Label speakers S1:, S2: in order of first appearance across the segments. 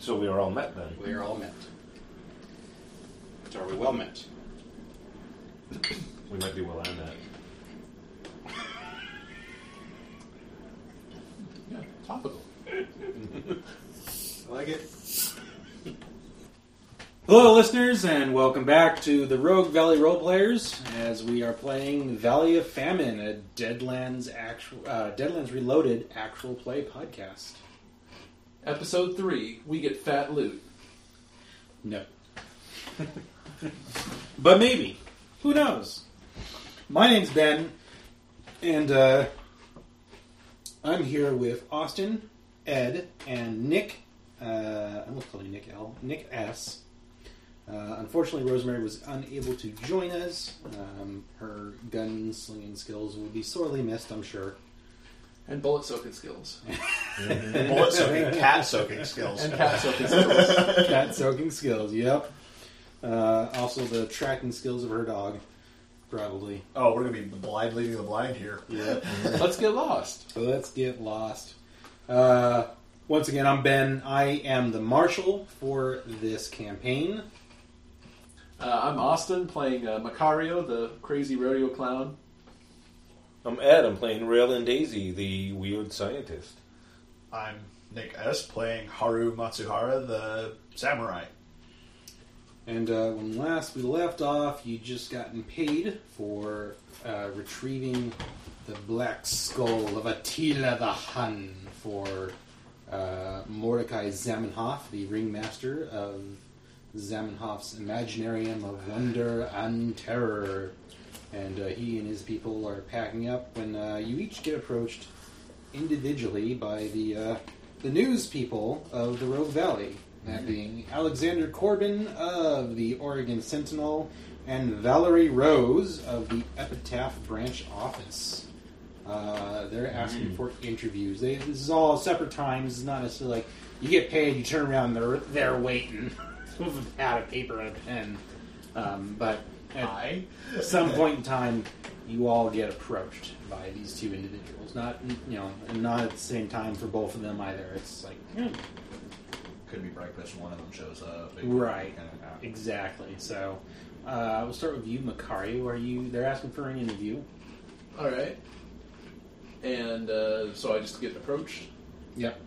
S1: So we are all met then.
S2: We are all met. But are we well met?
S1: We might be well and met.
S3: Yeah, topical.
S2: I like it.
S4: Hello, listeners, and welcome back to the Rogue Valley Role Players as we are playing Valley of Famine, a Deadlands actual uh, Deadlands Reloaded actual play podcast.
S3: Episode three, we get fat loot.
S4: No, but maybe. Who knows? My name's Ben, and uh, I'm here with Austin, Ed, and Nick. Uh, I almost called you Nick L. Nick S. Uh, unfortunately, Rosemary was unable to join us. Um, her gun slinging skills will be sorely missed, I'm sure.
S3: And bullet soaking skills.
S2: Bullet soaking, cat soaking skills.
S3: And cat soaking skills.
S4: Cat soaking skills, yep. Uh, also, the tracking skills of her dog, probably.
S5: Oh, we're gonna be the blind leading the blind here.
S4: Yep.
S3: Let's get lost.
S4: Let's get lost. Uh, once again, I'm Ben. I am the marshal for this campaign.
S3: Uh, I'm Austin playing uh, Macario, the crazy rodeo clown.
S1: I'm Ed. I'm playing Rail and Daisy, the weird scientist.
S5: I'm Nick S playing Haru Matsuhara, the samurai.
S4: And uh, when last we left off, you just gotten paid for uh, retrieving the black skull of Attila the Hun for uh, Mordecai Zamenhof, the ringmaster of Zamenhof's Imaginarium of Wonder and Terror. And uh, he and his people are packing up when uh, you each get approached individually by the uh, the news people of the Rogue Valley. That being Alexander Corbin of the Oregon Sentinel and Valerie Rose of the Epitaph Branch Office. Uh, they're asking for interviews. They, this is all separate times. It's not necessarily like you get paid, you turn around, they're they're waiting with a pad of paper and a pen. Um, but at-
S5: I.
S4: at some point in time, you all get approached by these two individuals. Not you know, and not at the same time for both of them either. It's like hmm,
S5: Could be breakfast. One of them shows up.
S4: Right. exactly. So uh, we'll start with you, Macario. Are you? They're asking for an interview.
S3: All right. And uh, so I just get approached.
S4: Yep.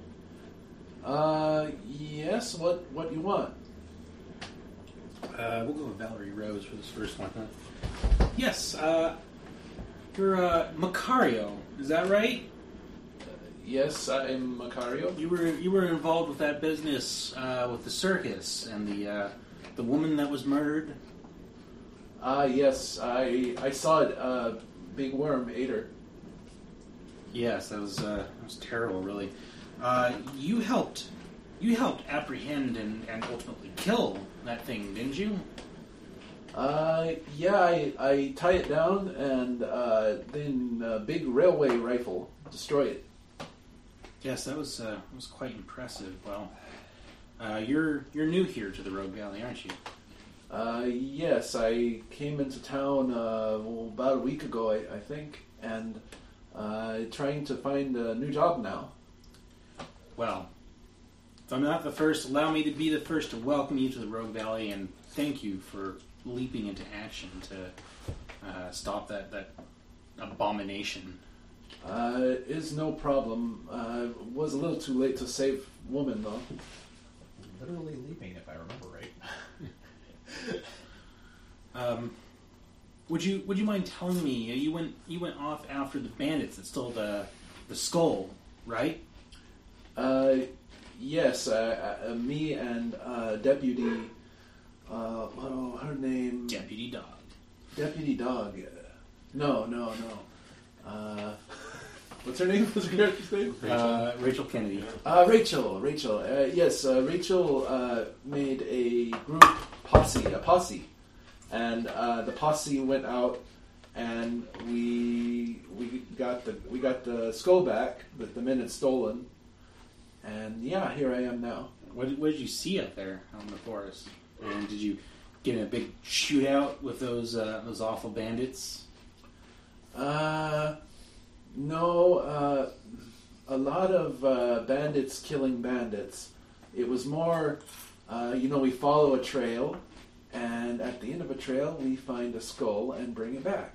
S3: Uh, yes. What What you want?
S4: Uh, we'll go with Valerie Rose for this first one. Huh? Yes. Uh, you're uh, Macario. Is that right?
S3: Yes, I'm Macario.
S4: You were you were involved with that business uh, with the circus and the uh, the woman that was murdered.
S3: Uh, yes, I I saw it. Uh, big worm ate her.
S4: Yes, that was uh, that was terrible. Really, uh, you helped you helped apprehend and, and ultimately kill that thing, didn't you?
S3: Uh, yeah, I, I tie it down and uh, then uh, big railway rifle destroy it.
S4: Yes, that was uh, was quite impressive. Well, uh, you're you're new here to the Rogue Valley, aren't you?
S3: Uh, yes, I came into town uh, well, about a week ago, I, I think, and uh, trying to find a new job now.
S4: Well, if I'm not the first, allow me to be the first to welcome you to the Rogue Valley and thank you for leaping into action to uh, stop that that abomination.
S3: Uh, is no problem. Uh, was a little too late to save woman though.
S5: Literally leaping, if I remember right.
S4: Um, would you would you mind telling me uh, you went you went off after the bandits that stole the the skull, right?
S3: Uh, yes, uh, uh, me and uh, deputy. Uh, oh, her name.
S4: Deputy Dog.
S3: Deputy Dog. uh, No, no, no. Uh, what's her name? What's her character's name?
S4: Uh, Rachel Kennedy.
S3: Uh, Rachel. Rachel. Uh, yes, uh, Rachel uh, made a group posse, a posse, and uh, the posse went out, and we we got the we got the skull back that the men had stolen, and yeah, here I am now.
S4: What, did- what did you see out there out in the forest? And did you get in a big shootout with those uh, those awful bandits?
S3: Uh, no, uh, a lot of uh, bandits killing bandits. It was more, uh, you know, we follow a trail, and at the end of a trail, we find a skull and bring it back.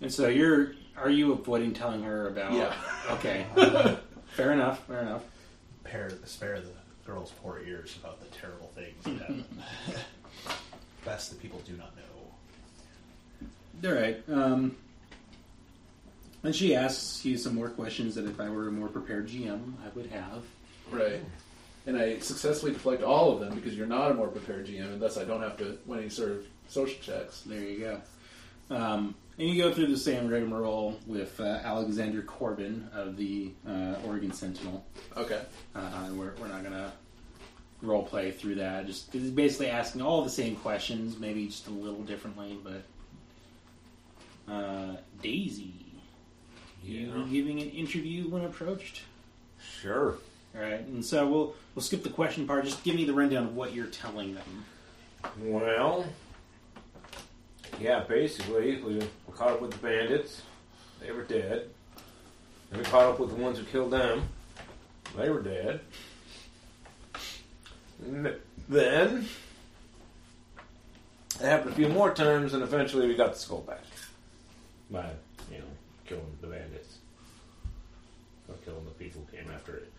S4: And so you're are you avoiding telling her about?
S3: Yeah.
S4: Okay. fair enough. Fair enough.
S5: Spare, spare the girl's poor ears about the terrible things that happen. Best that people do not know.
S4: All right. Um, and she asks you some more questions that if I were a more prepared GM, I would have.
S3: Right. And I successfully deflect all of them because you're not a more prepared GM, and thus I don't have to win any sort of social checks.
S4: There you go. Um, and you go through the same rigmarole with uh, Alexander Corbin of the uh, Oregon Sentinel.
S3: Okay.
S4: Uh, we're, we're not gonna role play through that. Just 'cause he's basically asking all the same questions, maybe just a little differently. But uh, Daisy, you
S1: Yeah.
S4: giving an interview when approached.
S1: Sure.
S4: All right, and so we'll we'll skip the question part. Just give me the rundown of what you're telling them.
S1: Well, yeah, basically, we, we caught up with the bandits. They were dead. And we caught up with the ones who killed them. They were dead. And th- then, it happened a few more times, and eventually we got the skull back. By, you know, killing the bandits. Or killing the people who came after it.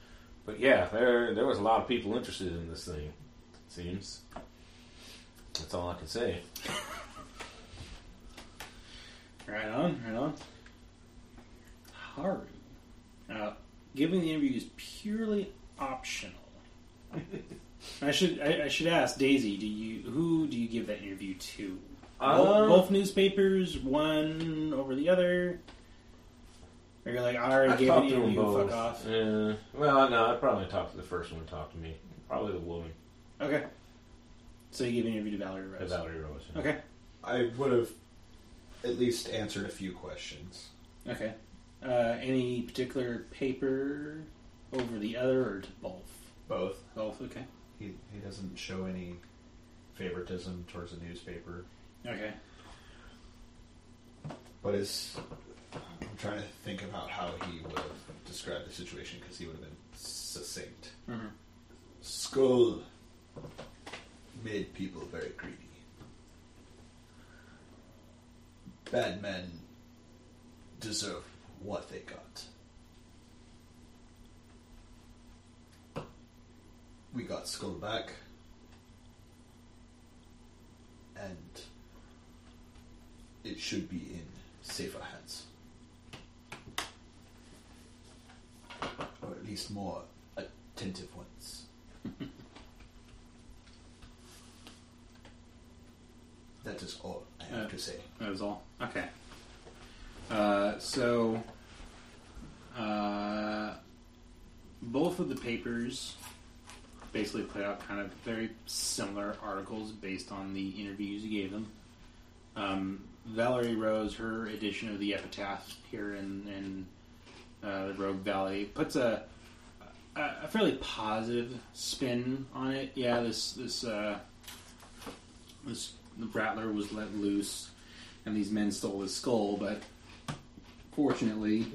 S1: But yeah, there, there was a lot of people interested in this thing, it seems. That's all I can say.
S4: Right on, right on. Haru, uh, giving the interview is purely optional. I should I, I should ask Daisy. Do you who do you give that interview to?
S1: Um,
S4: Both, both newspapers, one over the other. Or you're like, I already gave an interview. Fuck off.
S1: Yeah. Well, no, I probably talked to the first one who talked to me. Probably the woman,
S4: Okay. So you give an interview to Valerie Rose.
S1: Valerie Rose.
S4: Okay.
S6: I would have at least answered a few questions.
S4: Okay. Uh, any particular paper over the other or to both?
S5: Both.
S4: Both. Okay.
S5: He, he doesn't show any favoritism towards the newspaper.
S4: Okay.
S6: But is I'm trying to think about how he would have described the situation because he would have been succinct.
S4: Mhm.
S6: Skull made people very greedy. Bad men deserve what they got. We got Skull back, and it should be in safer hands. Or at least more attentive ones. that is all I have
S4: Uh,
S6: to say.
S4: That was all. Okay. Uh, so, uh, both of the papers basically put out kind of very similar articles based on the interviews you gave them. Um, Valerie Rose, her edition of the Epitaph here in, in uh, the Rogue Valley, puts a a a fairly positive spin on it. Yeah, this this uh, this the rattler was let loose, and these men stole his skull. But fortunately,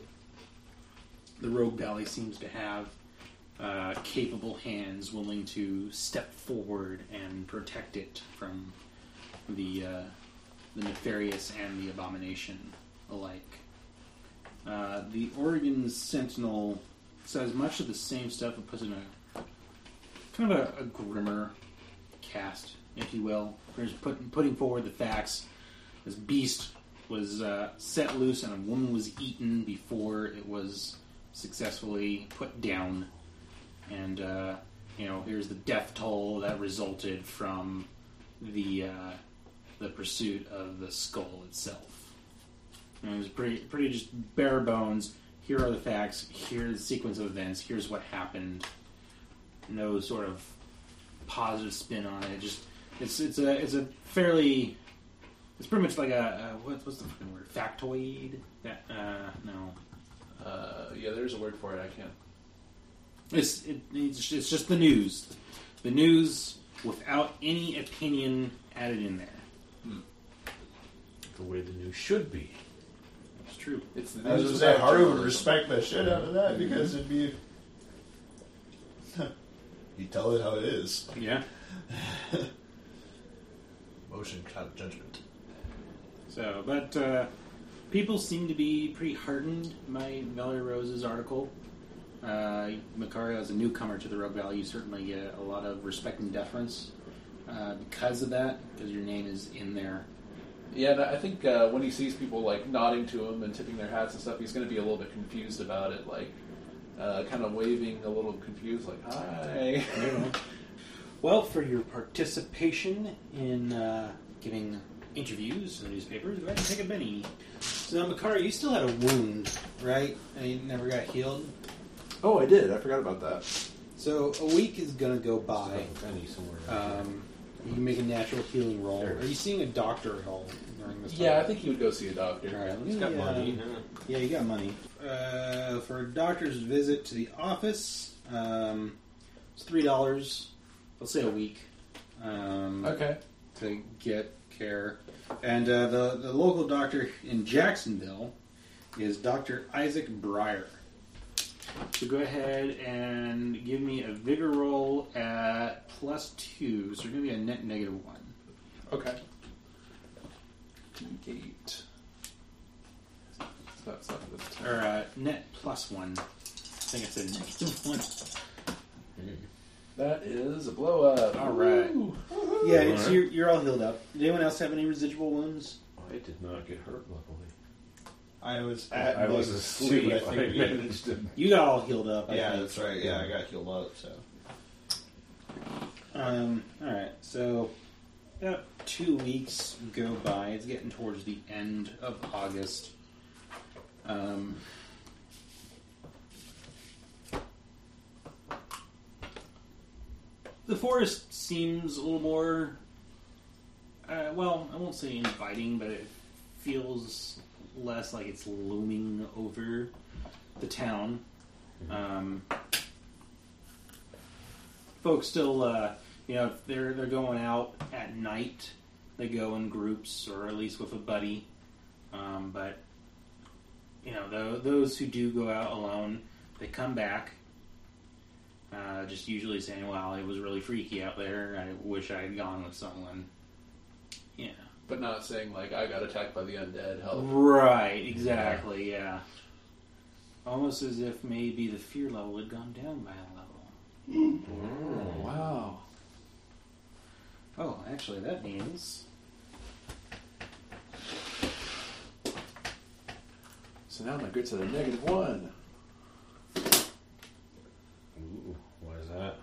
S4: the rogue valley seems to have uh, capable hands willing to step forward and protect it from the uh, the nefarious and the abomination alike. Uh, the Oregon Sentinel says much of the same stuff, but puts it in a kind of a, a grimmer cast, if you will. There's put, putting forward the facts. This beast was uh, set loose and a woman was eaten before it was successfully put down. And, uh, you know, here's the death toll that resulted from the, uh, the pursuit of the skull itself. And it was pretty, pretty just bare bones. Here are the facts. Here's the sequence of events. Here's what happened. No sort of positive spin on it. Just it's it's a it's a fairly it's pretty much like a, a what, what's the fucking word factoid? That uh, no,
S3: Uh, yeah, there's a word for it. I can't.
S4: it's it, it's it's just the news, the news without any opinion added in there.
S1: Hmm. The way the news should be.
S4: That's true.
S3: It's the
S5: I was
S3: news
S5: gonna say,
S3: without
S5: Haru would
S3: journalism.
S5: respect the shit out of that because it'd be
S6: You tell it how it is.
S4: Yeah.
S6: Motion cloud judgment.
S4: So, but uh, people seem to be pretty heartened by Valerie Rose's article. Uh, Macario, as a newcomer to the Rogue Valley, you certainly get a lot of respect and deference uh, because of that, because your name is in there.
S3: Yeah, and I think uh, when he sees people like nodding to him and tipping their hats and stuff, he's going to be a little bit confused about it, like uh, kind of waving a little confused, like "Hi."
S4: Well, for your participation in uh, giving interviews in the newspapers, go ahead and take a penny.
S7: So now, Makari, you still had a wound, right? And you never got healed.
S3: oh, I did. I forgot about that.
S7: So a week is gonna go by.
S1: Penny somewhere.
S7: Um, you can make a natural healing roll.
S1: There it
S7: Are you seeing a doctor at all during this time?
S3: Yeah, I think he would go see a doctor.
S7: All right, let me,
S1: He's got
S7: uh,
S1: money.
S7: Yeah, you got money. Uh, for a doctor's visit to the office, um, it's three dollars. Let's say a week. Um,
S3: Okay.
S7: to get care. And uh, the the local doctor in Jacksonville is Doctor Isaac Breyer.
S4: So go ahead and give me a vigor roll at plus two. So you're going to be a net negative one.
S3: Okay. D8. It's not something that's
S4: or uh, net plus one. I think I said negative one.
S3: That is a blow up.
S4: All right.
S3: Woo.
S7: Yeah,
S1: All
S7: it's,
S1: right.
S7: you're, you're all healed up. Did anyone else have any residual wounds?
S1: I did not get hurt, luckily.
S6: I was at
S1: I was
S6: Moses'
S1: asleep.
S6: sleep, I
S1: I
S6: think.
S1: managed to.
S7: You got all healed up. I
S6: yeah,
S7: think.
S6: that's right. Yeah, I got healed up. So
S7: Um, all right, so about two weeks go by. It's getting towards the end of August. Um,
S4: The forest seems a little more. Uh, well, I won't say inviting, but it feels less like it's looming over the town. Um, folks still, uh, you know, if they're they're going out at night. They go in groups, or at least with a buddy. Um, but you know, tho- those who do go out alone, they come back uh, just usually saying, "Wow, it was really freaky out there. I wish I had gone with someone." Yeah.
S3: But not saying, like, I got attacked by the undead. Help.
S4: Right. Exactly. Yeah. Almost as if maybe the fear level had gone down by a level.
S3: Wow.
S4: Oh, actually, that means
S3: So now my grit's at a negative one.
S1: Ooh, what is that?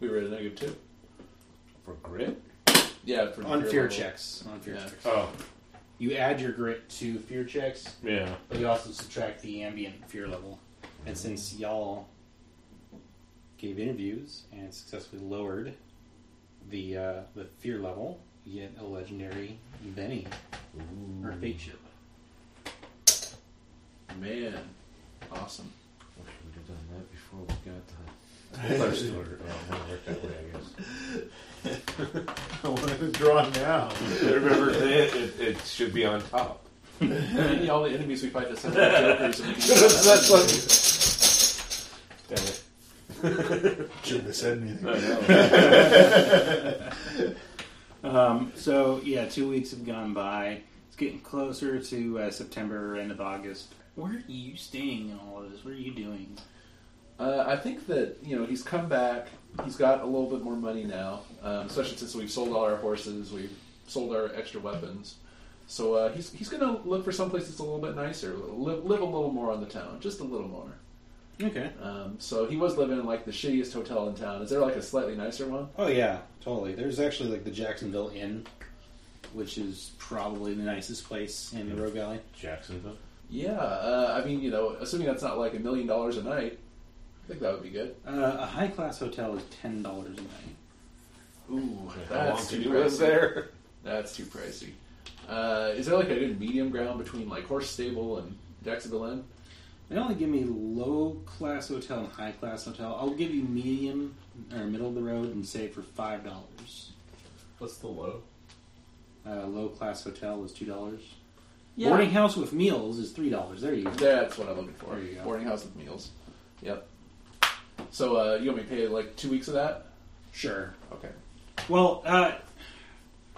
S3: We were at a negative two.
S1: For grit?
S3: Yeah, for
S7: on
S3: your
S7: fear
S3: level.
S7: checks. On fear
S3: Yeah.
S7: checks.
S1: Oh,
S7: You add your grit to fear checks,
S1: yeah.
S7: but you also subtract the ambient fear level. And since y'all gave interviews and successfully lowered the uh, the fear level, you get a legendary Benny or
S4: Mm.
S7: fate ship.
S3: Man. Awesome.
S1: Wish we'd have done that before we got the Dollar store. Oh, it worked that way, I guess.
S5: I wanted to draw now.
S1: Remember, it, it, it should be on top.
S3: Maybe all the enemies we fight just have like jokers. and we can-
S1: That's what. Damn it.
S5: Shouldn't have said anything.
S4: Um, so yeah, two weeks have gone by. It's getting closer to uh, September, end of August. Where are you staying in all of this? What are you doing?
S3: Uh, I think that you know he's come back. He's got a little bit more money now, um, especially since we've sold all our horses, we've sold our extra weapons. So uh, he's he's going to look for someplace that's a little bit nicer, live, live a little more on the town, just a little more.
S7: Okay.
S3: Um, so he was living in like the shittiest hotel in town. Is there like a slightly nicer one?
S7: Oh yeah, totally. There's actually like the Jacksonville Inn.
S4: Which is probably the nicest place.
S7: in the Rogue Valley.
S1: Jacksonville.
S3: Yeah, uh, I mean you know, assuming that's not like a million dollars a night, I think that would be good.
S4: Uh, a high class hotel is ten dollars a night.
S3: Ooh,
S1: How long
S3: that's
S1: can
S3: too
S1: you live
S3: pricey.
S1: there?
S3: That's too pricey. Uh, is there like a good medium ground between like horse stable and Jacksonville Inn?
S4: They only give me low class hotel and high class hotel. I'll give you medium or middle of the road and say for five dollars.
S6: what's the low?
S4: Uh, low class hotel is two dollars. Boarding house with meals is three dollars. There you go.
S3: That's what I'm looking for.
S4: There you go.
S3: Boarding house with meals. Yep. So uh, you want me to pay like two weeks of that?
S4: Sure.
S3: Okay.
S4: Well, uh,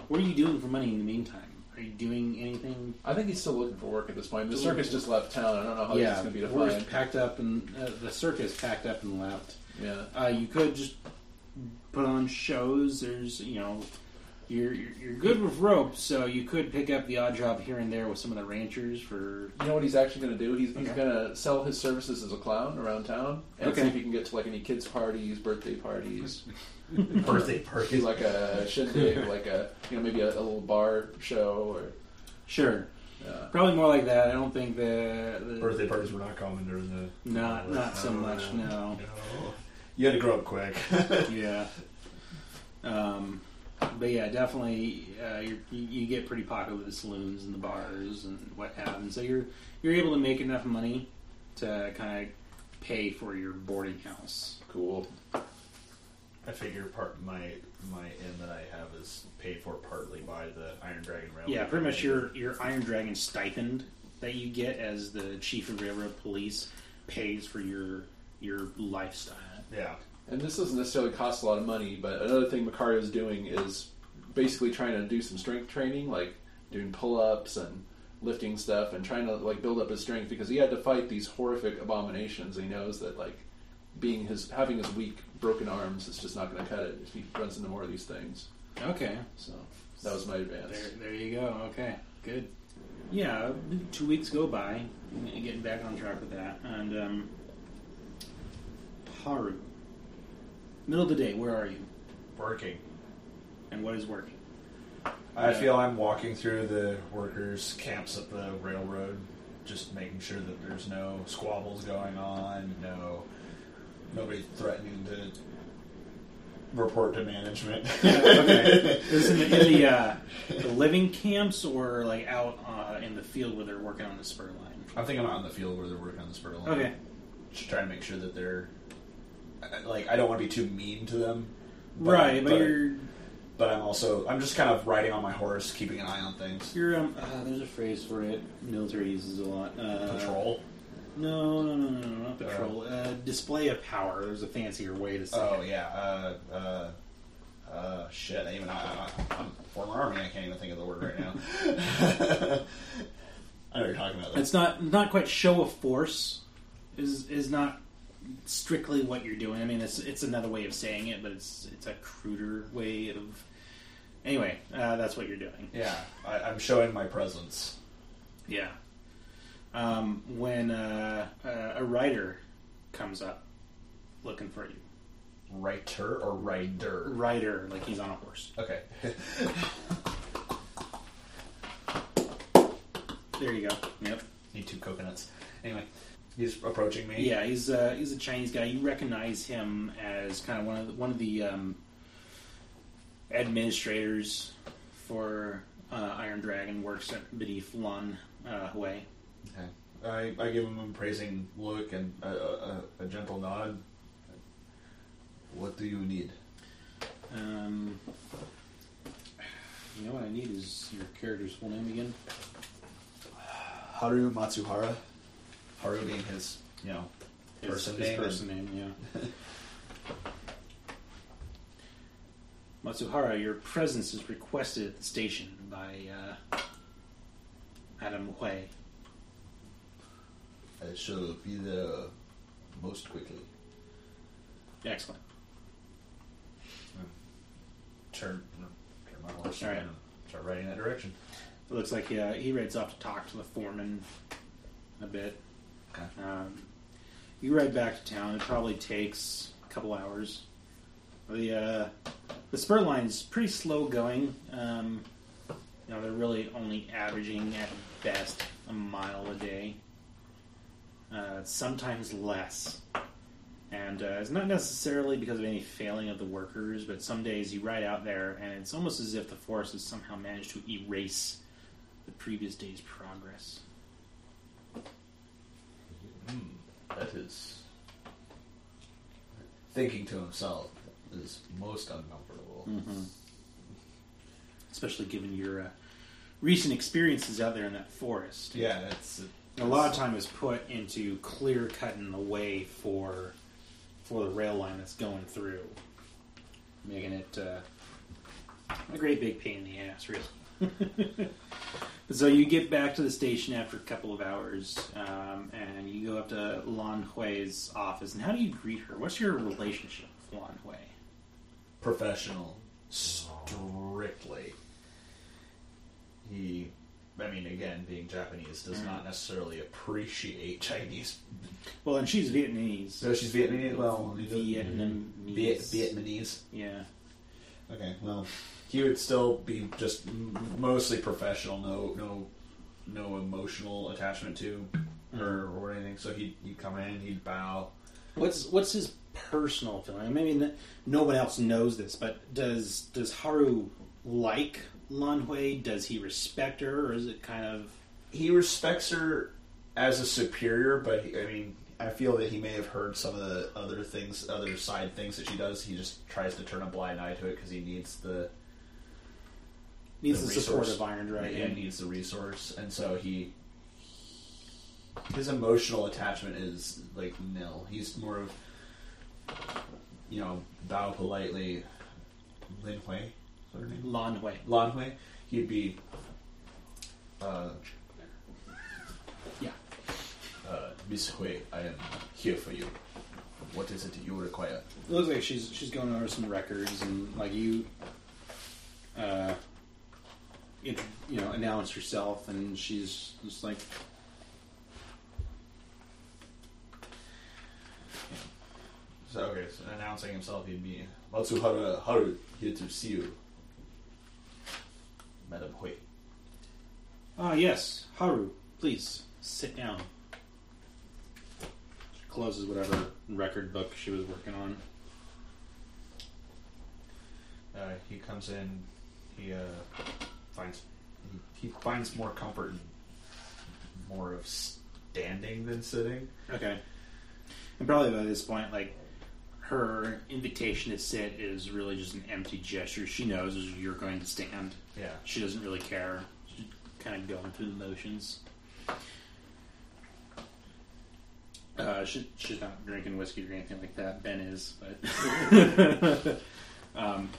S4: what are you doing for money in the meantime? Are you doing anything?
S3: I think he's still looking for work at this point. The circus just left town. I don't know how he's
S7: yeah,
S3: going to be to
S7: we're
S3: find.
S7: packed up and uh, the circus packed up and left.
S3: Yeah.
S4: Uh, you could just put on shows. There's, you know, you're you're you're good with rope, so you could pick up the odd job here and there with some of the ranchers for.
S3: You know what he's actually going to do? He's, he's
S4: Okay.
S3: going to sell his services as a clown around town and
S4: Okay.
S3: see if he can get to like any kids' parties, birthday parties,
S5: Birthday
S3: do
S5: party.
S3: like a shindig, like a you know maybe a, a little bar show or uh,
S4: Sure.
S3: Yeah.
S4: Probably more like that. I don't think the, the
S5: Birthday parties were not common during the.
S4: Not not so much.
S5: Uh,
S4: No.
S5: No. You had to grow up quick.
S4: yeah. Um, but yeah, definitely, uh, you're, you you get pretty popular with the saloons and the bars and what have. And so you're you're able to make enough money to kind of pay for your boarding house.
S3: cool.
S5: I figure part my my inn that I have is paid for partly by the Iron Dragon Railroad.
S4: Yeah, pretty much your your Iron Dragon stipend that you get as the chief of railroad police pays for your your lifestyle.
S5: Yeah.
S3: And this doesn't necessarily cost a lot of money, but another thing Macario's doing is basically trying to do some strength training, like doing pull-ups and lifting stuff, and trying to like build up his strength because he had to fight these horrific abominations. He knows that like being his having his weak, broken arms is just not going to cut it if he runs into more of these things.
S4: Okay.
S3: So that was my advance.
S4: There, there you go. Okay, good. Yeah, two weeks go by, getting back on track with that. And um, Haru, middle of the day, where are you?
S5: Working.
S4: And what is working?
S5: I
S4: Yeah.
S5: feel I'm walking through the workers' camps at the railroad, just making sure that there's no squabbles going on, no nobody threatening to report to management.
S4: Is this in the, in the, uh, the living camps or like out uh, in the field where they're working on the spur line?
S5: I think I'm out in the field where they're working on the spur line.
S4: Okay.
S5: Just trying to make sure that they're I- I- like I don't want to be too mean to them.
S4: right, but, you're
S5: but I'm also I'm just kind of riding on my horse, keeping an eye on things.
S4: you're um. Uh, there's a phrase for it. Military uses a lot. Uh,
S5: Patrol.
S4: No, no, no, no, no, not patrol. Uh, display of power. There's a fancier way to say. it.
S5: Oh yeah. Uh, uh, uh, shit. I even I, I, I'm former army. I can't even think of the word right now. I know what you're talking about. Though.
S4: It's not not quite show of force is is not strictly what you're doing. I mean, it's it's another way of saying it, but it's it's a cruder way of. Anyway, uh, that's what you're doing.
S5: Yeah, I, I'm showing my presence.
S4: Yeah. Um, when uh, uh, a writer comes up looking for you,
S5: Writer or rider.
S4: rider like he's on a horse.
S5: Okay.
S4: There you go. Yep.
S5: Need two coconuts. Anyway, he's approaching me.
S4: Yeah, he's uh, he's a Chinese guy. You recognize him as kind of one of the, one of the um, administrators for uh, Iron Dragon works at beneath Lun uh, Hui.
S5: Okay. I, I give him an appraising look and a, a, a a gentle nod. What do you need?
S4: Um, you know what I need is your character's full name again.
S5: Haru Matsuhara. Haru being his, you know,
S4: His-
S5: person
S4: his
S5: name.
S4: person name, yeah. Matsuhara, your presence is requested at the station by uh, Adam Hui.
S5: I shall be there most quickly.
S4: Excellent.
S5: Turn, turn my horse
S4: All right.
S5: and start riding that direction.
S4: It looks like uh, he rides off to talk to the foreman a bit.
S5: Okay.
S4: Um, you ride back to town. It probably takes a couple hours. The uh, the spur line's pretty slow going. Um, you know, they're really only averaging at best a mile a day, uh, sometimes less. And uh, it's not necessarily because of any failing of the workers, but some days you ride out there and it's almost as if the forest has somehow managed to erase the previous day's progress.
S5: That is. Thinking to himself is most uncomfortable.
S4: Mm-hmm. especially given your uh, recent experiences out there in that forest.
S5: Yeah, that's.
S4: A lot of time is put into clear cutting the way for for the rail line that's going through, making it uh, a great big pain in the ass, really. so you get back to the station after a couple of hours, um, and you go up to Lan Hui's office. And how do you greet her? What's your relationship with Lan Hui?
S5: professional strictly. He, I mean, again, being Japanese, does not necessarily appreciate Chinese.
S4: Well, and she's Vietnamese.
S5: So she's Vietnamese. Well,
S4: Vietnamese.
S5: Viet, Vietnamese.
S4: Yeah.
S5: Okay, well, he would still be just m- mostly professional. No, no, no emotional attachment to her or anything. So he'd, he'd come in, he'd bow.
S4: What's what's his personal feeling? Maybe n- no one else knows this, but does does Haru like Lan Hui? Does he respect her, or is it kind of
S5: he respects her as a superior, but he, I mean, I feel that he may have heard some of the other things, other side things that she does. He just tries to turn a blind eye to it because he needs the
S4: needs
S5: The
S4: the, support
S5: resource.
S4: of Iron
S5: right.
S4: Dragon?
S5: he needs the resource, and so he his emotional attachment is like nil. He's more of you know bow politely, Lin Hui, is that her name?
S4: Lan Hui.
S5: Lan Hui. He'd be uh,
S4: Yeah.
S5: Uh, Miss Hui, I am here for you. What is it you require?
S4: It looks like she's she's going over some records and like you, uh, it, you know, announce yourself, and she's just like,
S5: So, okay, so announcing himself, he'd be Matsuhara Haru, here to see you, Madam Hui.
S4: Ah, yes, Haru, please sit down. She closes whatever record book she was working on.
S5: Uh, he comes in, he uh, finds he, he finds more comfort in more of standing than sitting.
S4: Okay. And probably by this point, like, her invitation to sit is really just an empty gesture. She knows is you're going to stand.
S5: Yeah.
S4: She doesn't really care. She's kind of going through the motions. Uh, she, she's not drinking whiskey or anything like that. Ben is, but um,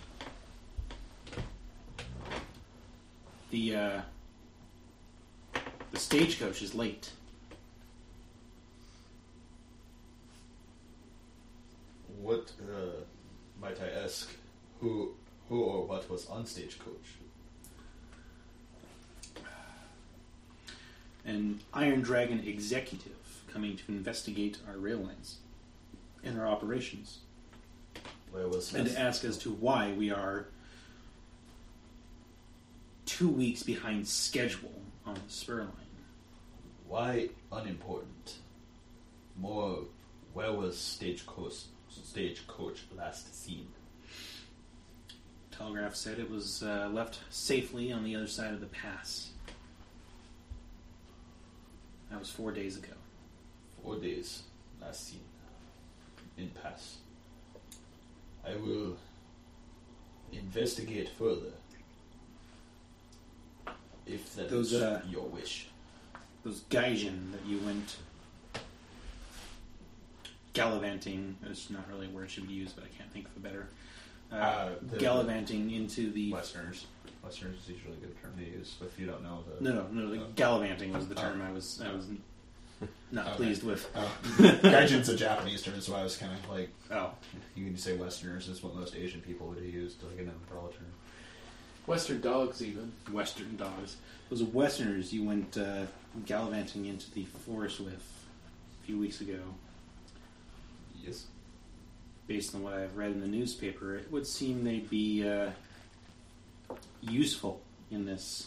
S4: the uh, the stagecoach is late.
S5: What uh, might I ask? Who, who, or what was on stagecoach?
S4: an Iron Dragon executive coming to investigate our rail lines and our operations
S5: Where was
S4: and to ask as to why we are two weeks behind schedule on the spur line.
S5: Why unimportant? More, where was stagecoach stagecoach last seen?
S4: Telegraph said it was uh, left safely on the other side of the pass. That was four days ago.
S5: Four days last seen uh, in pass. I will investigate further. If that is
S4: Those, uh,
S5: your wish.
S4: those gaijin that you went gallivanting. It's not really a word should be used, but I can't think of a better. Uh,
S5: Uh, the-
S4: gallivanting into the
S5: Westerners. Westerners is usually a good term to use if you don't know the.
S4: no no no. the
S5: Oh.
S4: Gallivanting was the term I was I was not
S5: uh, Okay.
S4: pleased with.
S5: Oh. Gaijin's a Japanese term, so I was kind of like,
S4: Oh,
S5: you can say Westerners is what most Asian people would use, like an umbrella term.
S3: Western dogs, even.
S4: Western dogs. Those Westerners you went uh, gallivanting into the forest with a few weeks ago.
S5: Yes.
S4: Based on what I've read in the newspaper, it would seem they'd be uh, useful in this.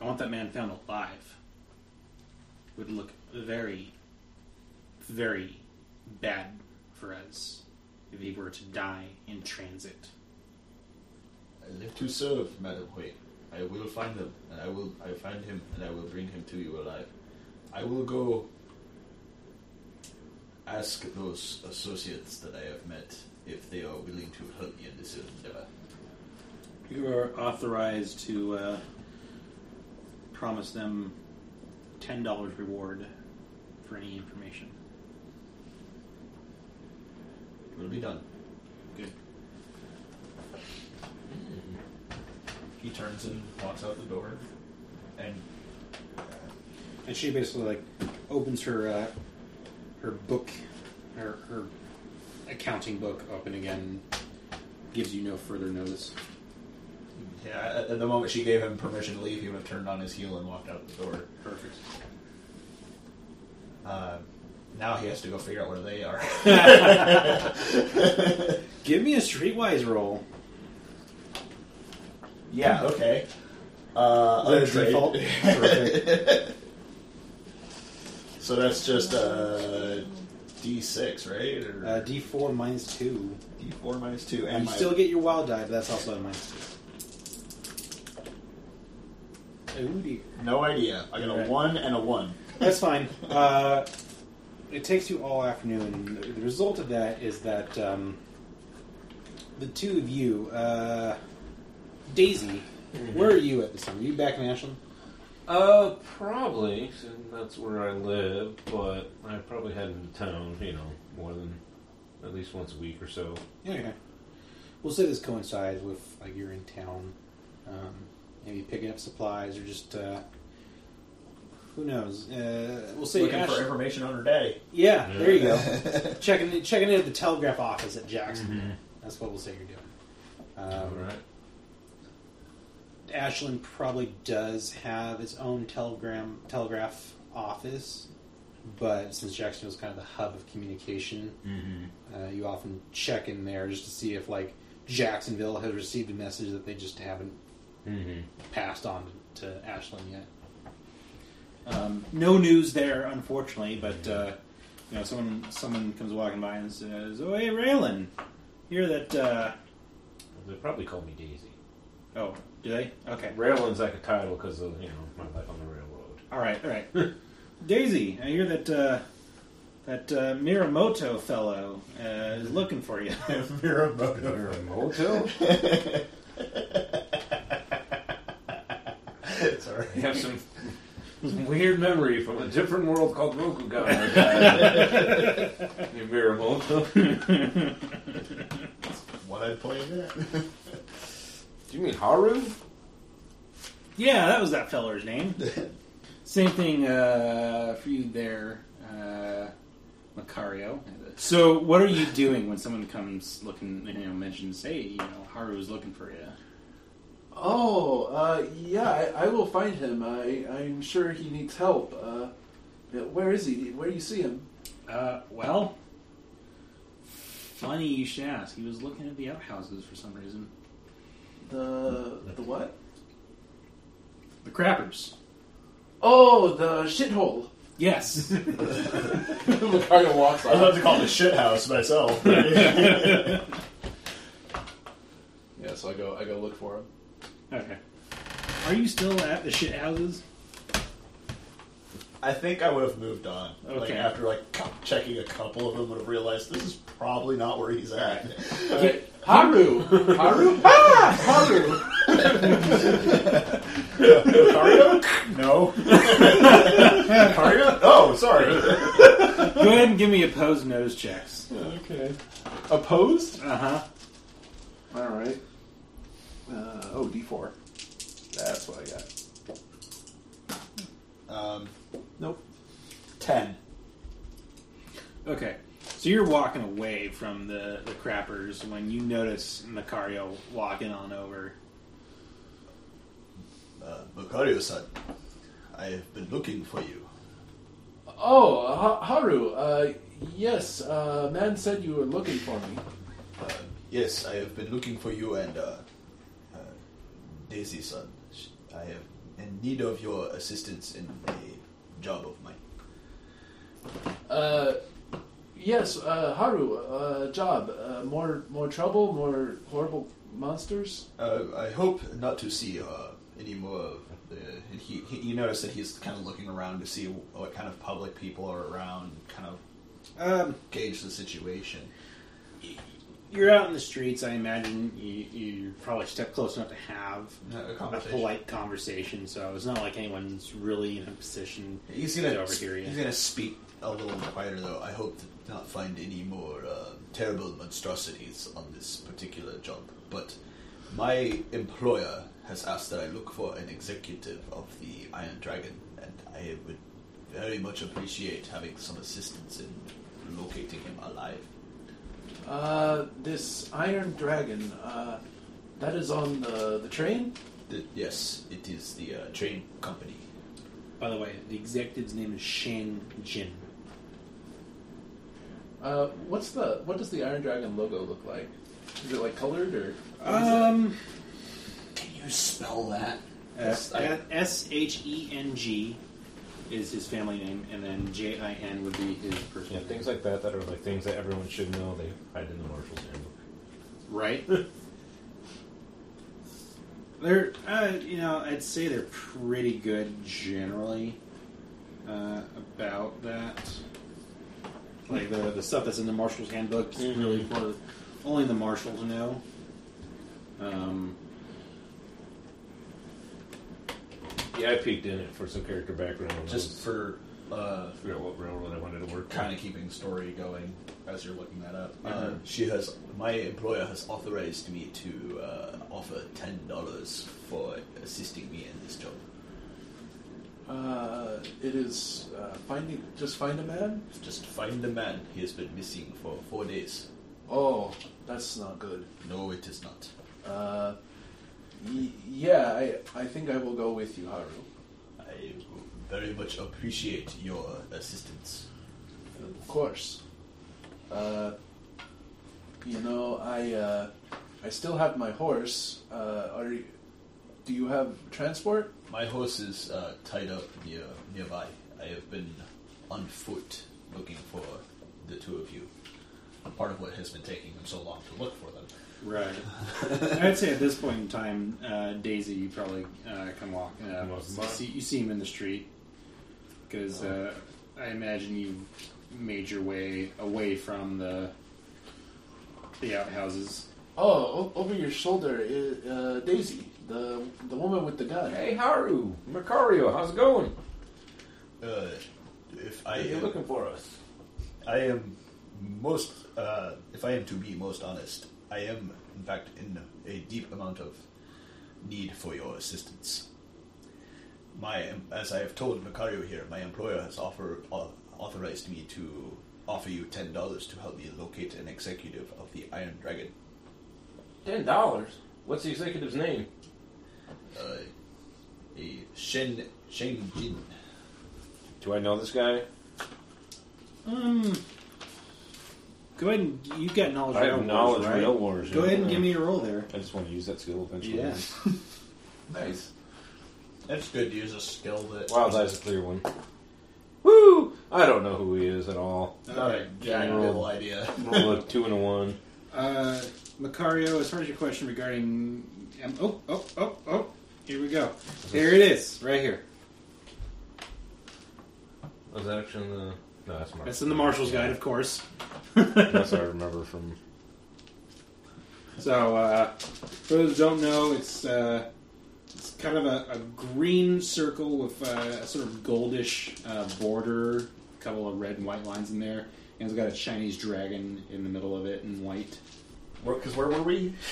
S4: I want that man found alive. Would look very, very bad for us if he were to die in transit.
S5: I live to serve, Madam Hui. I will find them, and I will. I find him, and I will bring him to you alive. I will go ask those associates that I have met if they are willing to help me in this endeavor.
S4: You are authorized to uh, promise them ten dollars reward for any information.
S5: It'll be done.
S4: Good.
S5: He turns and walks out the door, and
S7: and she basically like opens her uh, her book, her her accounting book open again, gives you no further notice.
S5: yeah, at- at the moment she gave him permission to leave, he would have turned on his heel and walked out the door.
S7: Perfect.
S5: Uh, now he has to go figure out where they are.
S7: Give me a streetwise roll.
S5: yeah. Okay. Uh,
S6: Is that a
S5: untrained.
S6: default?
S7: Perfect.
S5: so that's just uh, D6, right? Or
S7: Uh, D four minus two.
S5: D4 minus two,
S7: And
S5: and
S7: you
S5: my,
S7: still get your wild die, but that's also a minus two. Oh dear.
S5: no idea. I got a
S7: Alright.
S5: one and a one.
S7: That's fine. Uh, it takes you all afternoon. The result of that is that um, the two of you, uh, Daisy,
S5: Mm-hmm.
S7: where are you at this time? Are you back in Ashland?
S1: Uh, probably. and That's where I live, but I probably head into town, you know, more than at least once a week or so.
S7: Yeah. Okay. We'll say this coincides with like you're in town, um, maybe picking up supplies or just uh, who knows. Uh, we'll say
S5: Looking
S7: Ash-
S5: for information on her day.
S7: yeah, There you go.
S5: yeah,
S7: checking checking in at the telegraph office at Jackson.
S5: Mm-hmm.
S7: That's what we'll say you're doing.
S1: All
S7: Um,
S1: right.
S7: Ashland probably does have its own telegram telegraph office, but since Jackson was kind of the hub of communication,
S1: Mm-hmm.
S7: uh, you often check in there just to see if like Jacksonville has received a message that they just haven't
S1: Mm-hmm.
S7: passed on to, to Ashland yet.
S4: Um, no news there, unfortunately. But uh, you know, someone someone comes walking by and says, "Oh, hey, Raylan, hear that?" Uh...
S1: They probably call me Daisy.
S4: Oh, do they? Okay.
S1: Railroad's like a title because of you know my life on the railroad.
S4: All right. All right. Daisy, I hear that uh, that uh, Miramoto fellow uh, is looking for you.
S5: Miramoto.
S1: Miramoto?
S5: Sorry.
S1: I have some, some weird memory from a different world called Rokugan. Hey, Miramoto.
S5: What I'd play that.
S1: Do you mean Haru?
S4: yeah, that was that feller's name. Same thing uh, for you there, uh, Macario. So, what are you doing when someone comes looking, you know, mentions, "Hey, you know, Haru's looking for you"?
S3: Oh, uh, yeah, I, I will find him. I, I'm sure he needs help. Uh, yeah, where is he? Where do you see him?
S4: Uh, well, funny you should ask. He was looking at the outhouses for some reason.
S3: The the what?
S4: The crappers.
S3: Oh, the shithole.
S4: Yes.
S3: Lucario walks
S5: I was about
S3: off.
S5: to call it a shit house myself.
S3: Yeah, so I go I go look for him.
S4: okay. Are you still at the shit houses?
S5: I think I would have moved on. Like
S4: Okay.
S5: after like cou- checking a couple of them, would have realized this is probably not where he's at.
S3: Alright. Haru, Haru, ah, Haru.
S5: Mario? No. Mario? Oh, sorry.
S4: Go ahead and give me opposed nose checks.
S3: Okay.
S5: Opposed?
S4: Uh huh.
S3: All right. Uh, oh, D four. That's what I got.
S5: Um,
S3: Nope.
S5: ten.
S4: Okay. So you're walking away from the, the crappers when you notice Macario walking on over.
S5: Uh, Macario-san, I have been looking for you.
S3: Oh, ha- Haru. Uh, yes. Uh, man said you were looking for me.
S5: Uh, yes, I have been looking for you and uh, uh, Daisy-san. Sh- I am in need of your assistance in a job of mine.
S3: Uh, yes, uh, Haru. Uh, job. Uh, more, more trouble. More horrible monsters.
S5: Uh, I hope not to see uh, any more. Of the, he, he, you notice that he's kind of looking around to see what kind of public people are around, kind of
S7: Um,
S5: gauge the situation.
S7: you're out in the streets. I imagine you, you probably step close enough to have
S5: A
S7: a polite conversation, so it's not like anyone's really in a position.
S5: He's gonna
S7: to overhear you.
S5: He's gonna speak a little quieter though. I hope to not find any more um terrible monstrosities on this particular job, but my employer has asked that I look for an executive of the Iron Dragon, and I would very much appreciate having some assistance in locating him alive.
S3: Uh, this Iron Dragon, uh, that is on the, the train?
S5: The, yes, it is the uh, train company.
S8: By the way, the executive's name is Shang Jin.
S3: Uh, what's the, what does the Iron Dragon logo look like? Is it like colored or?
S4: Uh,
S3: what is it?
S8: Um,
S5: Can you spell that?
S8: S- I-
S4: S H E N G is his family name, and then J I N would be his personal
S1: Yeah,
S4: name.
S1: things like that that are like things that everyone should know. They hide in the marshal's handbook.
S4: right? they're, uh, you know, I'd say they're pretty good generally uh, about that. Like the the stuff that's in the marshal's handbook is really for only the marshal to know. Um,
S1: Yeah, I peeked in it for some character background. I
S5: Just
S1: was-
S5: for uh,
S1: figure out what railroad I wanted to work.
S9: kind of keeping story going as you're looking that up.
S5: Uh, she has. My employer has authorized me to uh, offer ten dollars for assisting me in this job.
S3: Uh, it is uh, finding just find a man.
S5: Just find the man. He has been missing for four days.
S3: Oh, that's not good.
S5: No, it is not.
S3: Uh, y- yeah, I I think I will go with you, Haru.
S5: I very much appreciate your assistance.
S3: Of course. Uh, you know, I uh, I still have my horse. Uh, are you, do you have transport?
S5: My horse is uh, tied up near nearby. I have been on foot looking for the two of you.
S9: part of what has been taking them so long to look for them.
S4: right. I'd say at this point in time, uh, Daisy, you probably uh, can walk. Uh,
S1: Most of the time.
S4: see, you see him in the street because uh, I imagine you've made your way away from the the outhouses.
S3: Oh, o- over your shoulder, i- uh, Daisy, the the woman with the gun.
S1: Hey, Haru, Macario, how's it going?
S5: Uh, if I
S1: Are you
S5: am-
S1: looking for us?
S5: I am most, uh, if I am to be most honest, I am in fact in a deep amount of need for your assistance. My, as I have told Macario here, my employer has offer, au- authorized me to offer you ten dollars to help me locate an executive of the Iron Dragon.
S1: Ten dollars. What's the executive's name?
S5: Uh, a Shen Shen Jin.
S1: Do I know this guy?
S4: Um, go ahead and you've got knowledge.
S1: I
S4: rail
S1: have
S4: wars,
S1: knowledge
S4: right?
S1: rail wars.
S4: Go
S1: yeah.
S4: ahead and give me a roll there.
S1: I just want to use that skill eventually.
S4: Yeah.
S5: Nice.
S9: That's good to use a skill that.
S1: Wild Eye's a clear one. Woo! I don't know who he is at all.
S9: Not a general idea.
S1: Roll a two and a one.
S4: Uh, Macario, as far as your question regarding, um, oh, oh, oh, oh, here we go. There it is, right here.
S1: Was that actually in the? No, that's Mark.
S4: That's in the Marshal's Guide, of course.
S1: That's what I remember from.
S4: So, uh, for those who don't know, it's uh, it's kind of a, a green circle with uh, a sort of goldish uh, border, a couple of red and white lines in there, and it's got a Chinese dragon in the middle of it in white.
S9: Because where were we?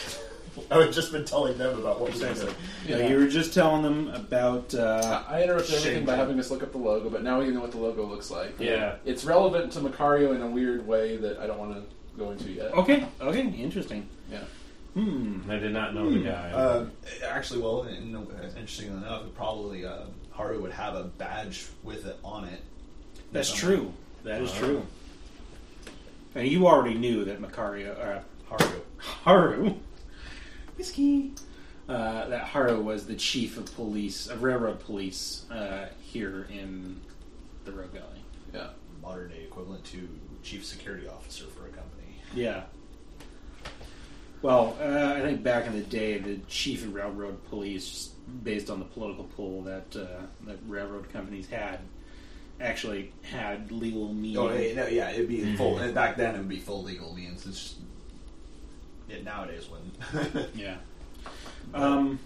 S9: I had just been telling them about what we were doing.
S4: You, know, you were just telling them about. Uh,
S3: I interrupted everything
S9: Shame.
S3: by having us look up the logo, but now we know what the logo looks like.
S1: Yeah.
S3: It's relevant to Macario in a weird way that I don't want to go into yet.
S4: Uh, okay, okay, interesting.
S3: Yeah.
S4: Hmm.
S1: I did not know the guy.
S4: Uh,
S9: Um, actually, well, and, uh, interestingly enough, probably uh, Haru would have a badge with it on it. Um,
S4: That's
S9: Some-
S4: true. That is true. Uh-huh. And you already knew that Macario, uh,
S9: Haru.
S4: Haru, whiskey, uh, that Haru was the chief of police, of railroad police uh, here in the Rogue Valley.
S3: Yeah.
S9: Modern day equivalent to chief security officer for a company.
S4: Yeah. Well, uh, I think back in the day, the chief of railroad police, just based on the political pull that uh, that railroad companies had, actually had legal meaning.
S9: Oh, hey, no, yeah, it'd be full. And back then, it'd be full legal means. It's just, it nowadays wouldn't.
S4: Yeah. Um,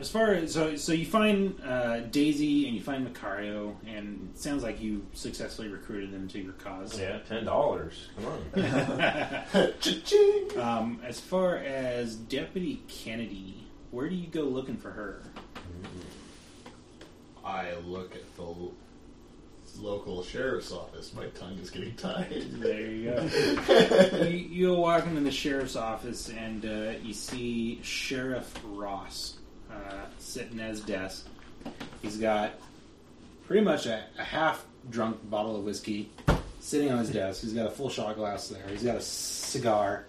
S4: as far as so, so you find uh, Daisy and you find Macario, and it sounds like you successfully recruited them to your cause.
S1: Yeah, ten dollars. Come on.
S4: Um, as far as Deputy Kennedy, where do you go looking for her?
S5: I look at the l- local sheriff's office. My tongue is getting tied.
S4: There you go. you, you go walking in the sheriff's office, and uh, you see Sheriff Ross uh, sitting at his desk. He's got pretty much a, a half drunk bottle of whiskey sitting on his desk. He's got a full shot glass there. He's got a cigar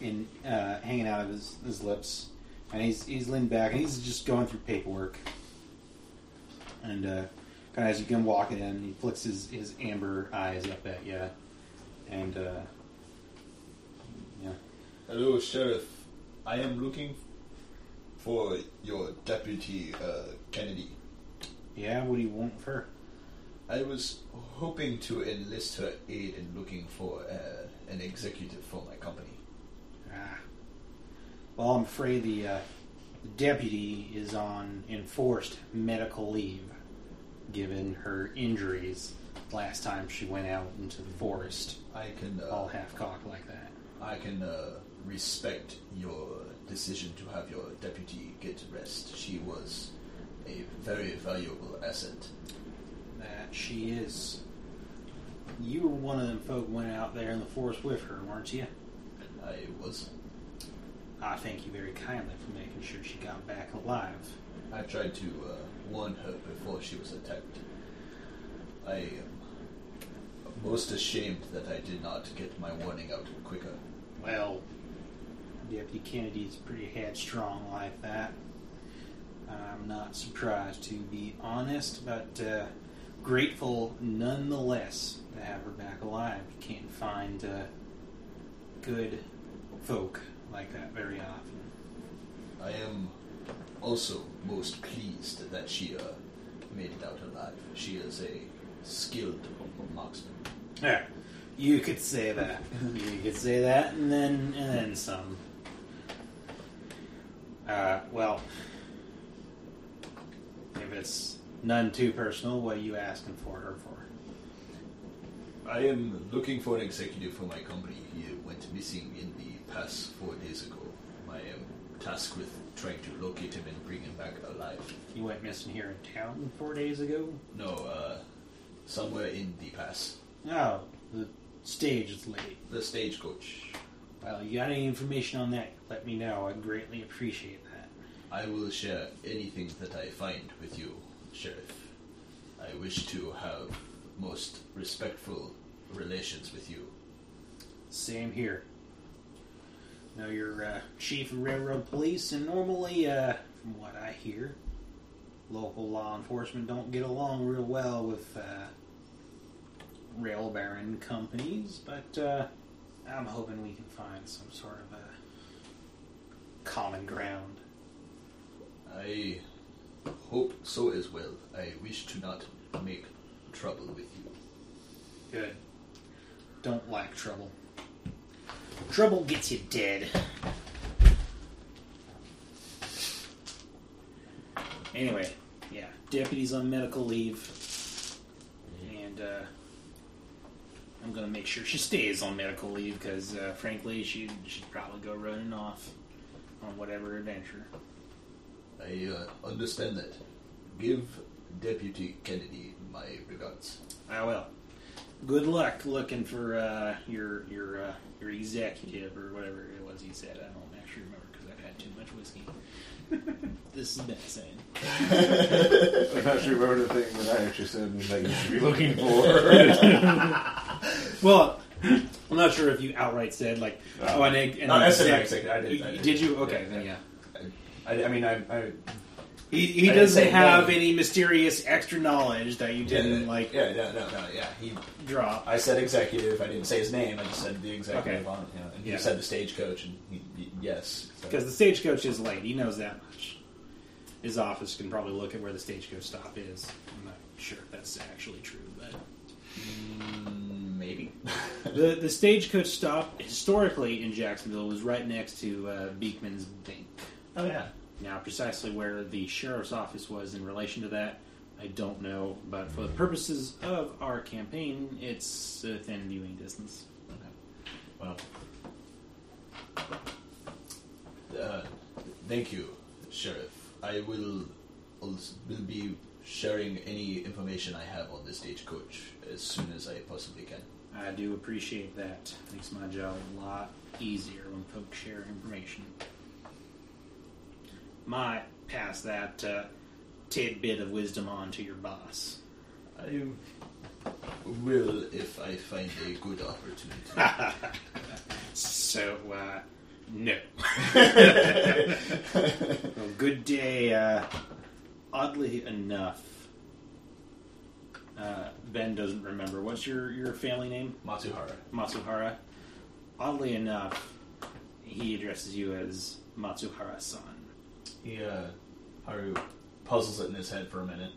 S4: in uh, hanging out of his, his lips, and he's he's leaned back and he's just going through paperwork. And uh, kind of as you come walking in, he flicks his, his amber eyes up at you, and uh, yeah,
S5: Hello, Sheriff. I am looking for your deputy, uh, Kennedy.
S4: yeah. What do you want for? her?
S5: I was hoping to enlist her aid in looking for uh, an executive for my company.
S4: Ah. Well, I'm afraid the uh, deputy is on enforced medical leave, given her injuries last time she went out into the forest,
S5: I can
S4: all
S5: uh,
S4: half cocked like that.
S5: I can uh, respect your decision to have your deputy get rest. She was a very valuable asset.
S4: That she is. You were one of them folk went out there in the forest with her, weren't you?
S5: I was.
S4: I thank you very kindly for making sure she got back alive.
S5: I tried to uh, warn her before she was attacked. I am most ashamed that I did not get my warning out quicker.
S4: Well, Deputy Kennedy's pretty headstrong like that. I'm not surprised, to be honest, but uh, grateful nonetheless to have her back alive. You can't find uh, good folk like that very often.
S5: I am also most pleased that she uh, made it out alive. She is a skilled marksman.
S4: Yeah, you could say that. you could say that, and then and then some. Uh, well, if it's none too personal, what are you asking for her for?
S5: I am looking for an executive for my company. He went missing in the past four days ago. I am tasked with trying to locate him and bring him back alive.
S4: You went missing here in town four days ago.
S5: No, uh, somewhere in the past.
S4: No, the stage is late.
S5: The stagecoach.
S4: Well, you got any information on that? Let me know. I greatly appreciate that.
S5: I will share anything that I find with you, Sheriff. I wish to have most respectful relations with you.
S4: Same here. Now you're uh, chief of railroad police, and normally, uh, from what I hear, local law enforcement don't get along real well with uh, rail baron companies. But uh, I'm hoping we can find some sort of a common ground.
S5: I hope so as well. I wish to not make trouble with you.
S4: Good. Don't like trouble. Trouble gets you dead. Anyway, yeah, deputy's on medical leave, and uh, I'm gonna make sure she stays on medical leave because, uh, frankly, she should probably go running off on whatever adventure.
S5: I uh, understand that. Give Deputy Kennedy my regards.
S4: I will. Good luck looking for uh, your your uh, your executive or whatever it was he said. I don't actually remember because I've had too much whiskey. this is been insane.
S1: I actually remember the thing that I actually said that you should be looking for.
S4: Well, I'm not sure if you outright said like
S1: No.
S4: oh, an, egg- an
S5: No, I said
S4: exec-
S5: exec- I did- I
S4: You-
S5: did.
S4: did you? Okay,
S5: Yeah,
S4: then
S5: yeah.
S4: yeah.
S5: I, I mean, I, I
S4: He, he
S5: I didn't
S4: doesn't
S5: say
S4: have
S5: no.
S4: any mysterious extra knowledge that you didn't like
S5: yeah, no, no, no, yeah. He,
S4: drop.
S5: I said executive. I didn't say his name. I just said the
S4: Okay.
S5: executive on it. You know, and
S4: Yeah.
S5: he said the stagecoach, and he, he- yes, so-
S4: Because the stagecoach is late. He knows that much. His office can probably look at where the stagecoach stop is. I'm not sure if that's actually true, but
S5: Mm, maybe.
S4: the the stagecoach stop historically in Jacksonville was right next to uh, Beekman's Bank.
S5: oh yeah.
S4: Now, precisely where the sheriff's office was in relation to that, I don't know, but for the purposes of our campaign, it's within viewing distance.
S6: Well, uh, thank you, Sheriff. I will als- will be sharing any information I have on the stagecoach as soon as I possibly can.
S4: I do appreciate that. Makes my job a lot easier when folks share information. Might pass that uh, tidbit of wisdom on to your boss.
S6: I will if I find a good opportunity.
S4: So, uh, no. well, good day. Uh, oddly enough, uh, Ben doesn't remember. What's your, your family name?
S6: Matsuhara.
S4: Matsuhara. Oddly enough, he addresses you as Matsuhara-san.
S6: He uh, Haru puzzles it in his head for a minute.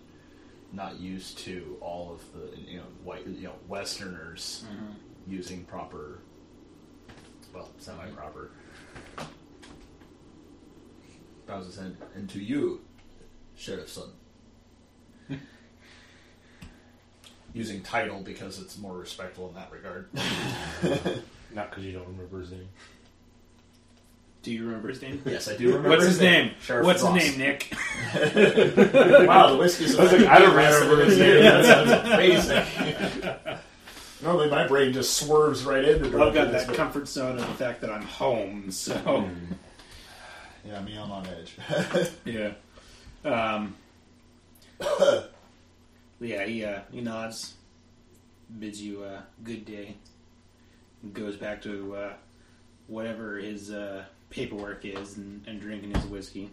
S6: Not used to all of the you know white you know Westerners
S4: Mm-hmm.
S6: using proper, well, semi proper. Bows his head, and to you, Sheriff Son.
S5: Using title because it's more respectful in that regard.
S1: Not because you don't remember his name.
S4: Do you remember his name?
S6: Yes, I do remember.
S4: What's his name?
S6: Sheriff
S4: What's
S6: Ross.
S4: his name, Nick?
S6: Wow, the whiskey's.
S1: I don't remember his name.
S5: Normally, my brain just swerves right into.
S4: I've got
S5: this,
S4: that
S5: but-
S4: comfort zone of the fact that I'm home,
S1: Oh.
S4: so
S5: Yeah, me, I'm on edge.
S4: yeah. Um, yeah, he uh, he nods, bids you a good day, and goes back to uh, whatever his uh, paperwork is and, and drinking his whiskey.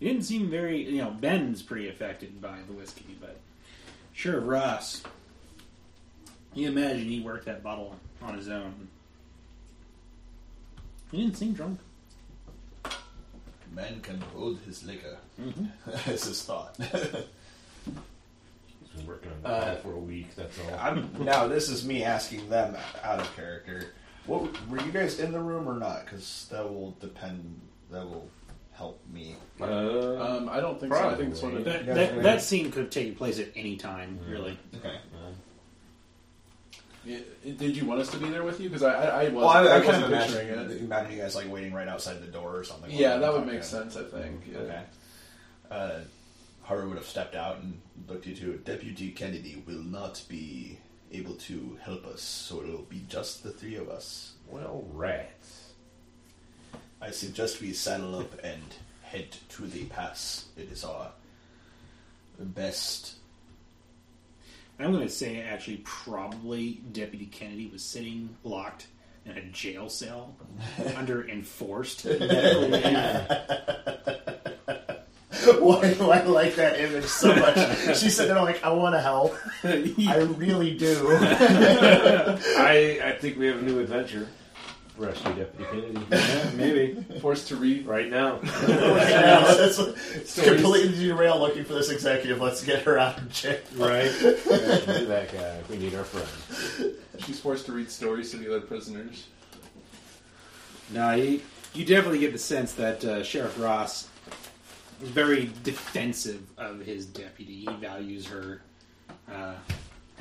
S4: He didn't seem very, you know, Ben's pretty affected by the whiskey, but sure, Ross. You imagine he worked that bottle on his own. He didn't seem drunk.
S6: Man can hold his liquor.
S5: Mm-hmm. That's his thought.
S1: He's been working on that
S5: Uh,
S1: for a week. That's all.
S5: I'm now. This is me asking them out of character. What were you guys in the room or not? Because that will depend. That will help me.
S1: Uh,
S3: Um, I don't think so. I think this one.
S1: Probably.
S3: Did.
S4: That,
S5: Yeah,
S4: that,
S5: yeah.
S4: that scene could have taken place at any time, really.
S5: Okay.
S3: Did you want us to be there with you? Because I, I, I was.
S5: Well, I, I, kind
S3: wasn't
S5: of
S3: picturing
S5: imagine, imagine you guys like waiting right outside the door or something.
S3: Yeah, that would
S5: Okay.
S3: make sense. I think. Yeah.
S5: Okay.
S6: Uh, Haru would have stepped out and looked into it. Deputy Kennedy will not be able to help us, so it'll be just the three of us.
S1: well, rats.
S6: I suggest we saddle up and head to the pass. It is our best.
S4: I'm going to say, actually, probably Deputy Kennedy was sitting locked in a jail cell under enforced. medical leave.
S5: Why do I like that image so much? She said that I'm like, I want to help. I really do.
S1: I, I think we have a new adventure. Rescue Deputy Kennedy. yeah, maybe.
S3: Forced to read.
S1: Right now.
S5: Yeah, that's it's completely derail looking for this executive. Let's get her out of jail.
S1: Right? that guy. We need our friend.
S3: She's forced to read stories to the other prisoners.
S7: Now, he,
S4: you definitely get the sense that uh, Sheriff Ross is very defensive of his deputy. He values her uh,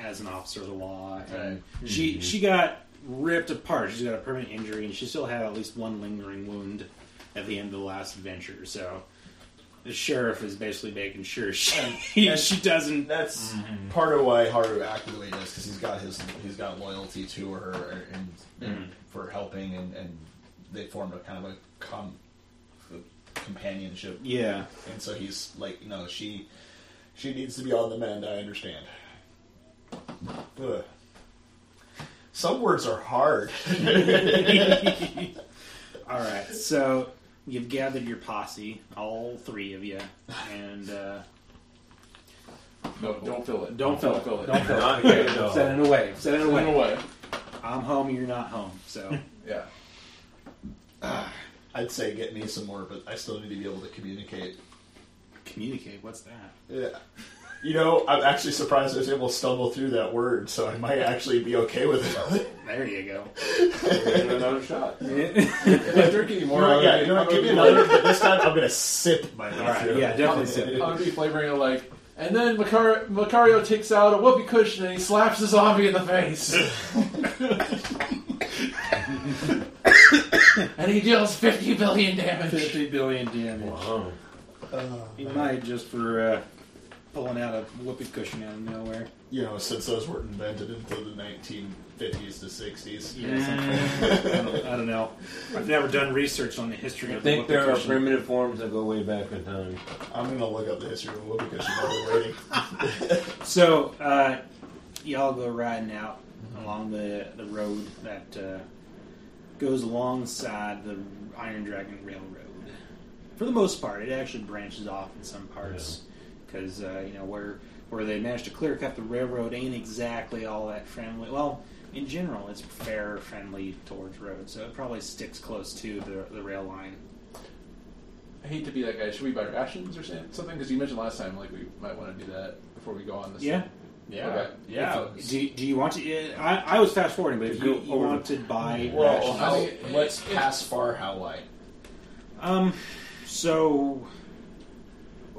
S4: as an officer of the law, and
S5: Mm-hmm.
S4: she she got ripped apart. She's got a permanent injury, and she still had at least one lingering wound at the end of the last adventure. So. The sheriff is basically making sure she she doesn't
S5: That's part of why Haru acted the way he does because he's got his he's got loyalty to her and, and for helping and, and they formed a kind of a com, a companionship.
S4: Yeah,
S5: And so he's like, no, she she needs to be on the mend. I understand. Ugh. Some words are hard.
S4: All right, so you've gathered your posse, all three of you, and uh,
S3: No, don't fill it.
S4: Don't fill it.
S3: Don't fill it.
S7: Don't fill
S1: Not yet, though.
S7: set it away. Set it
S3: Put it
S7: away.
S3: away.
S4: I'm home. You're not home, so
S3: Yeah.
S5: I'd say get me some more, but I still need to be able to communicate.
S4: communicate. What's that?
S5: Yeah. You know, I'm actually surprised I was able to stumble through that word, so I might actually be okay with it.
S4: There you go.
S1: Give it another shot.
S4: yeah,
S1: If I drink anymore,
S5: Or,
S1: I'm
S5: yeah,
S1: gonna be- I'm
S5: you know what,
S1: gonna
S5: give me
S1: be
S5: another, but this time I'm gonna sip my way
S7: right,
S5: through.
S7: yeah, definitely sip.
S3: I'm gonna be flavoring it like. And then Macario, Macario takes out a whoopee cushion and he slaps the zombie in the face. and he deals 50 billion damage.
S4: fifty billion damage.
S1: Wow.
S4: He might just for uh, pulling out a whoopee cushion out of nowhere.
S5: You know, since those weren't invented until the 1950s to 60s.
S4: I, don't, I don't know. I've never done research on the history
S1: I
S4: of
S1: think
S4: the
S1: there are
S4: whoopee cushion.
S1: primitive forms that go way back in time.
S5: I'm gonna look up the history of whoopee cushion while we're waiting.
S4: So uh, y'all go riding out along the the road that uh, goes alongside the Iron Dragon Railroad. For the most part, it actually branches off in some parts because uh, you know where where they managed to clear cut the railroad ain't exactly all that friendly. Well, in general, it's fair friendly towards roads, so it probably sticks close to the the rail line.
S3: I hate to be that guy. Should we buy rations or something? Because you mentioned last time, like we might want to do that before we go on this.
S4: Yeah.
S3: Yeah. Okay.
S5: Yeah.
S4: Do, do you want to? I, I was fast forwarding, but if you, you want to buy
S5: Well,
S3: I
S5: how,
S3: mean,
S5: what's
S3: it-
S5: past far, how wide?
S4: Um, so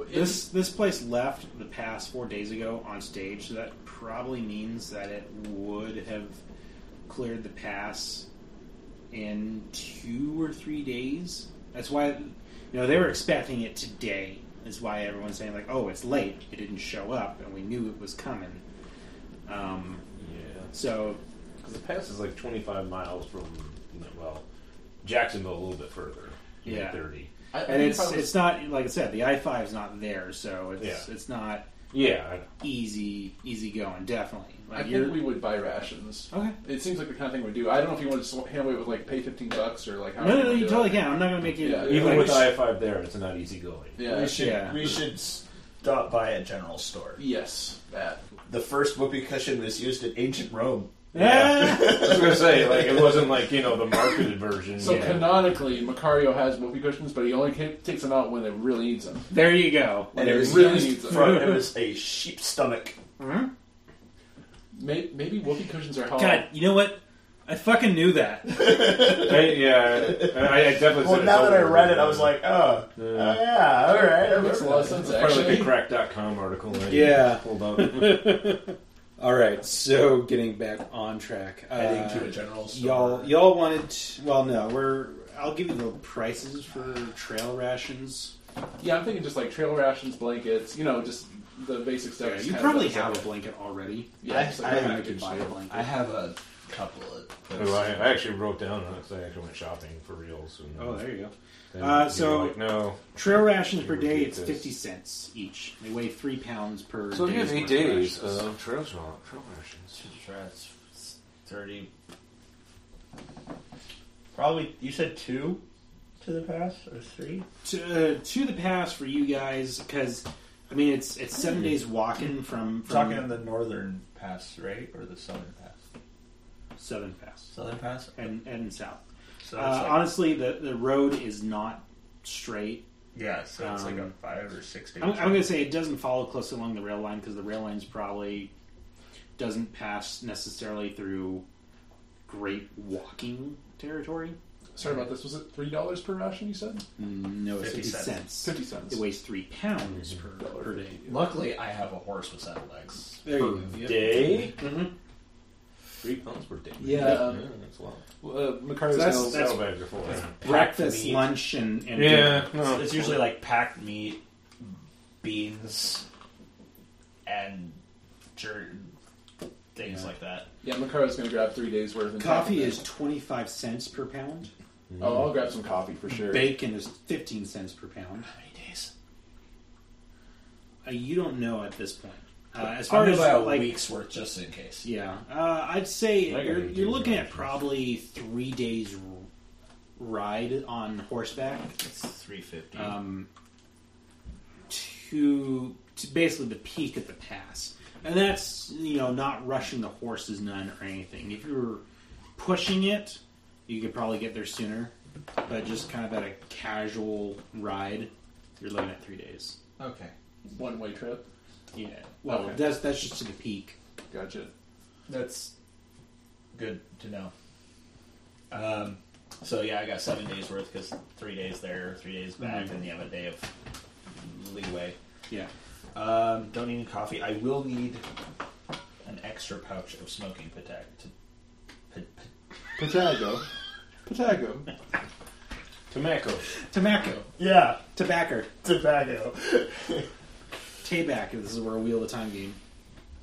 S3: It-
S4: this this place left the pass four days ago on stage. So that probably means that it would have cleared the pass in two or three days. That's why you know they were expecting it today. That's why everyone's saying like, "Oh, it's late. It didn't show up, and we knew it was coming." Um,
S1: Yeah.
S4: so
S1: Because the pass is like 25 miles from, well, Jacksonville a little bit further. maybe
S4: Yeah.
S1: 30.
S3: I, I
S4: and
S3: think
S4: it's
S3: if I was-
S4: it's not like I said the i five is not there, so it's
S1: Yeah.
S4: it's not
S1: Yeah. I know.
S4: easy easy going. Definitely,
S3: I
S4: like you're
S3: think we would buy rations.
S4: okay.
S3: It seems like the kind of thing we do. I don't know if you want to sw- handle it with like pay fifteen bucks or like how.
S4: No,
S3: you
S4: no, no,
S3: wanna
S4: you
S3: do
S4: totally
S3: it.
S4: can. I'm not gonna make you.
S3: Yeah,
S1: Even
S4: like,
S1: with I 5 there, it's not easy going.
S3: Yeah.
S5: We should
S4: Yeah.
S5: we should stop by a general store.
S3: Yes, that.
S5: The first whoopee cushion was used in ancient Rome.
S4: Yeah.
S1: I was going to say, like, it wasn't like, you know, the marketed version.
S3: So
S1: yeah.
S3: canonically, Macario has whoopee cushions, but he only ca- takes them out when they really needs them.
S4: there you go.
S5: And
S3: They
S5: it was
S3: really
S5: used
S3: need them.
S5: from it was a sheep's stomach.
S4: Mhm.
S3: May- Maybe whoopee cushions are how.
S4: God, you know what? I fucking knew that.
S1: I, yeah, I, I definitely.
S5: Well,
S1: said
S5: now that I
S1: double.
S5: read it, I was like, oh, yeah, oh, yeah all right. I
S3: That makes a lot of sense.
S1: probably
S3: Actually,
S1: like a crack.com article. I
S7: Yeah.
S1: Pulled up.
S7: All right, so getting back on track. Uh,
S5: Heading to a general store.
S7: y'all, y'all wanted. To, well, no, we're. I'll give you the prices for trail rations.
S3: yeah, I'm thinking just like trail rations, blankets, you know, just the basic stuff.
S4: Yeah,
S3: Just
S4: you
S3: have
S4: probably
S3: those, like,
S4: have a blanket already.
S3: Yeah, just, like,
S6: I-
S3: a
S6: I
S3: package
S4: could buy
S3: deal.
S4: a blanket.
S6: I have a couple of.
S1: So I, I actually wrote down on it 'cause I actually went shopping for reals. And
S4: Oh, there you go.
S1: then
S4: Uh,
S1: you were
S4: so-
S1: like, no.
S4: Trail rations per
S1: Here we
S4: day.
S1: get
S4: It's
S1: this.
S4: fifty cents each. They weigh three pounds per.
S1: So he
S4: day's
S1: has eight
S4: worth of
S1: days uh,
S4: rations.
S1: of trail trail rations.
S6: Thirty.
S5: Probably, you said two to the pass or three?
S4: to, uh, to the pass for you guys because I mean it's it's seven days walking from, from
S5: Talking on the northern pass, right? Or the southern pass?
S4: southern pass
S5: Southern pass?
S4: and and south.
S5: So
S4: Uh, honestly, the the road is not straight.
S5: yeah, so
S4: it's like a um,
S5: five or six day
S4: I'm, I'm going to say it doesn't follow close along the rail line because the rail line's probably doesn't pass necessarily through great walking territory.
S3: Sorry about this. Was it three dollars per ration? You said
S4: No, it's
S5: 50
S4: fifty cents.
S5: cents.
S3: fifty cents.
S4: It weighs three pounds per, per day.
S6: Luckily, I have a horse with saddlebags.
S4: There you go. Yep.
S1: Day?
S4: Mhm.
S1: Three pounds per day.
S3: Yeah, um,
S1: that's a lot.
S3: Uh, Macario's
S4: So
S3: gonna-
S4: That's-
S1: Saddlebags are full, yeah.
S4: Breakfast,
S6: meat.
S4: lunch, and, and
S1: Yeah,
S4: dinner.
S1: no.
S6: It's usually like packed meat, beans, and jer- things
S4: Yeah.
S6: like that.
S3: yeah, Macario's going to grab three days worth. And
S4: Coffee
S3: pack
S4: is
S3: it.
S4: 25 cents per pound.
S3: Oh, I'll grab some coffee for sure.
S4: Bacon is 15 cents per pound.
S6: How many days?
S4: Uh, you don't know at this point. Uh, as
S6: I'm
S4: far
S6: gonna
S4: as
S6: buy a
S4: like,
S6: week's worth just in case.
S4: yeah, uh, I'd say
S1: I got
S4: you're,
S1: eight days
S4: you're looking
S1: of
S4: at
S1: rations.
S4: probably three days r- ride on horseback
S6: It's three fifty.
S4: um, to to basically the peak of the pass, and that's you know not rushing the horses none or anything. If you were pushing it, you could probably get there sooner, but just kind of at a casual ride, you're looking at three days.
S6: okay.
S3: One way trip.
S4: Yeah. Well,
S6: Okay.
S7: that's that's just to the peak.
S3: Gotcha.
S6: That's good to know. Um, so yeah, I got seven days worth because three days there, three days back,
S4: Mhm.
S6: and you have a day of leeway.
S4: yeah.
S6: Um, don't need any coffee. I will need an extra pouch of smoking potato. To,
S3: Potago. Potago.
S1: Tobacco.
S4: Tobacco.
S6: yeah,
S4: Tobacco.
S6: tobacco.
S4: Tayback. This is where Wheel of Time game.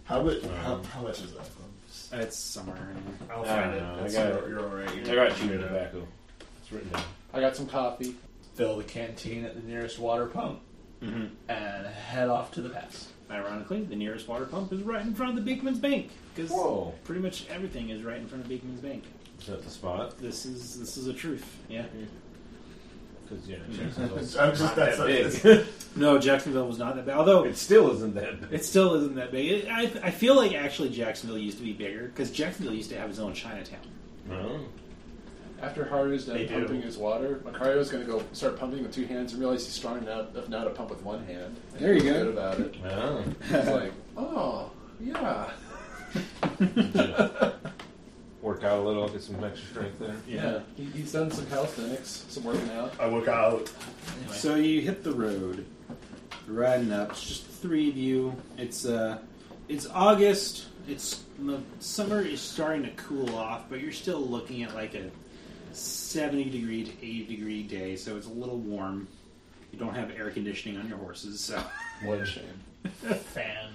S6: How much? How, how much is that?
S4: It's somewhere in there.
S6: I'll
S1: I
S6: find
S1: don't
S6: it.
S1: know. I
S6: It's-
S1: got
S6: you're, you're all right.
S1: I
S6: You're
S1: got you
S6: you're not-
S1: tobacco. It's written down.
S3: I got some coffee.
S6: Fill the canteen at the nearest water pump
S1: Mm-hmm.
S6: and head off to the pass.
S4: Ironically, the nearest water pump is right in front of the Beekman's Bank because
S1: Whoa.
S4: pretty much everything is right in front of Beekman's Bank.
S1: Is that the spot?
S4: This is this is a truth. Yeah.
S1: Because yeah, Jacksonville's
S6: I'm just-
S1: not
S6: that's-
S1: that
S6: that's-
S1: big.
S4: No, Jacksonville was not that bad. Although
S1: it still isn't that big.
S4: It still isn't that big. It, I, I feel like actually Jacksonville used to be bigger because Jacksonville used to have its own Chinatown.
S1: Oh.
S3: After Haru's done
S6: They do.
S3: pumping his water, Makario's going to go start pumping with two hands and realize he's strong enough enough now to pump with one hand. And
S7: There you
S3: feel
S7: go.
S3: Good about it.
S1: Oh.
S3: He's like, oh yeah,
S1: Work out a little, get some extra strength there.
S3: yeah. He, he's done some calisthenics, some working out.
S6: I work out.
S7: So you hit the road, You're riding up. It's just the three of you. It's uh, it's August. It's the summer is starting to cool off, but you're still looking at like a seventy degree to eighty degree day. So it's a little warm. You don't have air conditioning on your horses, so
S3: What a shame.
S6: fan.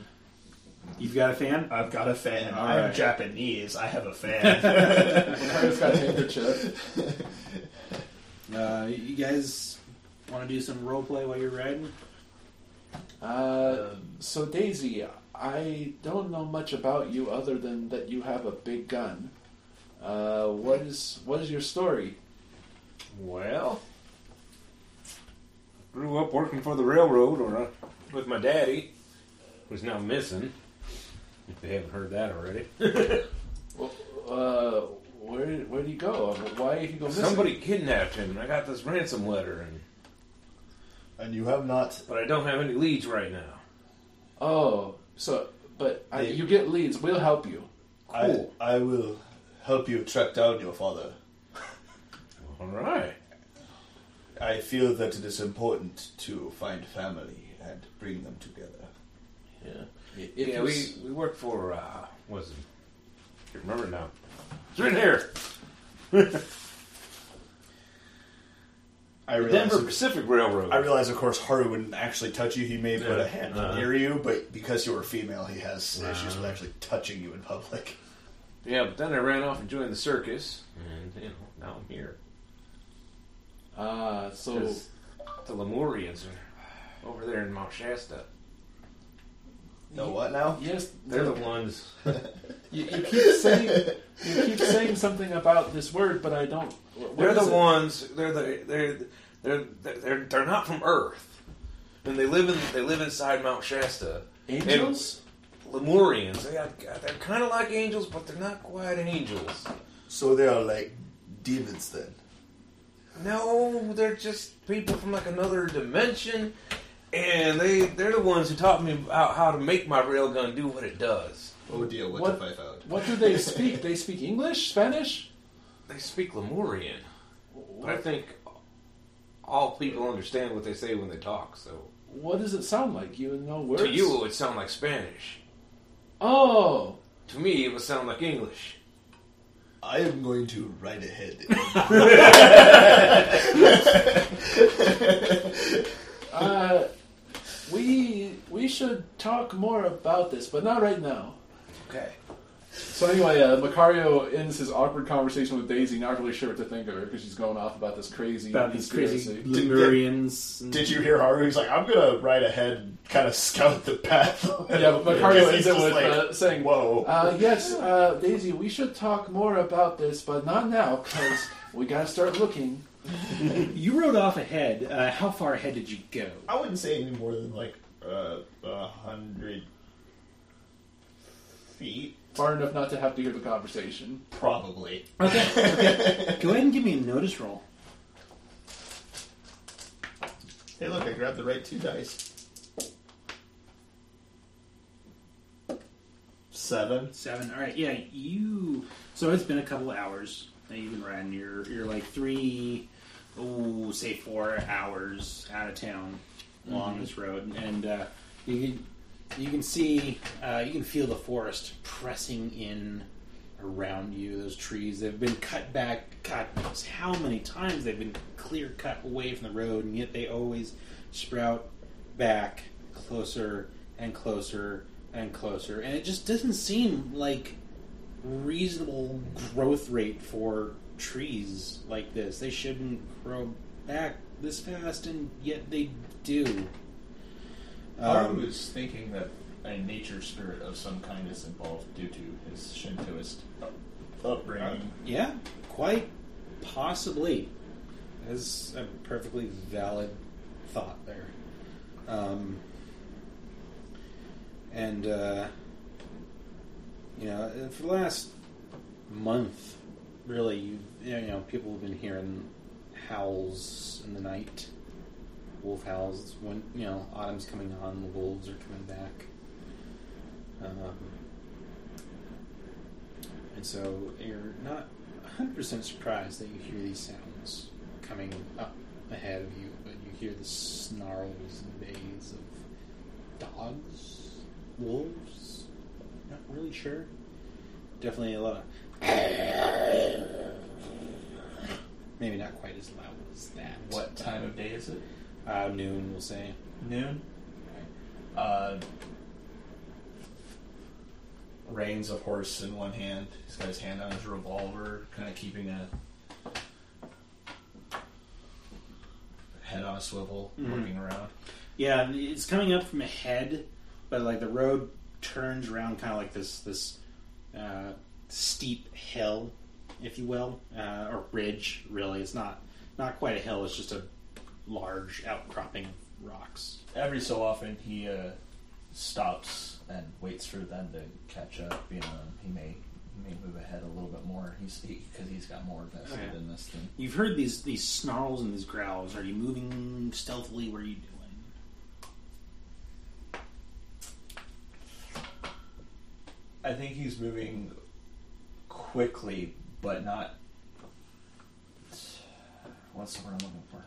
S7: you've got a fan.
S6: I've got a fan.
S7: All
S6: I'm
S7: right.
S6: Japanese. I have a fan.
S3: Makario's got a handkerchief.
S7: Uh, you guys want to do some role play while you're riding?
S3: Uh, so Daisy, I don't know much about you other than that you have a big gun. Uh, what is what is your story?
S1: Well, grew up working for the railroad or uh, with my daddy, who's now missing. If they haven't heard that already,
S3: Uh, where where did he go? Why did he go missing?
S1: somebody kidnapped him, and I got this ransom letter, and
S5: And you have not.
S1: but I don't have any leads right now.
S3: Oh, so but I,
S5: They-
S3: you get leads. We'll help you.
S1: Cool.
S5: I, I will help you track down your father.
S1: All right,
S5: I feel that it is important to find family and bring them together.
S3: Yeah. If
S1: yeah,
S3: you
S1: we
S3: s-
S1: we worked for uh, was it? I can't remember now. It's right here,
S5: I realize,
S1: Denver Pacific Railroad.
S5: I realize, of course, Haru wouldn't actually touch you. He may put
S1: Yeah,
S5: a hand
S1: uh-huh.
S5: near you, but because you were female, he has
S1: Uh-huh.
S5: issues with actually touching you in public.
S1: yeah, but then I ran off and joined the circus, and you know now I'm here.
S3: Uh, so
S1: 'Cause the Lemurians are over there in Mount Shasta.
S5: No, what now?
S3: yes,
S1: They're the ones.
S3: you, you keep saying you keep saying something about this word, but I don't. wh- what
S1: They're
S3: is
S1: the
S3: it?
S1: ones. They're the. They're they're they're they're not from Earth, and they live in they live inside Mount Shasta.
S3: angels.
S1: And Lemurians. They got, they're kind of like angels, but they're not quite angels.
S5: So they are like demons then.
S1: No, they're just people from like another dimension, and they they're the ones who taught me about how to make my railgun do what it does.
S5: Oh dear,
S3: What-
S5: have I found?
S3: What do they speak? they speak English, Spanish.
S1: They speak Lemurian, but I think all people understand what they say when they talk. So
S3: What does it sound like? You know words.
S1: to you, it would sound like Spanish.
S3: Oh,
S1: To me, it would sound like English.
S5: I am going to ride ahead.
S3: uh, we we should talk more about this, but not right now.
S1: Okay.
S3: So anyway, uh, Macario ends his awkward conversation with Daisy, not really sure what to think of her because she's going off about this crazy
S4: About these crazy
S3: conspiracy.
S4: Lemurians. and-
S5: Did you hear Haru? He's like, I'm gonna ride ahead and kind of scout the path.
S3: Yeah, but Macario ends
S5: He's
S3: it
S5: just
S3: with
S5: like,
S3: uh, saying,
S5: Whoa.
S3: Uh, yes, uh, Daisy, we should talk more about this, but not now, because we gotta start looking.
S4: You rode off ahead. Uh, how far ahead did you go?
S5: I wouldn't say any more than like uh, a hundred feet,
S3: Far enough not to have to hear the conversation.
S5: probably.
S4: Okay. Go ahead and give me a notice roll.
S5: Hey, look, I grabbed the right two dice.
S6: Seven.
S4: Seven. All right. Yeah. You. So it's been a couple of hours that you've been riding. You're you're like three, oh, say four hours out of town along this road, and uh, you can you can see uh, you can feel the forest pressing in around you. Those trees they've been cut back. God knows how many times they've been clear cut away from the road, and yet they always sprout back closer and closer and closer, and it just doesn't seem like reasonable growth rate for trees like this. They shouldn't grow back this fast, and yet they do.
S5: Haru was thinking that a nature spirit of some kind is involved due to his Shintoist upbringing.
S4: Yeah, quite possibly. That's a perfectly valid thought there. Um, and, uh, you know, uh, for the last month, really, you, you know, people have been hearing howls in the night. Wolf howls when, you know, autumn's coming on, the wolves are coming back. Um, and so you're not 100% surprised that you hear these sounds coming up ahead of you, but you hear the snarls and bays of dogs, wolves. Not really sure. Definitely a lot of. Maybe not quite as loud as that.
S5: What time of day is it?
S4: Uh, noon, we'll say.
S5: Noon. Uh, reins of horse in one hand. He's got his hand on his revolver, kind of keeping a head on a swivel, looking around.
S4: Yeah, and it's coming up from ahead, but like the road turns around, kind of like this this uh, steep hill, if you will, uh, or ridge. Really, it's not not quite a hill. It's just a large outcropping of rocks.
S5: Every so often, he uh, stops and waits for them to catch up. You know, he may may move ahead a little bit more. He's because he, has got more invested
S4: Okay.
S5: in this thing.
S4: You've heard these these snarls and these growls. Are you moving stealthily? What are you doing?
S5: I think he's moving quickly, but not. What's the word I'm looking for?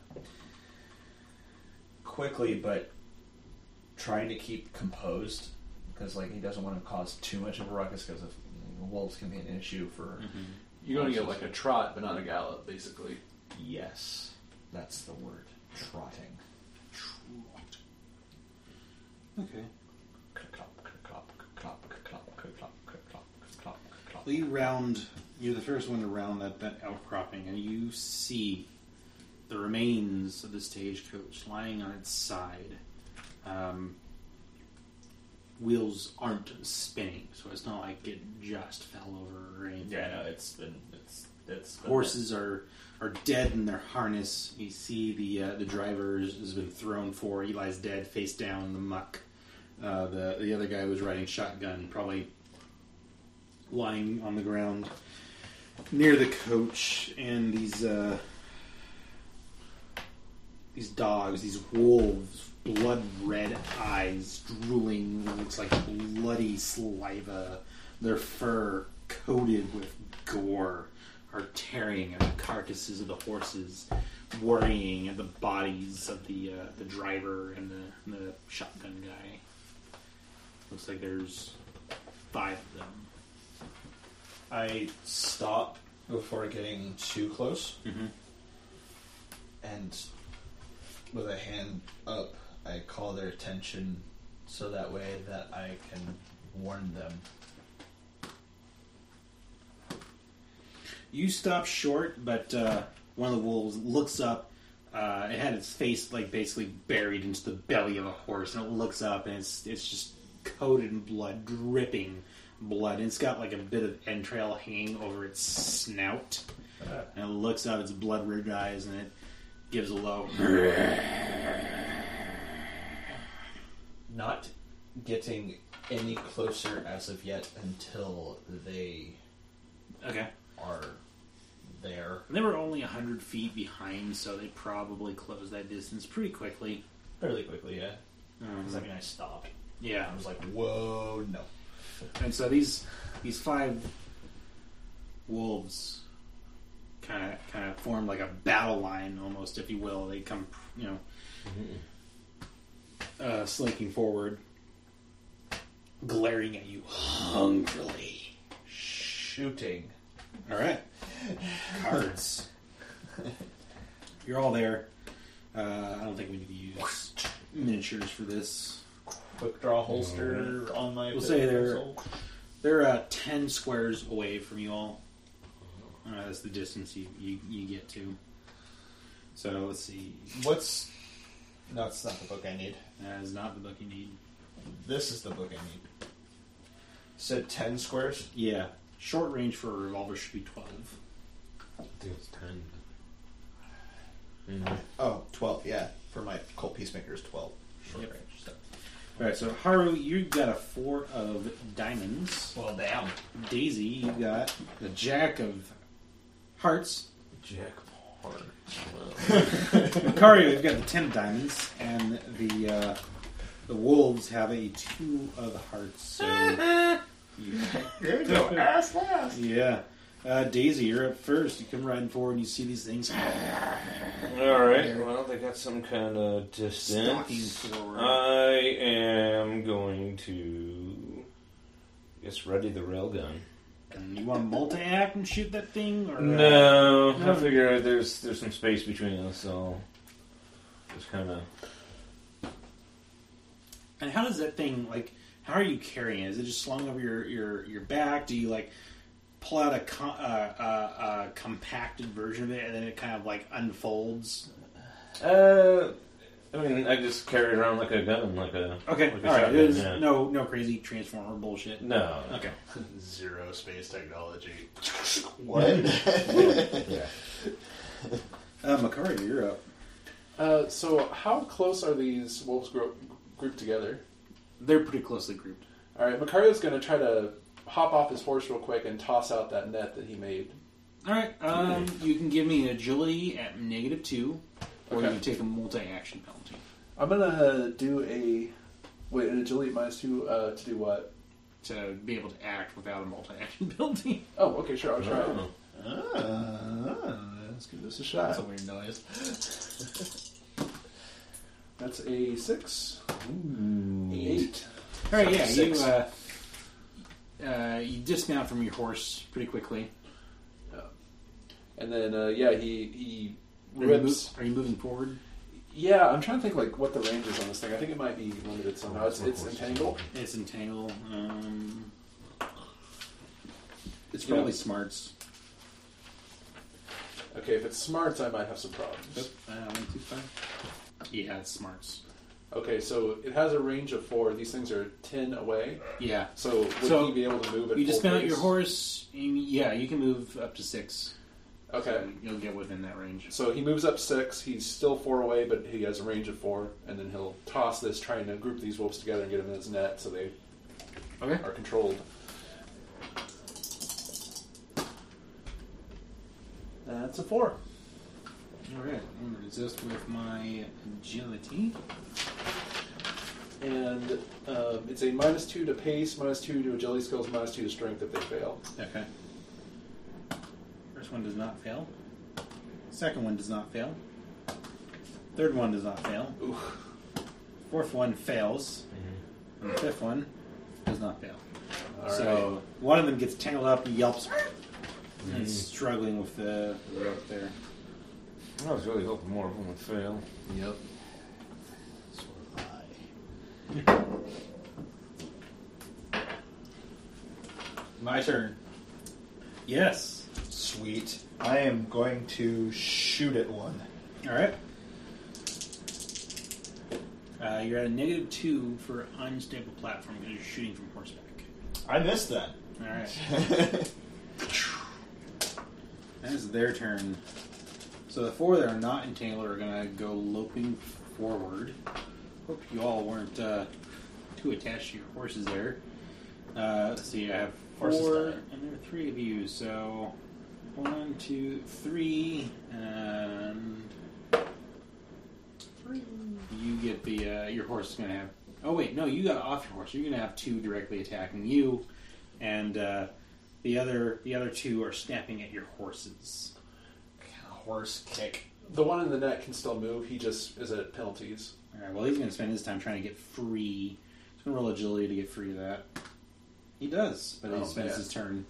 S5: Quickly, but trying to keep composed because, like, he doesn't want to cause too much of a ruckus because if wolves can be an issue for.
S3: You're going to get like a trot, but not a gallop, basically.
S5: Yes, that's the word. Trotting.
S4: Okay.
S5: Clop, clop, clop, clop, clop, clop, clop, clop.
S4: Well, you round. You're the first one to round that, that outcropping, and you see the remains of the stagecoach lying on its side. Um, wheels aren't spinning, so it's not like it just fell over or anything.
S5: Yeah, no, it's been. It's. It's been-
S4: Horses are are dead in their harness. You see the uh, the driver has has been thrown forward. He lies dead, face down in the muck. Uh, the the other guy was riding shotgun, probably lying on the ground near the coach. And these uh, these dogs, these wolves, blood red eyes, drooling, what looks like bloody saliva. Their fur coated with gore are tearing at the carcasses of the horses, worrying at the bodies of the uh, the driver and the, the shotgun guy. Looks like there's five of them.
S5: I stop before getting too close,
S4: Mhm.
S5: and with a hand up, I call their attention so that way that I can warn them.
S4: You stop short, but uh, one of the wolves looks up. Uh, it had its face like basically buried into the belly of a horse, and it looks up, and it's it's just coated in blood, dripping blood. And it's got like a bit of entrail hanging over its snout, and it looks up. Its blood red eyes, and it gives a low.
S5: Not getting any closer as of yet until they
S4: Okay,
S5: are there.
S4: they were only hundred feet behind, so they probably closed that distance pretty quickly.
S5: Fairly quickly, yeah.
S4: Um,
S5: Because I mean, I stopped.
S4: yeah,
S5: I was like, whoa, no.
S4: And so these these five wolves kind of kind of form like a battle line almost, if you will. They come, you know, uh, slinking forward, glaring at you hungrily.
S5: Shooting.
S4: All right, cards. You're all there. Uh, I don't think we need to use miniatures for this.
S5: Quick draw holster on my.
S4: We'll say they're They're uh, ten squares away from you all. Uh, that's the distance you, you, you get to. So let's see.
S5: What's? No, it's not the book I need.
S4: That is not the book you need.
S5: This is the book I need. Said ten squares.
S4: Yeah, short range for a revolver should be twelve.
S1: I think it's ten.
S5: Oh, 12, Yeah, for my Colt Peacemaker's twelve. Short
S4: Yep.
S5: range stuff.
S4: All right, so Haru, you got a four of diamonds.
S5: Well, damn.
S4: Daisy, you got the jack of hearts.
S1: Jack of hearts.
S4: Macario, you've got the ten of diamonds, and the uh, the wolves have a two of hearts. So yeah. Yeah. Uh, Daisy, you're up first. You come riding forward and you see these things
S1: All right. Well, they got some kind of distance.
S4: Stalking forward.
S1: I am going to just ready the railgun.
S4: And you want to multi act and shoot that thing? Or, uh,
S1: No,
S4: No.
S1: I figure there's there's some space between us, so just kind of.
S4: And how does that thing like? How are you carrying it? Is it just slung over your your your back? Do you like pull out a com- uh, uh, uh, compacted version of it and then it kind of like unfolds?
S1: Uh, I mean, I just carry it around like a gun, like a
S4: Okay,
S1: Like a
S4: all right.
S1: shotgun,
S4: It is
S1: yeah.
S4: no no crazy transformer bullshit.
S1: no.
S4: Okay,
S6: Zero space technology.
S5: What?
S1: Yeah.
S4: uh, Makari, you're up.
S3: Uh, so, how close are these wolves gro- grouped together?
S4: They're pretty closely grouped.
S3: All right, Macario's going to try to hop off his horse real quick and toss out that net that he made.
S4: All right, um, you can give me an agility at negative two, or
S3: Okay.
S4: you can take a multi-action penalty.
S3: I'm going to do a wait an agility minus two uh, to do what?
S4: to be able to act without a multi-action penalty.
S3: Oh, okay, sure, I'll try. it.
S1: Oh.
S5: Uh, let's give this a shot. That's a weird noise.
S3: That's a six, eight.
S4: All right, yeah,
S5: Six.
S4: you uh, uh, you dismount from your horse pretty quickly.
S3: and then uh, yeah, he he
S4: Are you,
S3: rips.
S4: mo- are you moving forward?
S3: Yeah, I'm trying to think like what the range is on this thing. I think it might be limited somehow. It's, it's entangle.
S4: It's entangle. Um, it's
S3: You know-
S4: probably smarts.
S3: Okay, if it's smarts, I might have some problems.
S4: Uh, one, two, five. Yeah, it's smarts.
S3: Okay, so it has a range of four. These things are ten away.
S4: Yeah.
S3: So would
S4: So,
S3: he be able to move? At
S4: You
S3: full
S4: dismount
S3: pace?
S4: your horse. And yeah, you can move up to six.
S3: Okay,
S4: So you'll get within that range.
S3: so he moves up six. He's still four away, but he has a range of four, and then he'll toss this, trying to group these wolves together and get them in his net so they
S4: Okay.
S3: are controlled. That's a four.
S4: All right. I'm gonna resist with my agility.
S3: and um, it's a minus two to pace, minus two to agility skills, minus two to strength if they fail.
S4: Okay. First one does not fail. Second one does not fail. Third one does not fail.
S3: Ooh.
S4: Fourth one fails. And the fifth one does not fail.
S3: All
S4: so one of them gets tangled up and yelps. And it's struggling with the the rope there.
S1: I was really hoping more of them would fail.
S3: Yep.
S5: My turn.
S4: Yes.
S5: Sweet. I am going to shoot at one.
S4: All right. Uh, you're at a negative two for unstable platform because you're shooting from horseback.
S5: I missed that.
S4: All right. That is their turn. So the four that are not entangled are gonna go loping forward. Hope you all weren't uh, too attached to your horses there. Uh, let's see, I have four,
S5: Horses die.
S4: and there are three of you. So one, two, three, and you get the uh, your horse is gonna have Oh wait, no, you got off your horse. You're going to have two directly attacking you, and uh, the other the other two are snapping at your horses.
S5: Horse kick.
S3: The one in the net can still move. He just is at penalties.
S4: All right. Well, he's going to spend his time trying to get free. He's going to roll agility to get free of that. He does, but
S3: Oh,
S4: he spends
S3: man.
S4: his turn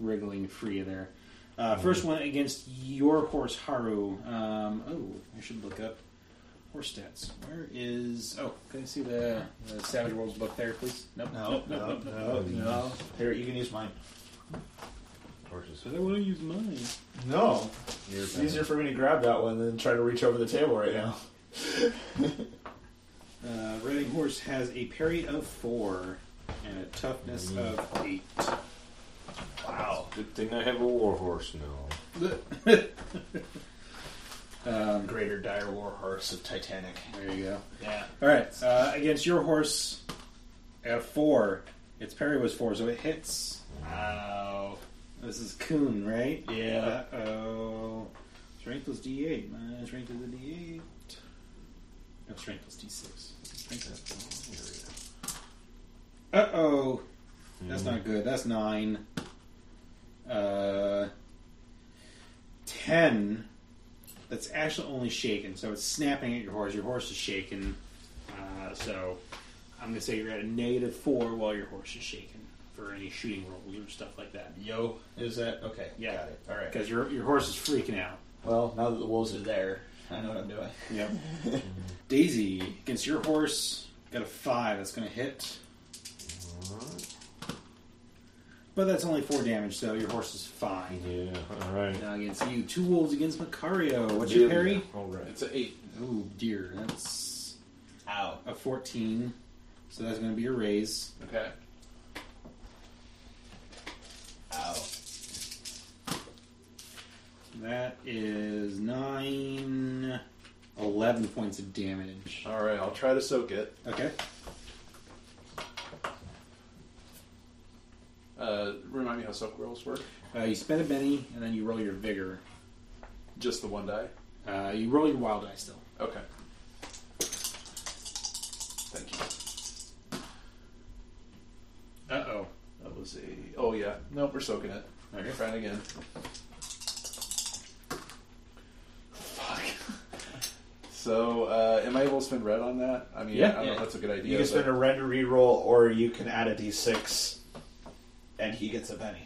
S4: wriggling free of there. Uh, First one against your horse Haru. Um, oh, I should look up horse stats. Where is? Oh, can I see the, the Savage Worlds book there, please? Nope.
S5: No,
S4: nope, nope, nope,
S5: no, no. Here, you can use mine.
S1: Horses.
S4: I don't want to use mine.
S5: No.
S1: Years
S5: It's easier for me to grab that one than try to reach over the table right now.
S4: Uh, Riding Horse has a parry of four and a toughness of eight.
S5: Wow.
S1: Good thing I have a war horse now.
S4: Um,
S5: Greater dire war horse of Titanic.
S4: there you go.
S5: Yeah.
S4: All right, uh, against your horse at four. Its parry was four, so it hits.
S5: Wow.
S4: This is Coon, right?
S5: Yeah.
S4: Uh oh. Strength was D8. My strength is a D8. No, strength was D6. Uh oh.
S1: Mm,
S4: That's not good. That's nine. Uh, ten. That's actually only shaken, so it's snapping at your horse. Your horse is shaken. Uh, so I'm going to say you're at a negative four while your horse is shaken for any shooting rolls or stuff like that.
S5: Yo, is that okay?
S4: Yeah.
S5: Got it. All right.
S4: Because your your horse is freaking out.
S5: Well, now that the wolves are there, I know what I'm doing.
S4: Yep. Daisy against your horse got a five. That's going to hit. But that's only four damage, so your horse is fine.
S1: Yeah, alright.
S4: Now against you, two wolves against Macario. What's your parry?
S1: Alright.
S3: It's an eight.
S4: Oh dear, that's
S5: Ow.
S4: a fourteen. So that's going to be a raise.
S3: Okay.
S5: Ow.
S4: That is nine, eleven points of damage.
S3: All right. I'll try to soak it.
S4: Okay.
S3: Uh, remind me how soak rolls work.
S4: Uh, you spend a penny, and then you roll your vigor.
S3: Just the one die.
S4: Uh, you roll your wild die still.
S3: Okay. Thank you.
S4: Uh oh.
S3: That was a. Oh yeah. Nope. We're soaking it.
S4: Okay.
S3: Try it again. Fuck. So, uh, am I able to spend red on that? I mean,
S4: Yeah.
S3: I don't know
S5: Yeah.
S3: if that's a good idea.
S5: You can
S3: but-
S5: spend a red to reroll, or you can add a d6, and he gets a penny.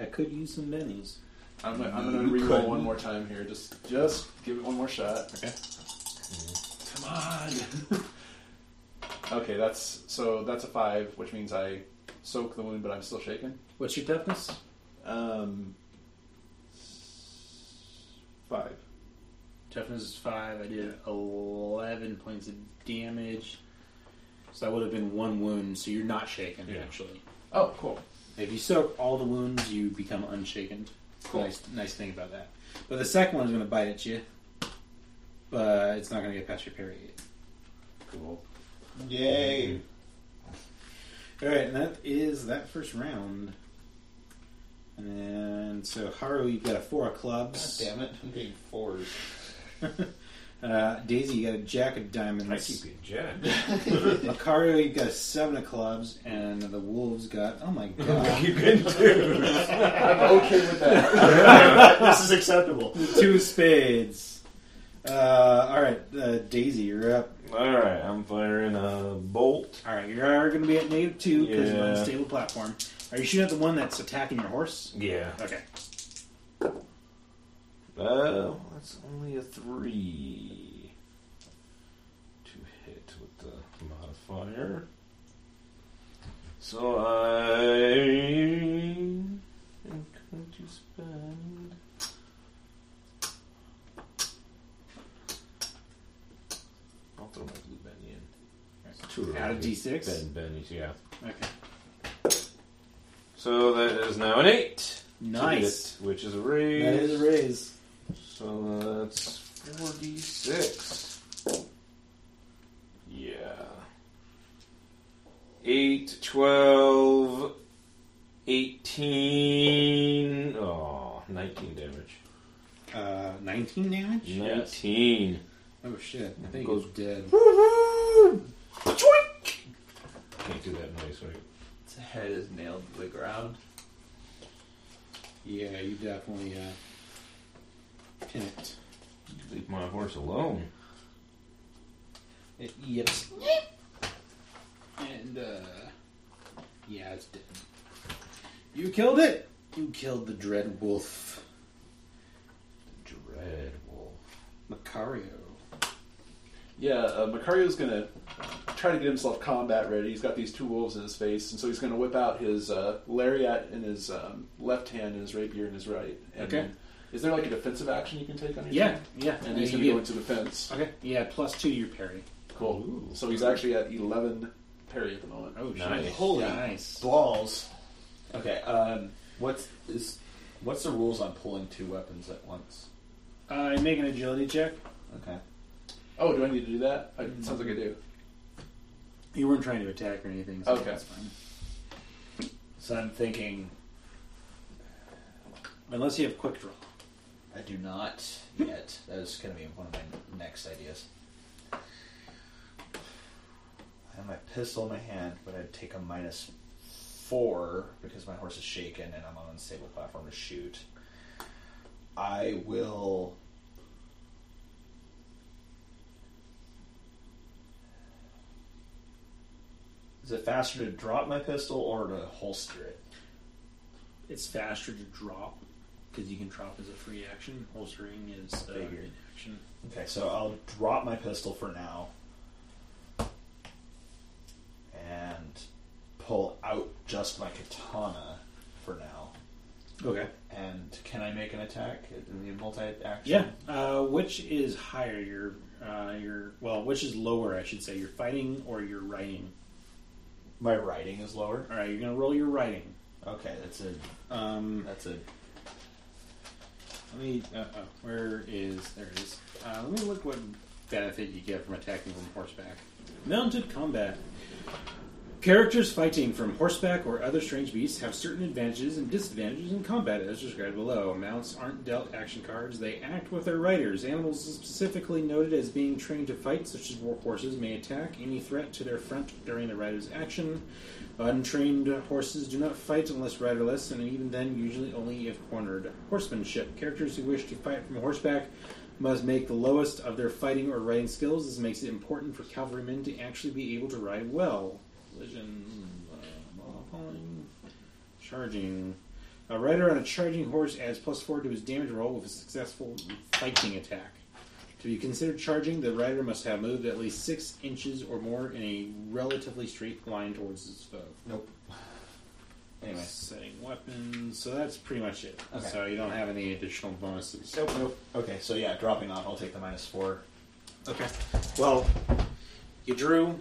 S4: I could use some minis.
S3: I'm, gonna- I'm gonna
S5: You
S3: re-roll
S5: couldn't.
S3: one more time here. Just, just give it one more shot.
S4: Okay.
S3: Come on. okay, that's so that's a five, which means I soak the wound, but I'm still shaken.
S4: What's your toughness?
S3: Um, five.
S4: Toughness is five. I did eleven points of damage, so that would have been one wound. So you're not shaken
S1: Yeah.
S4: actually.
S3: Oh, cool.
S4: If you soak all the wounds, you become unshaken.
S3: Cool.
S4: Nice, nice thing about that. But the second one's going to bite at you, but it's not going to get past your parry.
S1: Cool.
S5: Yay!
S4: All right, and that is that first round. And so Haru, you've got a four of clubs.
S5: Damn it, I'm getting fours.
S4: Uh, Daisy, you got a jack of diamonds.
S1: I keep getting jacked.
S4: Lucario, you've got a seven of clubs, and the Wolves got. Oh my god.
S1: you can too.
S3: I'm okay with that.
S5: this is acceptable.
S4: Two of spades. Uh, alright, uh, Daisy, you're up.
S1: Alright, I'm firing a bolt.
S4: Alright, you are going to be at negative two because you're on a
S1: Yeah.
S4: stable platform. Are you shooting at the one that's attacking your horse?
S1: Yeah.
S4: Okay.
S1: Oh, that's only a three. To hit with the modifier. So I am going to spend. I'll throw my blue Benny in. Two
S4: Out of
S1: already. Ben,
S4: D6?
S1: Bennies, yeah.
S4: Okay.
S1: So that is now an eight. to
S4: Nice.
S1: hit, which is a raise.
S4: That is a raise.
S1: So that's 4d6. Yeah. 8, 12, 18. Oh, 19 damage.
S4: Uh, 19 damage?
S1: 19.
S4: Oh shit. I think
S1: Goes-
S4: he's dead.
S1: Can't do that noise, right?
S6: Its head is nailed to the ground.
S7: Yeah, you definitely uh, pin it.
S1: Leave my horse alone.
S7: It yips. Uh, And, uh, yeah, it's dead. You killed it! You killed the Dread Wolf.
S1: Dread wolf.
S7: Macario.
S3: Yeah, uh, Macario's gonna try to get himself combat ready. He's got these two wolves in his face, and so he's gonna whip out his uh, lariat in his um, left hand and his rapier in his right. And
S4: Okay.
S3: Is there like a defensive action you can take on your
S4: Yeah,
S3: turn?
S4: yeah.
S3: And he's
S4: you
S3: gonna go
S4: get-
S3: into defense.
S4: Okay. Yeah, plus two to your parry.
S3: Cool. So he's actually at eleven parry at the moment.
S4: Oh,
S1: Nice.
S4: shit.
S6: Holy
S4: nice.
S6: Balls. Okay, um, what's is what's the rules on pulling two weapons at once?
S4: Uh, make an agility check.
S6: Okay.
S3: Oh, do I need to do that? I, it sounds like I do.
S4: You weren't trying to attack or anything, so
S3: Okay.
S4: that's fine.
S6: So I'm thinking
S4: Unless you have quick draw.
S6: I do not yet. That was going to be one of my next ideas. I have my pistol in my hand, but I'd take a minus four because my horse is shaken and I'm on an unstable platform to shoot. I will. Is it faster to drop my pistol or to holster it?
S4: It's faster to drop because you can drop as a free action. Holstering is uh,
S6: Figured.
S4: an action.
S6: Okay, so I'll drop my pistol for now and pull out just my katana for now.
S4: Okay.
S6: And can I make an attack in the multi-action?
S4: Yeah. Uh, which is higher? Your uh, your well, which is lower? I should say. Your fighting or your writing.
S6: My writing is lower.
S4: All right. You're gonna roll your writing.
S6: Okay, that's a
S4: Um,
S6: that's a
S4: let me. Uh, oh, where is there it is? Uh, let me look what benefit you get from attacking from horseback. Mounted combat. Characters fighting from horseback or other strange beasts have certain advantages and disadvantages in combat as described below. Mounts aren't dealt action cards, they act with their riders. Animals specifically noted as being trained to fight, such as war horses, may attack any threat to their front during the rider's action. Untrained horses do not fight unless riderless, and even then, usually only if cornered. Horsemanship. Characters who wish to fight from horseback must make the lowest of their fighting or riding skills. This makes it important for cavalrymen to actually be able to ride well. Collision, uh, ball falling, charging. A rider on a charging horse adds plus four to his damage roll with a successful fighting attack. To be considered charging, the rider must have moved at least six inches or more in a relatively straight line towards his foe.
S6: nope. Anyway,
S4: Setting weapons. So that's pretty much it.
S6: Okay.
S4: So you don't have any additional bonuses.
S6: nope, nope. Okay, so yeah, dropping off. I'll take the minus four.
S4: Okay. Well, you drew.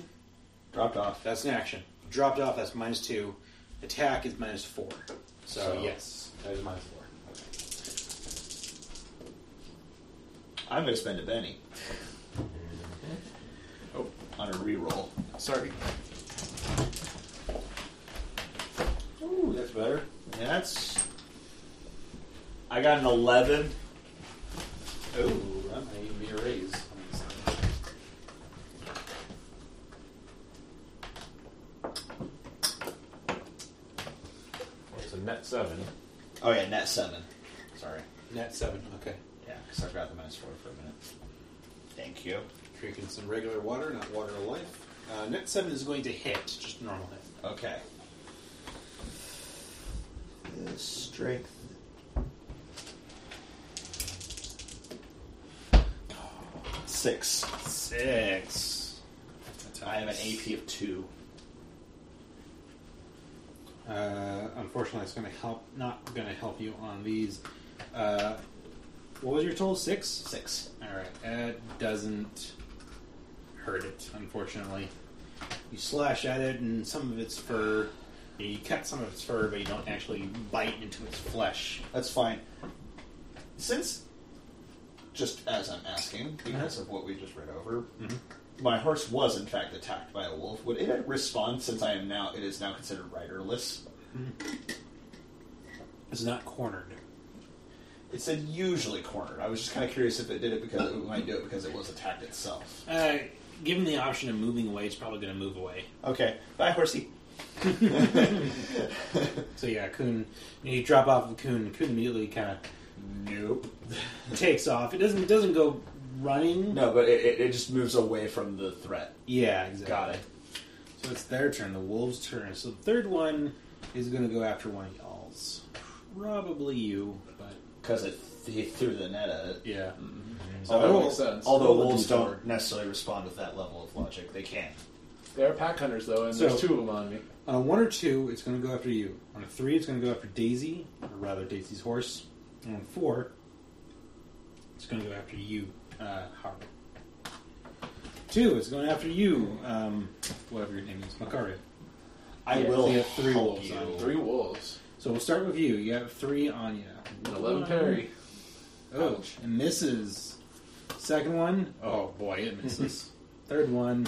S6: Dropped off.
S4: That's an action. Dropped off. That's minus two. Attack is minus four. So,
S6: So-
S4: yes, that is minus four.
S6: I'm gonna spend a penny. Oh, on a reroll.
S3: Sorry.
S6: Ooh, that's better. Yeah, that's. I got an 11.
S4: Oh, that might even be a raise.
S1: It's a net seven.
S6: Oh, yeah, net 7. Sorry.
S4: Net seven. Okay.
S6: Yeah, because I got the minus 4 for a minute. Thank you.
S4: Drinking some regular water, not water of life. Uh, net seven is going to hit, just normal hit.
S6: Okay. The strength. Six.
S4: Six.
S6: I have an AP of two.
S4: Uh, unfortunately, it's going to help. Not going to help you on these. Uh, what was your total? Six.
S6: Six.
S4: All right, that doesn't hurt it. Unfortunately, you slash at it, and some of its fur. You cut some of its fur, but you don't actually bite into its flesh.
S6: That's fine. Since, just as I'm asking, because
S4: Uh-huh.
S6: of what we just read over,
S4: Mm-hmm.
S6: my horse was in fact attacked by a wolf. Would it respond since I am now? It is now considered riderless.
S4: It's not cornered.
S6: It said usually cornered. I was just kind of curious if it did it because it might do it because it was attacked itself.
S4: Uh,
S10: given the option of moving away, it's probably going to move away.
S6: Okay. Bye, horsey.
S4: So yeah, Coon. You drop off of Coon. Coon immediately kind of
S6: Nope.
S4: takes off. It doesn't. It doesn't go running.
S6: No, but it, it, it just moves away from the threat.
S4: Yeah. Exactly.
S6: Got it.
S4: So it's their turn. The wolves' turn. So the third one is going to go after one of y'all's. Probably you, but
S6: Because it th- he threw the net at it.
S4: yeah.
S3: that
S6: although
S3: makes sense.
S6: although
S4: Roll a
S6: wolves
S4: d4.
S6: don't necessarily respond with that level of logic, they can.
S3: They're pack hunters though, and there's
S4: So-
S3: two of them on me.
S4: On a Uh, one or two, it's going to go after you. On a three, it's going to go after Daisy, or rather Daisy's horse. And on four, it's going to go after you, uh, Howard. Two, it's going after you, um, whatever your name is, Macario.
S6: I
S4: Yeah,
S6: will
S4: so you have three
S6: help
S4: wolves
S6: you.
S4: on
S3: Three wolves,
S4: So we'll start with you. You have three on you.
S3: an eleven parry.
S4: Oh, and misses. Second one, oh boy, it misses. Third one,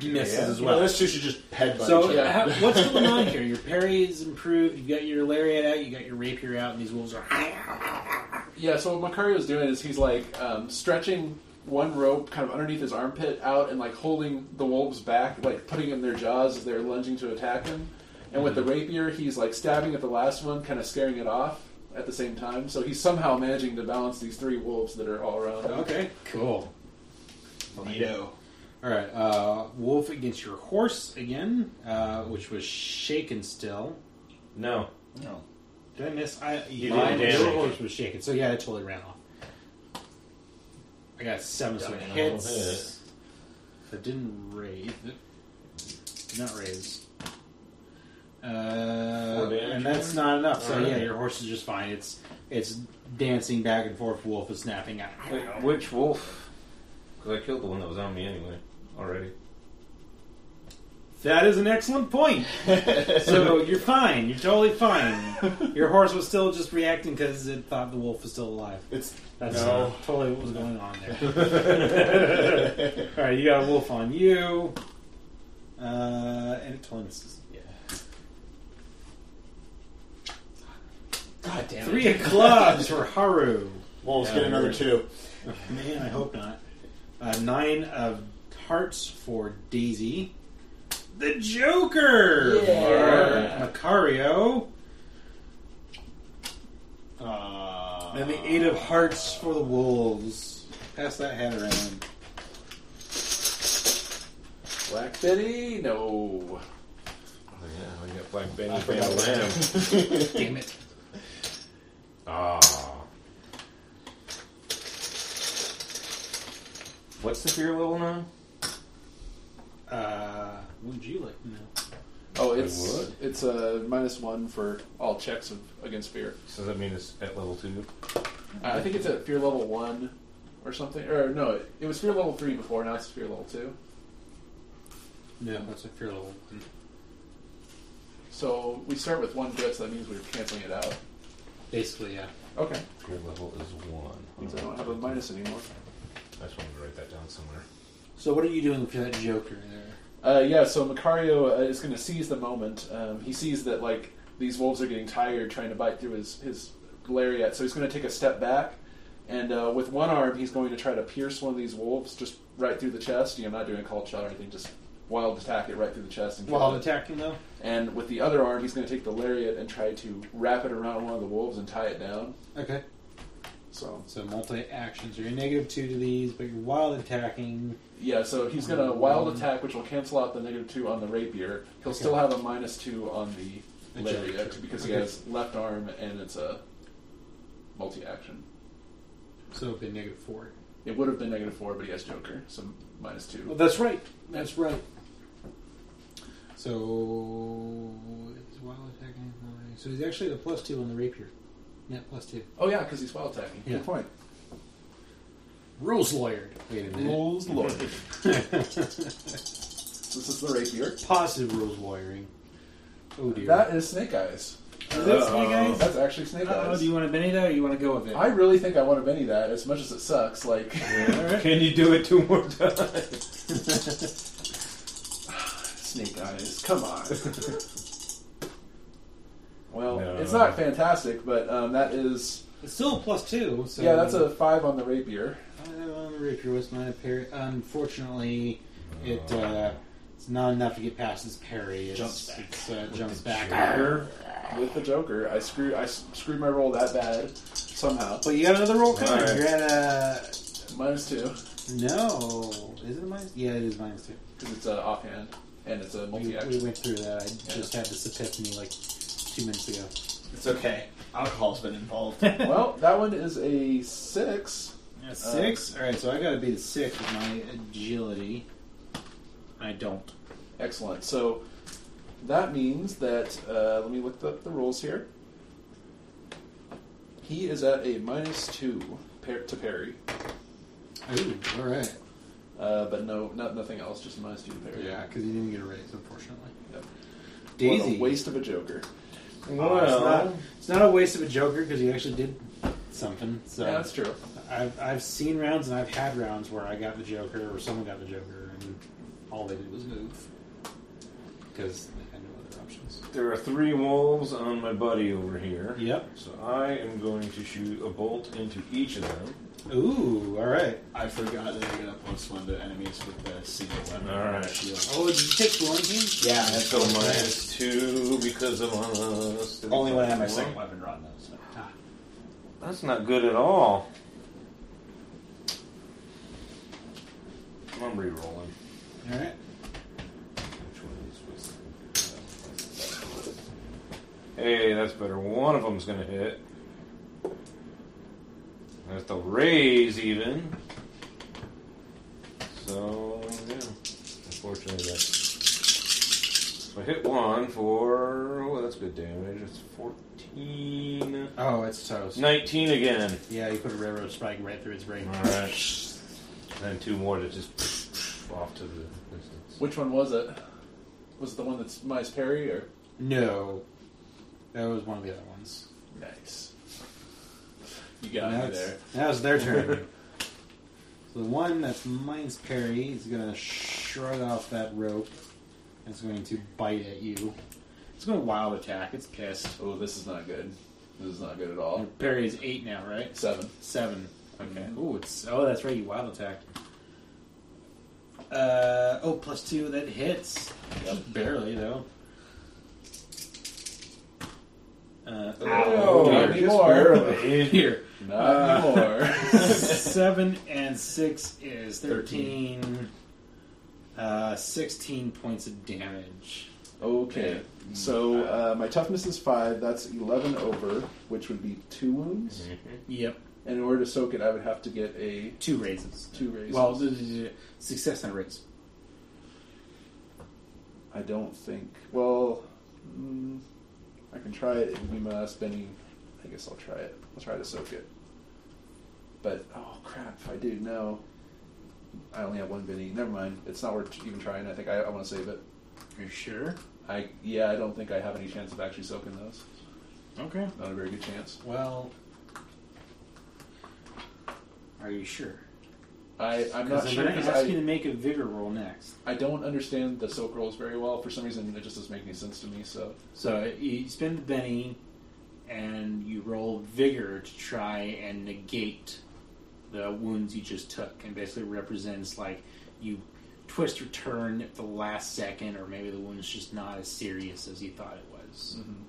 S4: misses
S6: Yeah.
S4: as
S6: You
S4: well.
S6: know, those two should just headbutt
S4: So
S6: each other.
S3: Yeah.
S4: how, what's going on here? Your parry is improved. You've got your lariat out. You got your rapier out, and these wolves are.
S3: Yeah, so what Macario's doing is he's like um, stretching one rope kind of underneath his armpit out and like holding the wolves back, like putting in their jaws as they're lunging to attack him. And with the rapier, he's like stabbing at the last one, kind of scaring it off at the same time. So he's somehow managing to balance these three wolves that are all around. him.
S4: Okay, cool.
S6: Neato.
S4: All right, uh, wolf against your horse again, uh, which was shaken still.
S1: No.
S6: No.
S4: Did I miss? I
S1: You
S4: mine,
S1: did
S4: your
S1: damage.
S4: horse was shaken, so yeah, I totally ran off. I got seven, so it
S1: Double
S4: hits. If it didn't raise, did not raise. Uh,
S1: Four damage
S4: and that's not enough. So
S1: Alright.
S4: yeah, your horse is just fine. It's it's dancing back and forth. Wolf is snapping at.
S1: Wait, Which wolf? Because I killed the one that was on me anyway. Already.
S4: That is an excellent point. so you're fine. You're totally fine. Your horse was still just reacting because it thought the wolf was still alive.
S6: It's
S4: That's
S1: No.
S4: totally what was going on there. All right, you got a wolf on you, uh, and it totally misses.
S6: God damn it.
S4: Three of clubs for Haru.
S6: Wolves
S4: Yeah,
S6: get another
S4: we're-
S6: two.
S4: Man, I hope not. Uh, nine of hearts for Daisy. The Joker
S3: Yeah.
S4: for Macario,
S6: Uh,
S4: and the eight of hearts for the wolves. Pass that hat around.
S3: Black Betty, no.
S1: Oh, yeah, we got Black Benny for the lamb.
S4: Damn it!
S1: Ah. What's the fear level now?
S4: Uh, would you like to know?
S3: Oh, it's
S1: would.
S3: it's a minus one for all checks of, against fear.
S1: So does that mean it's at level two?
S3: Uh, I think it's at fear level one or something. Or no, it, it was fear level three before. Now it's fear level two.
S4: No, that's a fear level one.
S3: So we start with one grit, so that means we're canceling it out.
S4: Basically, yeah.
S3: Okay.
S1: Fear level is one.
S3: Means I don't have a minus anymore.
S1: I just wanted to write that down somewhere.
S4: So what are you doing for that Joker there?
S3: Uh, yeah, so Macario uh, is going to seize the moment. Um, he sees that like these wolves are getting tired trying to bite through his his lariat, so he's going to take a step back, and uh, with one arm he's going to try to pierce one of these wolves just right through the chest. You know, not doing a cold shot or anything, just wild attack it right through the chest and kill
S4: While
S3: it.
S4: attacking though?
S3: And with the other arm, he's going to take the lariat and try to wrap it around one of the wolves and tie it down.
S4: Okay.
S3: So
S4: So multi actions. So you're negative two to these, but you're wild attacking.
S3: yeah, so he's going to wild attack, which will cancel out the negative two on the rapier. He'll still have a minus two on the
S4: Agility.
S3: lariat because he
S4: Okay.
S3: has left arm and it's a multi-action.
S4: So it'd be negative four.
S3: It would have been negative four, but he has Joker, so minus two.
S4: that's right. That's right. So is wild attacking. So he's actually at a plus two on the rapier. Net plus two.
S3: Oh yeah, because he's wild attacking.
S4: Yeah.
S3: Good point.
S4: Rules lawyered. Wait a minute.
S3: Rules lord. this is the rapier.
S4: Positive rules lawyering. Oh dear.
S3: That is Snake Eyes.
S4: is that snake eyes?
S3: That's actually Snake
S10: Uh-oh,
S3: Eyes.
S10: do you want to Benny that or you want to go with it?
S3: I really think I want to Benny that, as much as it sucks. Like,
S1: Can you do it two more times?
S3: Snake Eyes, come on. well,
S1: No.
S3: it's not fantastic, but um, that is
S4: It's still a plus two. So
S3: yeah, that's a five on the rapier.
S4: Five on the
S7: rapier was not a parry. Unfortunately, it uh, it's not enough to get past its parry. It's,
S6: Jumps back.
S7: It's, uh, jumps back.
S3: with the Joker. I screwed I s- screwed my roll that bad somehow.
S7: But you got another roll coming.
S1: Alright.
S7: You're at a
S3: Minus two
S7: no. Is it a minus? Yeah, it is minus two.
S3: because it's uh, offhand and it's a
S7: We,
S3: multi
S7: we
S3: action.
S7: went through that. I just had this epiphany like two minutes ago.
S6: It's okay. Alcohol's been involved.
S3: Well, that one is a six.
S4: A
S3: six?
S7: All right, so I got to beat a six with my agility.
S4: I don't.
S3: Excellent. So that means that uh, let me look up the rules here. He is at a minus two par- to parry,
S7: Ooh, all right.
S3: uh, but no, not nothing else. Just minus two to parry.
S7: Yeah, because you didn't get a raise, unfortunately.
S3: Yep.
S7: Daisy.
S3: What a waste of a Joker.
S7: Well, it's, not, it's not a waste of a joker because you actually did something. So
S3: yeah, that's true.
S7: I've, I've seen rounds and I've had rounds where I got the joker or someone got the joker and all they did was move because they had no other options.
S1: There are three wolves on my buddy over here.
S7: Yep.
S1: So I am going to shoot a bolt into each of them.
S7: Ooh, all right.
S6: I forgot that I got a plus one to enemies with the single weapon.
S1: All right.
S6: Shield.
S7: Oh, did you take blunting?
S6: Yeah,
S1: And
S6: that's
S1: so minus two because I'm on a stick
S6: only when I have my
S1: attack.
S6: second weapon run though. So.
S7: Ah,
S1: That's not good at all. I'm re-rolling.
S7: All right.
S1: Which one of these was? Hey, that's better. One of them's gonna hit. That's the raise even. So yeah, unfortunately that's. So I hit one for oh that's good damage. It's fourteen.
S7: Oh, it's toast.
S1: 19 again.
S7: Yeah, you put a railroad spike right through its brain.
S1: Alright. Then two more to just off to the distance.
S3: Which one was it? Was it the one that's minus parry or?
S7: No, that was one of the other ones.
S3: Nice. You got
S7: now
S3: me
S7: it's-
S3: there.
S7: now it's their turn. so the one that's mine's parry is going to shrug off that rope and it's going to bite at you.
S4: It's going to wild attack. It's pissed.
S3: Oh, this is not good. This is not good at all.
S4: Your parry is eight now, right?
S3: Seven.
S4: Seven. Okay.
S3: Mhm.
S4: Oh, it's oh, that's right. You wild attack. Uh oh, plus two. That hits. Just barely though. Uh,
S1: Ow.
S3: Not
S1: Dear.
S3: anymore.
S4: Here,
S3: Not
S4: Uh,
S3: anymore.
S4: seven and six is thirteen. Uh, sixteen points of damage.
S3: okay. So uh, my toughness is five. That's eleven over, which would be two wounds.
S7: Mm-hmm.
S4: Yep,
S3: And in order to soak it, I would have to get a
S4: two raises.
S3: two raises.
S4: Well, d- d- d- success and a raise.
S3: I don't think. Well, mm, I can try it. It would be my last Benny. I guess I'll try it. I'll try to soak it. But oh crap! If I do, no. I only have one Benny. Never mind. It's not worth even trying. I think I, I want to save it.
S4: Are you sure?
S3: I yeah. I don't think I have any chance of actually soaking those.
S4: Okay.
S3: Not a very good chance.
S4: Well, are you sure?
S3: I I'm
S4: Because
S3: not
S4: I'm
S3: sure
S4: going to
S3: because
S4: ask you to
S3: I,
S4: make a vigor roll next.
S3: I don't understand the soak rolls very well. For some reason, it just doesn't make any sense to me. So
S4: So you spend the Benny, and you roll vigor to try and negate the wounds you just took, and basically represents like you twist or turn at the last second, or maybe the wound's just not as serious as you thought it was.
S3: Mm-hmm.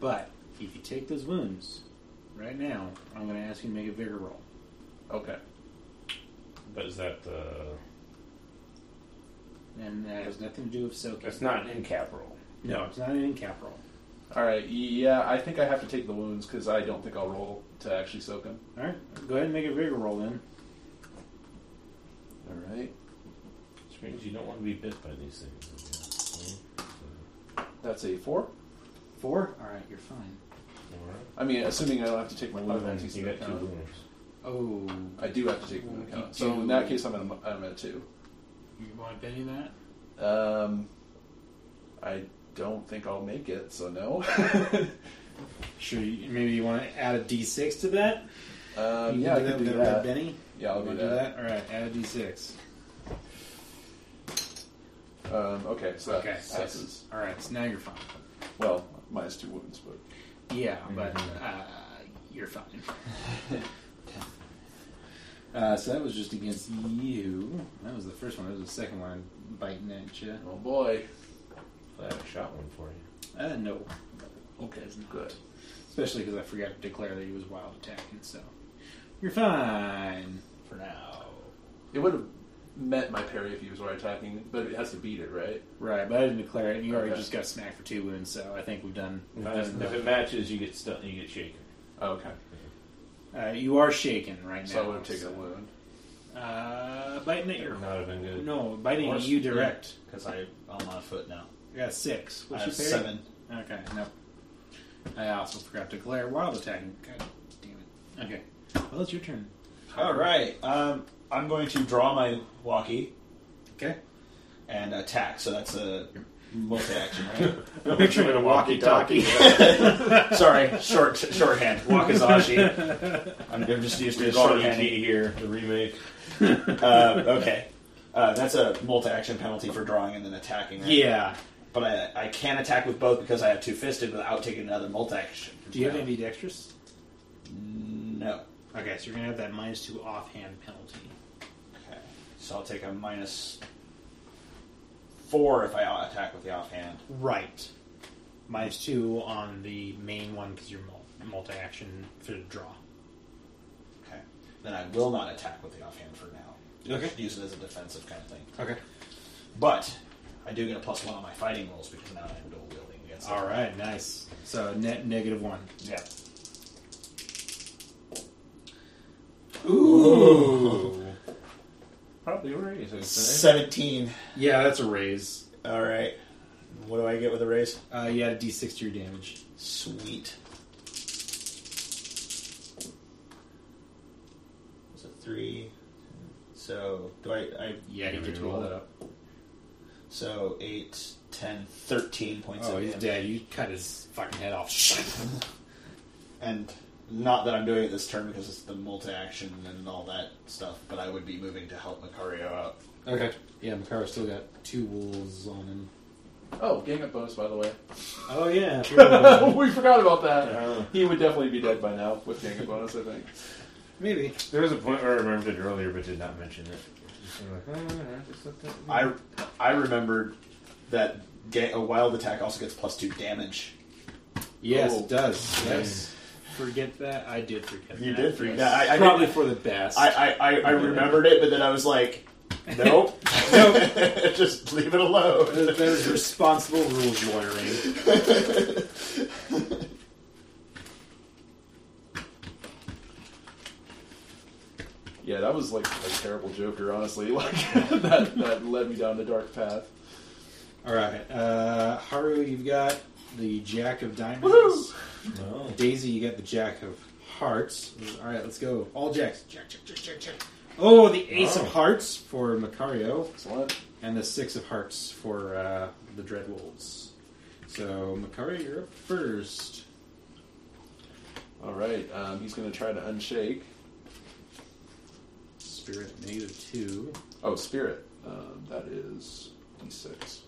S4: But if you take those wounds right now, I'm going to ask you to make a vigor roll.
S3: okay.
S1: But is that uh, the.
S4: And that has nothing to do with soaking.
S1: That's not in capital.
S4: No, it's not an in-cap roll.
S3: All right, yeah, I think I have to take the wounds because I don't think I'll roll to actually soak him.
S4: All right, go ahead and make a vigor roll then.
S3: All right,
S1: Which means you don't want to be bit by these things. Mm-hmm.
S3: that's a four.
S4: Four. All right, you're fine.
S1: Alright.
S3: I mean, assuming I don't have to take my wound penalties
S1: Oh, you
S3: into
S1: got two
S3: account.
S1: wounds.
S4: Oh,
S3: I do have to take them
S4: You
S3: into account. So
S4: do.
S3: in that case, I'm at a, I'm at a two.
S4: you want to Benny that?
S3: Um, I don't think I'll make it, so no.
S4: Sure. You, maybe you want to add a D6 to that.
S3: um,
S4: You
S3: yeah, I
S4: do that
S3: can do
S4: with Red
S3: that.
S4: Benny.
S3: Yeah, I'll
S4: You
S3: do
S4: wanna
S3: that.
S4: All right, add a D6.
S3: Um, okay, so that
S4: Okay.
S3: passes.
S4: All right, so now you're fine.
S3: Well, minus two wounds, but
S4: Yeah, but uh, you're fine. Uh, so that was just against you. That was the first one. That was the second one biting at you.
S3: Oh boy.
S1: I have a shot one for you.
S4: Uh, no.
S3: Okay,
S4: That's not-
S3: good.
S4: Especially because I forgot to declare that he was wild attacking, so. You're fine for now.
S3: It would have met my parry if he was already attacking, but it has to beat it, right?
S4: Right, but I didn't declare it. You already
S3: Okay.
S4: just got smacked for two wounds, so I think we've done. We've
S1: If,
S4: done
S1: it- if it matches, you get stuck. You get shaken.
S3: Oh, Okay.
S4: uh, you are shaken right now.
S3: So I would have taken a wound.
S4: Uh, biting at your.
S1: Not have been good.
S4: No, biting
S6: Or
S4: at you direct.
S6: Because I'm on foot now.
S4: I got six.
S6: I
S4: What's
S6: have
S4: your parry?
S6: Uh, seven.
S4: Okay, no. I also forgot to declare wild attacking. God damn it. Okay. Well, it's your turn.
S6: All right. Um, I'm going to draw my walkie
S4: Okay.
S6: and attack. So that's a multi-action, right?
S1: I'm picturing a walkie-talkie.
S6: Sorry, short shorthand. Wakizashi. I'm, I'm just used to
S1: There's Shorty
S6: shorthand.
S1: T here, the remake.
S6: Uh, okay. Uh, that's a multi-action penalty for drawing and then attacking. Right?
S4: Yeah.
S6: But I, I can attack with both because I have two-fisted without taking another multi-action.
S4: Do you have any dexterous?
S6: No.
S4: Okay, so you're gonna have that minus two offhand penalty.
S6: Okay. So I'll take a minus four if I attack with the offhand.
S4: Right. Minus two on the main one because you're mul- multi-action for the draw.
S6: Okay. Then I will not attack with the offhand for now.
S4: Okay.
S6: Use it as a defensive kind of thing.
S4: Okay.
S6: But I do get a plus one on my fighting rolls because now I am dual wielding against
S4: All
S6: it.
S4: right. Nice. So net negative one.
S6: Yeah.
S4: Ooh.
S1: Probably raise.
S6: Seventeen.
S4: Yeah, that's a raise.
S6: All right. What do I get with a raise?
S4: Uh, you add a d6 to your damage.
S6: Sweet. It's a three. So do I? I
S4: Yeah, you get to roll that up.
S6: so eight, ten, thirteen points.
S4: Oh,
S6: of
S4: he's
S6: damage.
S4: dead. You cut his fucking head off.
S6: And not that I'm doing it this turn because it's the multi-action and all that stuff, but I would be moving to help Macario out.
S4: Okay. Yeah, Makaro's still got two wolves on him.
S3: Oh, gang up bonus, by the way.
S4: Oh yeah.
S3: we forgot about that. He would definitely be dead by now with gang up bonus, I think.
S4: Maybe.
S1: There was a point where I remembered it earlier, but did not mention it. I'm like, "Oh, alright, just let that be."
S6: I I remembered that ga- a wild attack also gets plus two damage.
S4: Yes,
S3: Oh.
S4: it does. Yes. Forget that. I did forget.
S6: You
S4: that.
S6: did forget
S4: Yes.
S6: that. I- I
S4: Probably
S6: did-
S4: for the best.
S6: I I, I, I remembered it, but then I was like, nope, just leave it alone.
S4: that that was responsible rules lawyering.
S3: Yeah, that was like a terrible Joker, honestly. Like that, that led me down the dark path.
S4: All right, uh, Haru, you've got the Jack of Diamonds.
S1: No.
S4: Daisy, you got the Jack of Hearts. All right, let's go. All Jacks. Jack, Jack, Jack, Jack, Jack. Oh, the Ace
S1: Oh.
S4: of Hearts for Macario.
S3: Excellent.
S4: and the six of hearts for uh, the dread wolves. So Makari, you're up first.
S3: All right, um, he's going to try to unshake.
S4: Spirit negative two.
S3: Oh, spirit. Um, that is d6.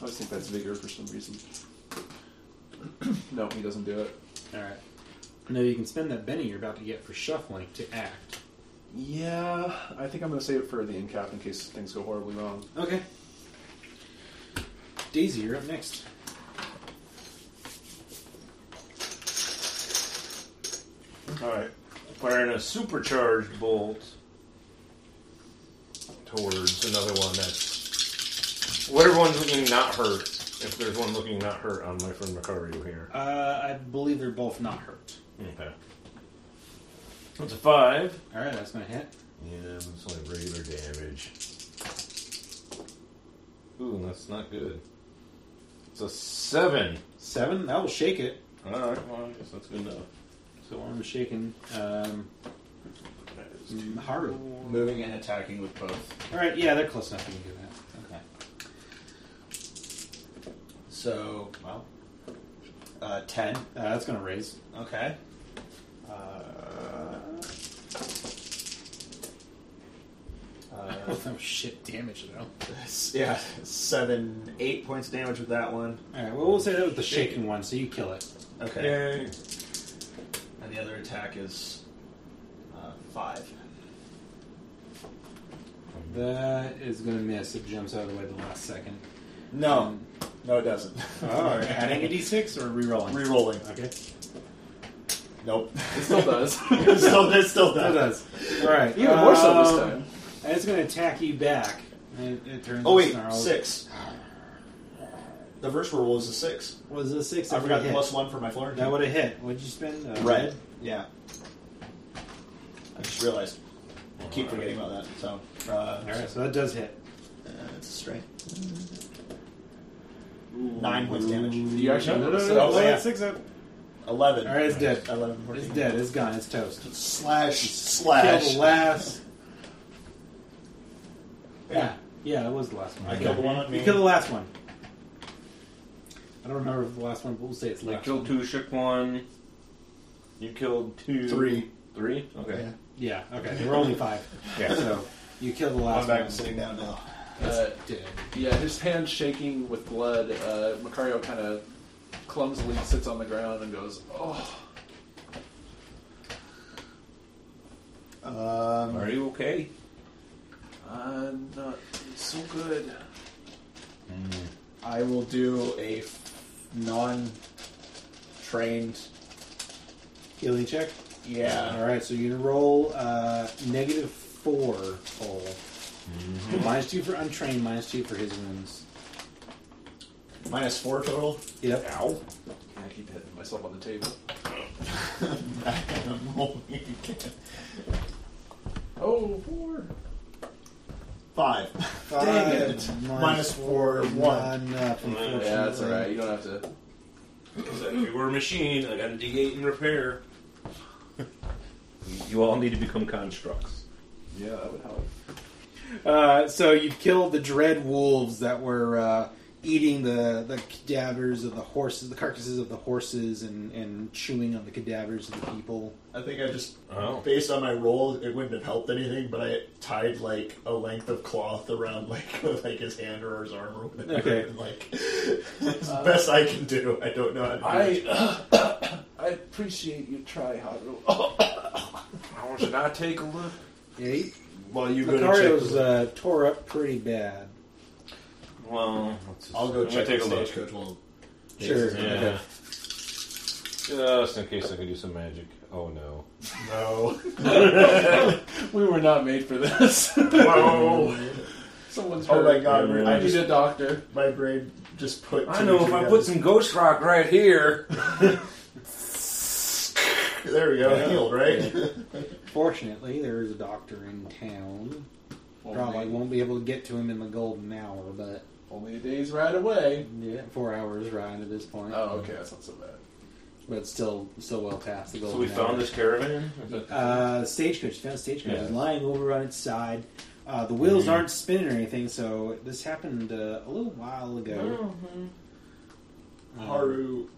S3: I always think that's vigor for some reason. no, he doesn't do it.
S4: All right. Now you can spend that Benny you're about to get for shuffling to act.
S3: Yeah, I think I'm going to save it for the end cap in case things go horribly wrong.
S4: Okay. Daisy, you're up next.
S1: Alright. Firing a supercharged bolt towards another one that's. Whatever one's looking not hurt, if there's one looking not hurt on my friend Macario here.
S4: Uh, I believe they're both not hurt.
S1: Okay. That's a five.
S4: All right, that's gonna hit.
S1: Yeah, it's only regular damage. Ooh, that's not good. It's a seven.
S4: Seven. That will shake it.
S1: Alright, well, I guess that's good enough.
S4: So I'm shaking. Um, Haru.
S6: Moving and attacking with both.
S4: All right. Yeah, they're close enough. You can do that.
S6: Okay. So well, uh, ten.
S4: Uh, that's gonna raise.
S6: Okay. Uh, uh,
S4: oh shit! Damage though.
S6: yeah, seven, eight points of damage with that one.
S4: All right. Well, we'll say that was the shaking one, so you kill it.
S6: Okay.
S1: Yay.
S6: And the other attack is uh,
S11: five.
S4: That is going to miss. It jumps out of the way at the last second.
S6: No, no, it doesn't. Oh,
S4: All right.
S12: Adding a d6 or rerolling?
S6: Rerolling.
S4: Okay.
S6: Nope.
S3: It still does.
S6: it still, it still
S4: That
S6: does.
S4: does. All right.
S3: Even more so this
S4: um,
S3: time.
S4: And it's going to attack you back. And it, it turns. and
S6: Oh wait,
S4: snarls.
S6: six. The first roll was a six.
S4: Was a six?
S6: I
S4: if it
S6: forgot the
S4: hit?
S6: plus one for my floor.
S4: That would have hit. What'd you spend? Uh,
S6: red. Yeah. I just realized. I keep forgetting about that. So uh,
S4: All right. So that does hit.
S6: uh, it's a straight. Nine points damage.
S3: You actually
S4: No, no, no,
S3: noticed
S4: no,
S3: it?
S4: no,
S6: Oh, yeah.
S4: it's six up.
S6: Eleven.
S4: All right, it's dead.
S6: Eleven. 14.
S4: It's dead. It's gone. It's toast.
S6: Slash.
S4: Kill
S6: Slash.
S4: the last.
S6: Yeah.
S4: Yeah. Yeah, that was the last one.
S6: I killed the one on
S4: You
S6: me.
S4: killed the last one. I don't remember the last one, but we'll say it's
S1: I
S4: last.
S1: killed
S4: one.
S1: two, shook one. You killed two,
S6: Three.
S1: three. Okay,
S4: Yeah. Okay. There were only five.
S1: yeah.
S4: So you killed the
S6: I'm
S4: last
S6: back
S4: one.
S6: and sitting down now.
S3: Uh,
S4: Dead.
S3: yeah, his hand shaking with blood. Uh, Macario kind of clumsily sits on the ground and goes, "Oh,
S6: Um,
S1: Are you okay?
S3: I'm not so good."
S6: I will do a non trained.
S4: Healing check.
S6: Yeah.
S4: All right. So you roll uh, negative four total. Minus two for untrained. Minus two for his wounds.
S6: Minus four total.
S4: Yep.
S6: Ow.
S3: I keep hitting myself on the table.
S6: I'm rolling again.
S3: Oh, four.
S6: Five.
S4: Dang
S6: it. Minus four, one. uh,
S1: Yeah,
S4: Not
S3: Yeah, that's all
S4: unfortunately.
S3: right. You don't have to.
S1: Because if Uh, you were a machine, I got a D8 in repair. you all need to become constructs.
S3: Yeah, that would help.
S4: Uh, so you've killed the dread wolves that were uh, eating the, the cadavers of the horses, the carcasses of the horses, and, and chewing on the cadavers of the people.
S6: I think I just,
S1: Oh.
S6: based on my roll, it wouldn't have helped anything, but I tied like a length of cloth around like like his hand or his arm or whatever.
S4: Okay.
S6: And, like, it's the best I can do. I don't know how to do it.
S3: I I appreciate you try, Haru.
S1: How should I take a look?
S4: Eight.
S6: While you go to
S4: Macario's
S6: check,
S4: uh, tore up pretty bad.
S1: Well, let's just-
S6: I'll go
S1: I'm gonna
S6: check
S1: take a
S6: the
S1: look.
S6: stagecoach while
S4: Sure.
S1: Yeah.
S4: Okay.
S1: Just in case I could do some magic. Oh no.
S6: No.
S3: we were not made for this.
S6: no.
S3: Someone's
S6: oh
S3: hurt.
S6: my god,
S1: Yeah.
S6: I
S3: I need
S6: just
S3: a doctor.
S6: my brain just put.
S1: I
S6: two
S1: know if I
S6: together.
S1: put some ghost rock right here.
S6: There we go. Healed, right?
S4: Fortunately, there is a doctor in town. Probably
S3: Only,
S4: won't be able to get to him in the golden hour, but
S3: only a day's ride away.
S4: yeah, four hours ride at this point.
S3: Oh, okay, that's not so bad.
S4: But still, still well past the golden
S1: So we
S4: hour.
S1: found this caravan.
S4: Uh, stagecoach. You found a stagecoach. It was
S1: Yeah.
S4: lying over on its side. Uh, the wheels aren't spinning or anything, so this happened uh, a little while ago. Um,
S6: Haru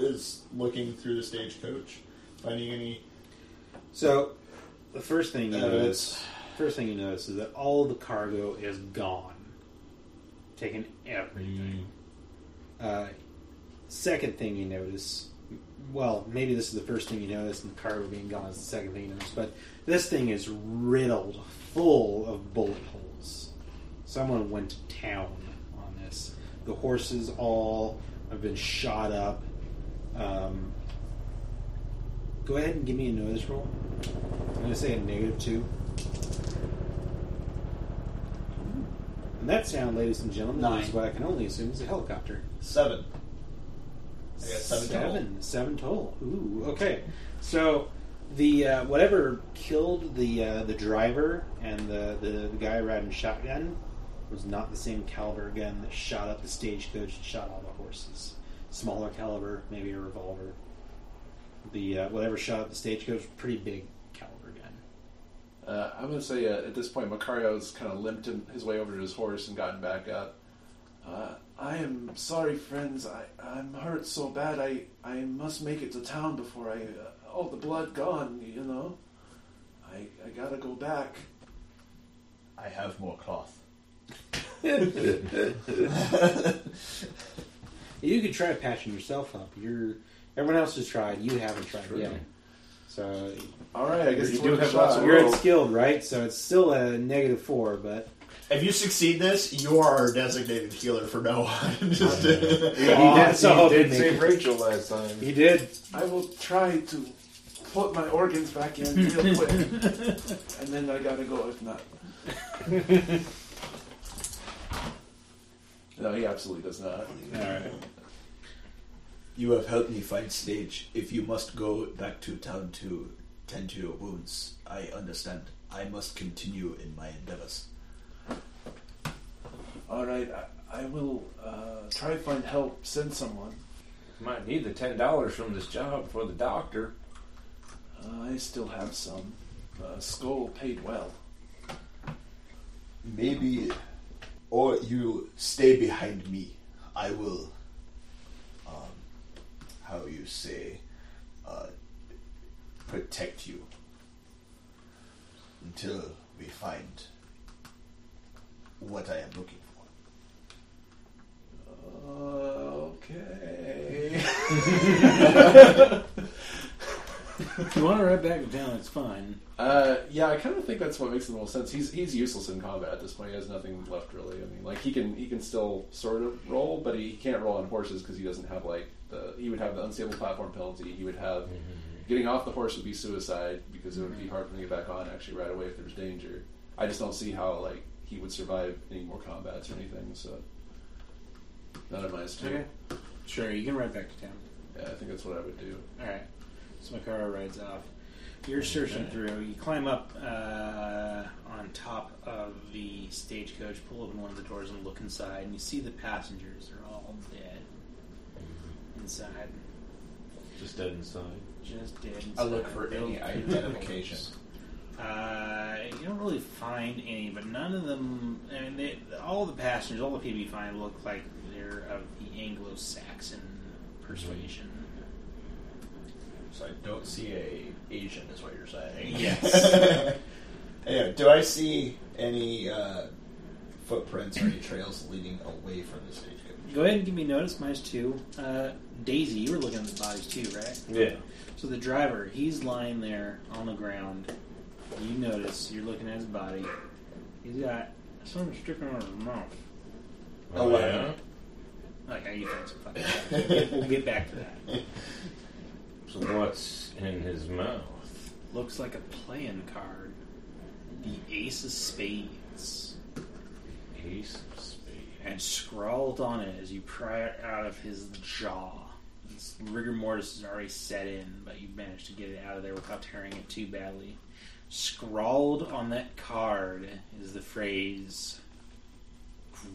S6: is looking through the stagecoach, finding any.
S4: So the first thing you
S6: Uh,
S4: notice, first thing you notice is that all the cargo is gone, taken everything. Uh, second thing you notice, well, maybe this is the first thing you notice, and the cargo being gone is the second thing you notice. But this thing is riddled, full of bullet holes. Someone went to town on this. The horses all have been shot up. Um, go ahead and give me a notice roll. I'm going to say a negative two. And that sound, ladies and gentlemen, is
S6: Nine.
S4: what I can only assume is a helicopter.
S6: Seven. I got seven total.
S4: Seven, seven total. Ooh, okay. So the uh, whatever killed the uh, the driver and the, the, the guy riding shotgun was not the same caliber gun that shot up the stagecoach and shot all the horses. Smaller caliber, maybe a revolver. The uh, whatever shot up the stagecoach, pretty big caliber gun.
S3: Uh, I'm gonna say uh, at this point, Macario's kind of limped him, his way over to his horse and gotten back up. Uh, I am sorry, friends. I I'm hurt so bad. I I must make it to town before I uh, all the blood gone. You know, I I gotta go back.
S6: I have more cloth.
S4: You could try patching yourself up. You're everyone else has tried. You haven't tried yet.
S7: So
S3: All right, I guess
S1: You
S3: it's
S1: do
S3: worth a
S1: have lots
S3: shot.
S1: of
S7: you're
S1: roll.
S7: unskilled, right? So it's still a negative four, but
S5: If you succeed this, you are our designated healer for no one. Just-
S7: he did,
S1: so
S7: he
S1: did
S7: did make
S1: save
S7: it.
S1: Rachel last time.
S7: He did.
S3: I will try to put my organs back in real quick, and then I gotta go if not. no, he absolutely does not.
S6: You have helped me find stage. If you must go back to town to tend to your wounds, I understand. I must continue in my endeavors.
S3: All right, I, I will uh, try to find help. Send someone.
S1: Might need the ten dollars from this job for the doctor.
S3: Uh, I still have some. Uh, Skull paid well.
S6: Maybe, or you stay behind me. I will, um, how you say, uh, protect you until we find what I am looking for.
S3: Uh, Okay.
S4: If you want to ride back to town, it's fine.
S3: Uh, yeah, I kind of think that's what makes the most sense. He's he's useless in combat at this point. He has nothing left really. I mean, like he can he can still sort of roll, but he can't roll on horses because he doesn't have like the he would have the unstable platform penalty. He would have getting off the horse would be suicide because it would be hard for him to get back on actually right away if there's danger. I just don't see how like he would survive any more combats or anything. So none of mine is too.
S4: Okay. Sure, you can ride back to town.
S3: Yeah, I think that's what I would do.
S4: All right. So Makara rides off. You're searching through. You climb up uh, on top of the stagecoach, pull open one of the doors, and look inside. And you see the passengers are all dead inside.
S1: Just dead inside.
S4: Just dead. Inside.
S5: I look for
S4: They'll-
S5: any identification.
S4: Uh, you don't really find any, but none of them. I mean, they, all the passengers, all the people you find, look like they're of the Anglo-Saxon persuasion.
S5: So I don't see a Asian, is what you're saying.
S4: Yes.
S5: yeah. Do I see any uh, footprints or any trails leading away from the stagecoach?
S4: Go ahead and give me notice. Mine's two. Uh, Daisy, you were looking at the bodies too, right?
S1: Yeah.
S4: So the driver, he's lying there on the ground. You notice. You're looking at his body. He's got something stricken out of his mouth.
S5: Eleven.
S4: Like, how you guys are fucking. we'll, get, we'll get back to that.
S1: So what's in his mouth?
S4: Looks like a playing card. The Ace of Spades.
S1: Ace of spades.
S4: And scrawled on it as you pry it out of his jaw. This rigor mortis has already set in, but you managed to get it out of there without tearing it too badly. Scrawled on that card is the phrase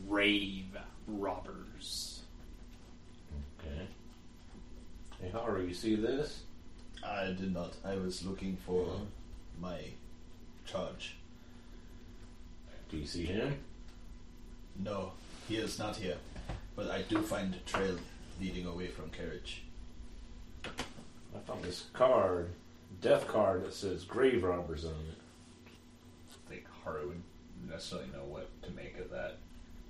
S4: grave robbers.
S1: Okay. Hey, Haru, you see this?
S6: I did not. I was looking for
S4: Uh-huh.
S6: my charge.
S1: Do you see him?
S6: No, he is not here. But I do find a trail leading away from carriage.
S1: I found this card, death card that says grave robbers on it.
S5: I think Haru would necessarily know what to make of that.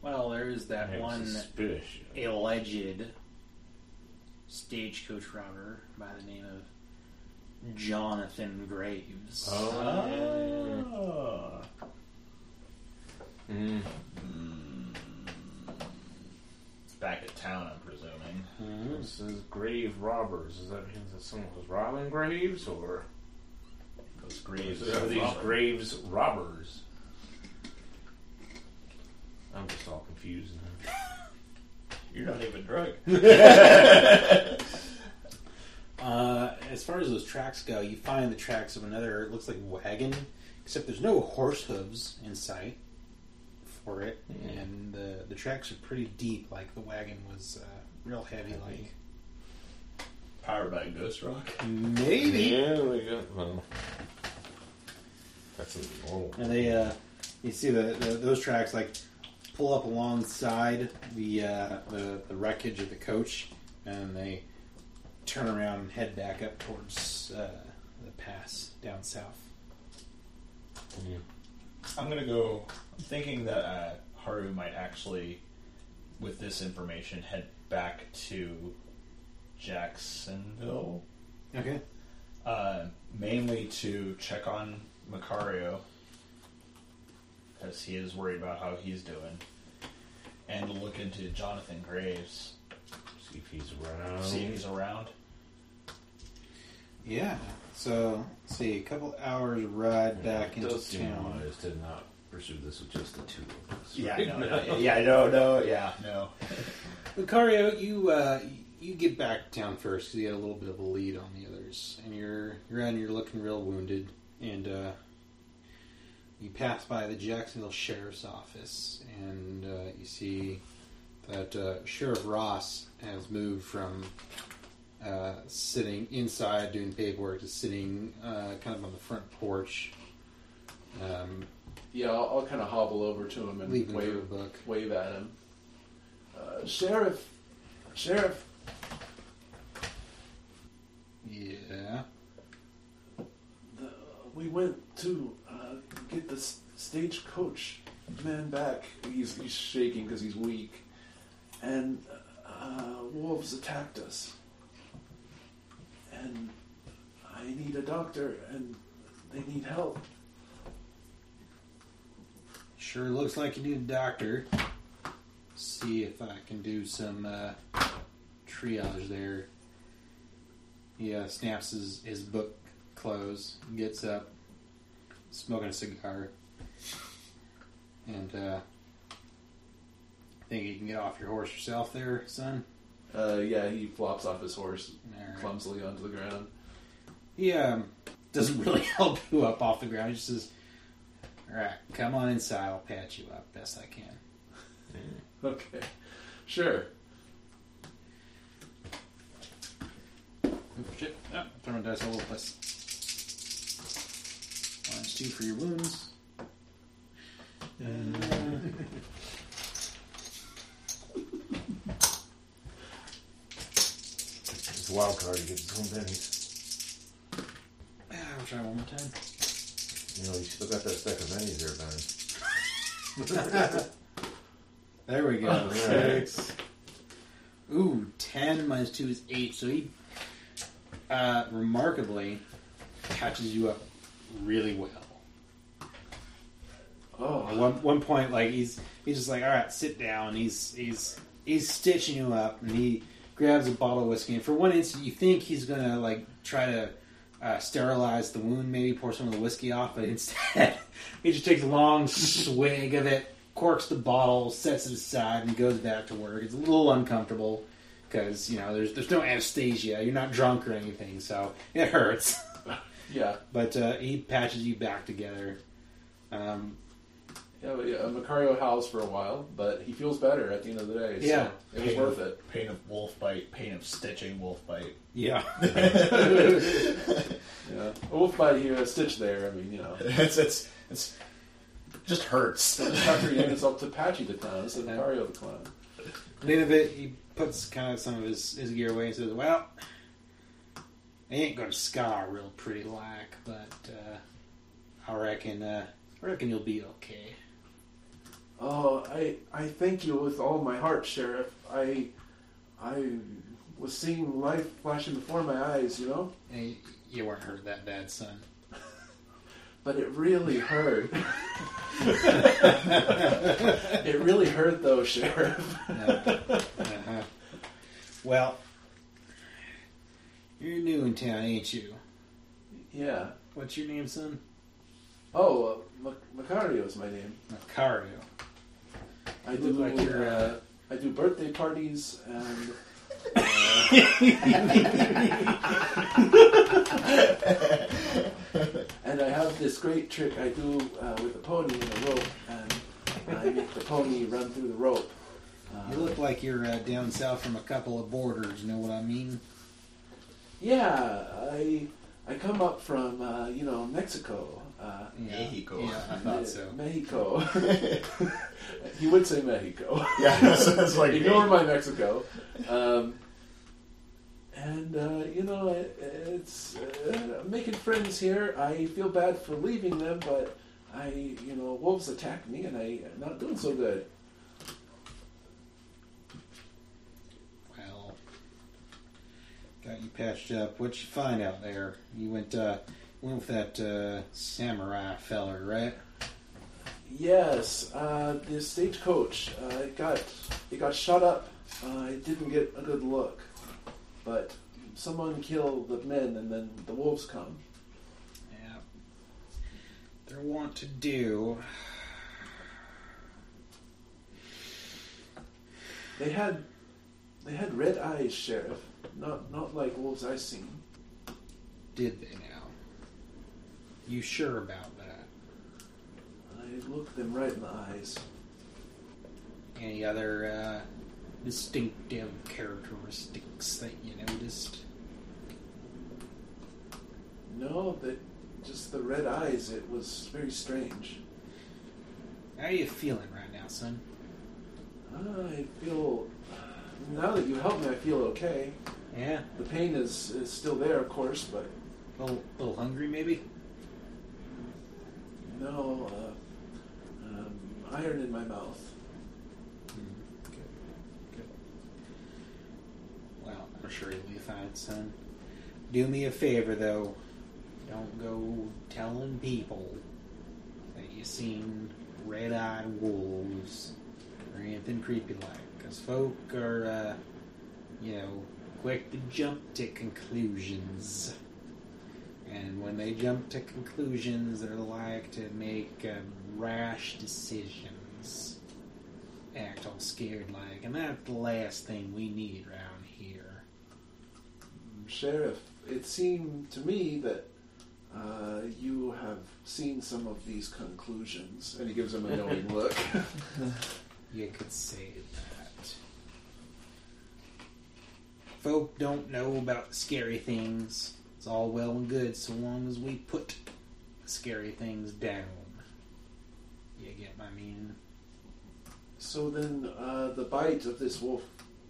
S4: Well, there is that
S1: It's
S4: one
S1: suspicious.
S4: alleged stagecoach robber by the name of Jonathan Graves.
S1: Oh.
S4: Ah.
S5: Oh.
S1: Mm.
S5: Back at town, I'm presuming.
S1: It says grave robbers. Does that mean that someone was robbing graves, or
S5: Those
S1: is
S5: graves.
S1: there- are
S5: of
S1: these
S5: robber.
S1: graves robbers? I'm just all confused now.
S5: You're not even drunk.
S7: Uh, as far as those tracks go, you find the tracks of another. It looks like wagon, except there's no horse hooves in sight for it, and the the tracks are pretty deep. Like the wagon was uh, real heavy. Like
S5: Powered by Ghost Rock.
S7: maybe.
S1: Yeah, we got. Well, that's a normal.
S7: And they, uh, you see the, the those tracks like pull up alongside the, uh, the the wreckage of the coach, and they turn around and head back up towards uh, the pass down south.
S5: I'm gonna go. I'm thinking that uh, Haru might actually, with this information, head back to Jacksonville
S7: Okay.
S6: uh, mainly to check on Macario because he is worried about how he's doing, and to look into Jonathan Graves,
S1: See if he's around.
S6: see if he's around.
S4: Yeah. So, let's see, a couple hours ride back into
S1: Does seem
S4: town.
S1: wise to not pursue this with just the two of us.
S6: Yeah,
S1: right
S6: no,
S1: now.
S6: no, yeah, no, no, yeah, no.
S4: Lucario, you uh, you get back to town first because you had a little bit of a lead on the others, and you're you're out and you're looking real wounded, and uh, you pass by the Jacksonville Sheriff's Office, and uh, you see that uh, Sheriff Ross has moved from uh, sitting inside doing paperwork to sitting uh, kind of on the front porch, um,
S3: Yeah, I'll, I'll kind of hobble over to him and
S4: leaving through a
S3: wave,
S4: book.
S3: wave at him. Uh, sheriff, sheriff,
S4: Yeah.
S3: the, we went to uh, get the s- stagecoach man back. He's, he's shaking because he's weak, and uh, wolves attacked us. And I need a doctor, and they need help.
S4: Sure looks like you need a doctor. See if I can do some uh, triage there. He uh, snaps his, his book close, gets up, smoking a cigar, and uh, think you can get off your horse yourself there, son?
S3: Uh, yeah, he flops off his horse
S4: Alright.
S3: clumsily onto the ground.
S4: He um, doesn't really help you up off the ground. He just says, Alright, come on inside. I'll patch you up best I can.
S3: Okay, sure.
S4: Oop, shit. Ah, throwing dice all over the place. Minus two for your wounds.
S1: It's a wild card. He gets his own pennies.
S4: Ah, I'll try one more time.
S1: You know, you still got that stack of pennies there, Ben.
S4: There we go.
S1: Okay.
S4: Six. Ooh, ten minus two is eight. So he uh, remarkably catches you up really well. At
S3: Oh,
S4: one one point, like he's he's just like, all right, sit down. He's he's he's stitching you up, and he grabs a bottle of whiskey. And for one instant, you think he's gonna like try to uh, sterilize the wound, maybe pour some of the whiskey off, but instead, he just takes a long swig of it, corks the bottle, sets it aside, and goes back to work. It's a little uncomfortable because you know there's there's no anesthesia. You're not drunk or anything, so it hurts.
S3: yeah.
S4: But uh, he patches you back together. Um,
S3: Yeah, but yeah, Macario howls for a while, but he feels better at the end of the day. So
S4: Yeah.
S3: it was worth it.
S6: Pain of wolf bite, pain of stitching wolf bite.
S4: yeah.
S3: Yeah, a wolf bite here, a stitch there. I mean, you know,
S6: It's it's it's just hurts.
S3: Tucker units up to Patchy the clown instead of Mario the clown.
S4: At the end of it, he puts kind of some of his, his gear away and says, Well, I ain't going to scar real pretty like, but uh, I reckon uh, I reckon you'll be okay.
S3: Oh, I I thank you with all my heart, Sheriff. I I was seeing life flashing before my eyes, you know,
S4: And you weren't hurt that bad, son.
S3: but it really hurt. it really hurt, though, Sheriff.
S4: Uh-huh. Well, you're new in town, ain't you?
S3: Yeah.
S4: What's your name, son?
S3: Oh, uh, Mac- Macario is my name.
S4: Macario.
S3: I
S4: You
S3: do
S4: look like you're,
S3: uh, I do birthday parties and uh, and I have this great trick I do uh, with a pony and a rope and I make the pony run through the rope.
S4: You
S3: Uh,
S4: look like you're uh, down south from a couple of borders, know what I mean?
S3: yeah, I I come up from uh, you know Mexico. Uh,
S6: Mexico.
S4: Yeah, I thought so.
S3: Mexico. he would say Mexico.
S6: Yeah, so it's like
S3: Ignore my Mexico. Um, and, uh, you know, it, it's uh, I'm making friends here. I feel bad for leaving them, but I, you know, wolves attacked me and I, am not doing so good.
S4: Well, Got you patched up. What you find out there? You went uh, went with that uh, samurai feller, right?
S3: Yes, uh, the stagecoach. Uh, it got it got shot up. Uh, I didn't get a good look, but someone killed the men, and then the wolves come.
S4: Yeah. They're want to do.
S3: They had they had red eyes, sheriff. Not not like wolves I've seen.
S4: Did they now? You sure about that?
S3: I looked them right in the eyes.
S4: Any other uh, distinctive characteristics that you noticed?
S3: No, that just the red eyes. It was very strange.
S4: How you feeling right now, son?
S3: I feel now that you helped me, I feel okay.
S4: Yeah,
S3: The pain is is still there, of course, but
S4: a little, little hungry maybe.
S3: no uh, um, iron in my mouth.
S4: Well, I'm sure you'll be fine, son. Do me a favor, though. Don't go telling people that you seen red eyed wolves or anything creepy like, because folk are, uh, you know, quick to jump to conclusions. And when they jump to conclusions, they're like to make uh, rash decisions act all scared like, and that's the last thing we need around here.
S3: Sheriff, it seemed to me that uh, you have seen some of these conclusions. And he gives him a knowing look.
S4: You could say that. Folk don't know about scary things. It's all well and good so long as we put scary things down. You get my meaning?
S3: So then, uh, the bite of this wolf,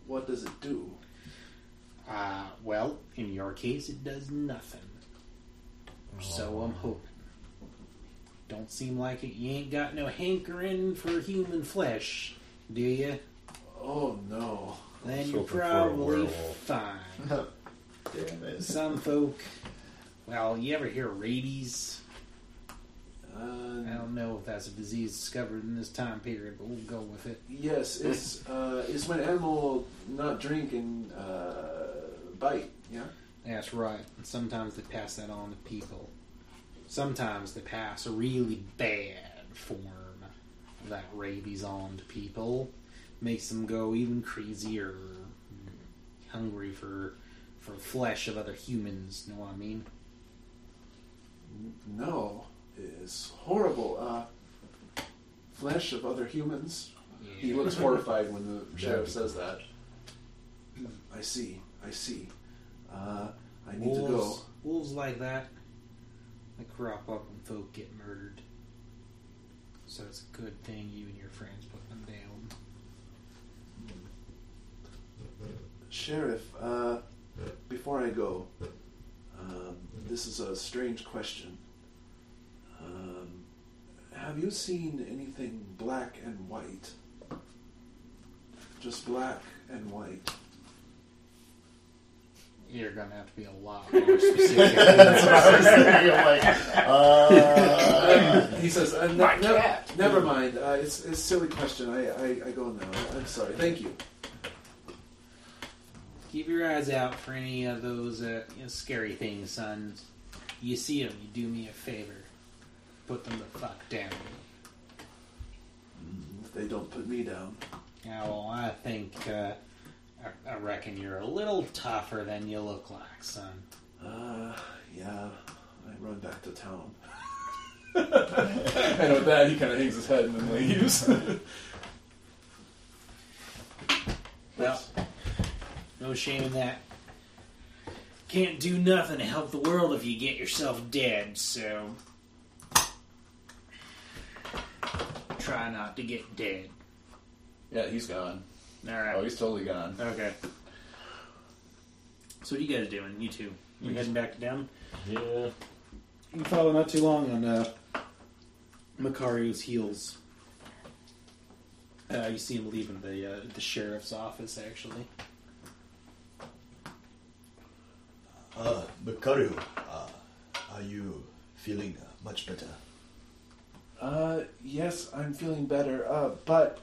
S3: what does it do?
S4: Uh, well, in your case, it does nothing.
S1: Oh.
S4: So I'm hoping. Don't seem like it. You ain't got no hankering for human flesh, do you?
S3: Oh no.
S4: Then
S1: was
S4: you're
S1: hoping for a
S4: probably
S1: werewolf.
S4: fine.
S6: Damn it.
S4: Some folk, well, you ever hear rabies? I
S3: Uh,
S4: don't know if that's a disease discovered in this time period, but we'll go with it.
S3: yes, it's, uh, it's when animal not drink and uh, bite, yeah?
S4: That's right. And sometimes they pass that on to people. Sometimes they pass a really bad form of that rabies on to people. Makes them go even crazier, hungry for for flesh of other humans. Know what I mean?
S3: No, it's horrible. Uh, flesh of other humans. He looks horrified when the sheriff says that. I see. I see. Uh, I need to go.
S4: wolves, wolves like that, they crop up when folk get murdered. So it's a good thing you and your friends put them down.
S3: Sheriff, uh, before I go, um, this is a strange question. Um, have you seen anything black and white? Just black and white.
S4: You're gonna have to be a lot more specific. than that.
S3: he says, uh, ne- ne- "Never mind. Uh, it's, it's a silly question. I, I, I go now. I'm sorry. Thank you."
S4: Keep your eyes out for any of those uh, you know, scary things, son. You see them, you do me a favor. Put them the fuck down.
S3: If they don't put me down.
S4: Now, well, I think, uh, I, I reckon you're a little tougher than you look like, son.
S3: Uh, yeah, I run back to town. and with that, he kind of hangs his head and then leaves.
S4: Well, no shame in that. Can't do nothing to help the world if you get yourself dead, so. Try not to get dead.
S13: Yeah, he's gone. Oh,
S5: Alright.
S3: Oh,
S13: he's totally gone.
S5: Okay. So what are you guys doing? You two. You heading back to down?
S1: Yeah.
S5: You follow not too long on uh, Macario's heels. Uh, you see him leaving the uh, the sheriff's office. Actually,
S6: Makaru, uh, are you feeling uh, much better?
S3: Uh, yes, I'm feeling better. Uh, but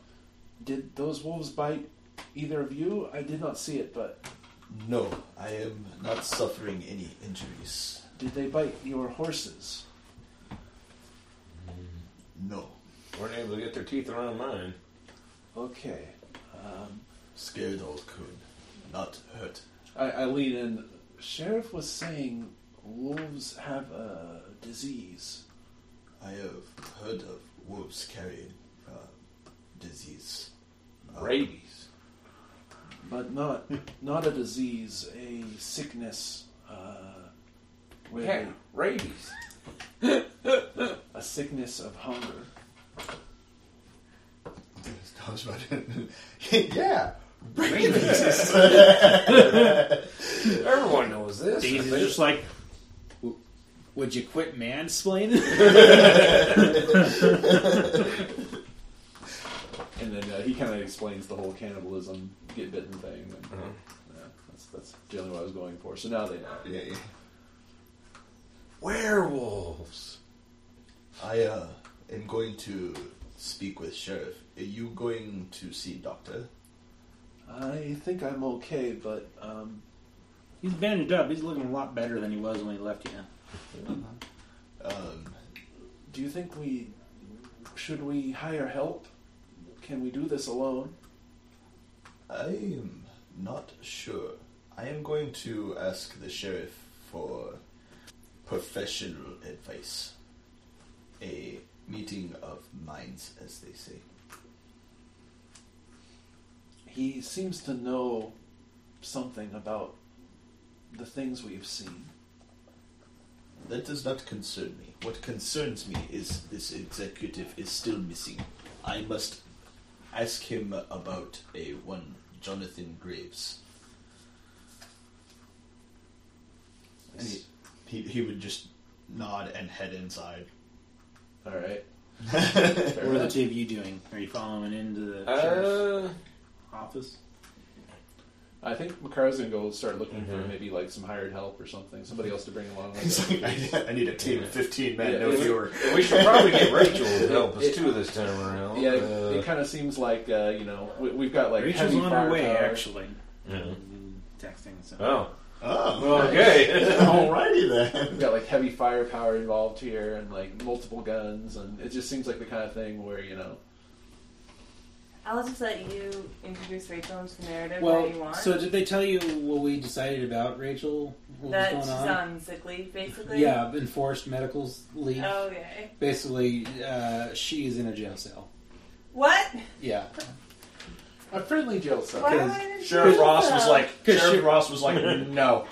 S3: did those wolves bite either of you? I did not see it, but
S6: No, I am not suffering any injuries.
S3: did they bite your horses?
S6: No.
S1: Weren't able to get their teeth around mine.
S3: Okay. Um,
S6: Scared old coon. Not hurt.
S3: I, I lead in. Sheriff was saying wolves have a disease.
S6: I have heard of wolves carrying uh, disease. Uh,
S1: Rabies.
S3: but not not a disease, a sickness. Uh, where
S1: Yeah, rabies.
S3: a sickness of hunger.
S6: I was about to- yeah. Rabies.
S1: Everyone knows this.
S5: Daisy's
S1: They-
S5: just like, "W- would you quit mansplaining?
S3: And then uh, he kind of explains the whole cannibalism get bitten thing. And, yeah, that's that's generally what I was going for. So now they know.
S6: Yeah, yeah.
S1: Werewolves.
S6: I uh, am going to speak with sheriff. Are you going to see doctor?
S3: I think I'm okay, but um,
S5: He's bandaged up. He's looking a lot better than he was when he left you.
S6: Um,
S3: do you think we should we hire help? Can we do this alone?
S6: I am not sure. I am going to ask the sheriff for professional advice. A meeting of minds, as they say.
S3: He seems to know something about the things we've seen.
S6: That does not concern me. What concerns me is this executive is still missing. I must ask him about a one Jonathan Graves. And he, he, he would just nod and head inside.
S3: All right.
S5: What are the two of you doing? Are you following into the sheriff's
S1: Uh,
S5: office?
S3: I think Makara's gonna go start looking for
S1: Mhm.
S3: maybe like some hired help or something, somebody else to bring along. With
S6: He's
S3: us.
S6: like, I, I need a team of 15 men, no
S3: Yeah.
S6: fewer.
S1: we should probably get Rachel to help us
S3: It-
S1: too this time around.
S3: yeah,
S1: Uh,
S3: it kind of seems like uh, you know we, we've got like
S5: Rachel's
S3: heavy
S5: on her way,
S3: firepower.
S5: actually.
S1: yeah.
S5: Texting. So.
S1: Oh.
S6: Oh,
S1: Okay.
S6: alrighty
S3: We've
S6: then.
S3: got like heavy firepower involved here, and like multiple guns, and it just seems like the kind of thing where you know.
S14: I'll just let you introduce Rachel into the narrative that you
S4: Well,
S14: want.
S4: so did they tell you what we decided about Rachel? What
S14: that
S4: was
S14: she's
S4: going on?
S14: on sick leave, Oh. basically.
S4: Yeah, enforced medical leave.
S14: Okay.
S4: Basically, uh, she is in a jail cell.
S14: What?
S4: Yeah,
S3: A friendly jail cell.
S14: Why
S4: Because
S14: would I
S15: Sheriff
S14: do
S15: Ross was
S14: that?
S15: like,
S4: Because
S15: Sheriff
S4: uh, she-
S15: Ross was like, no.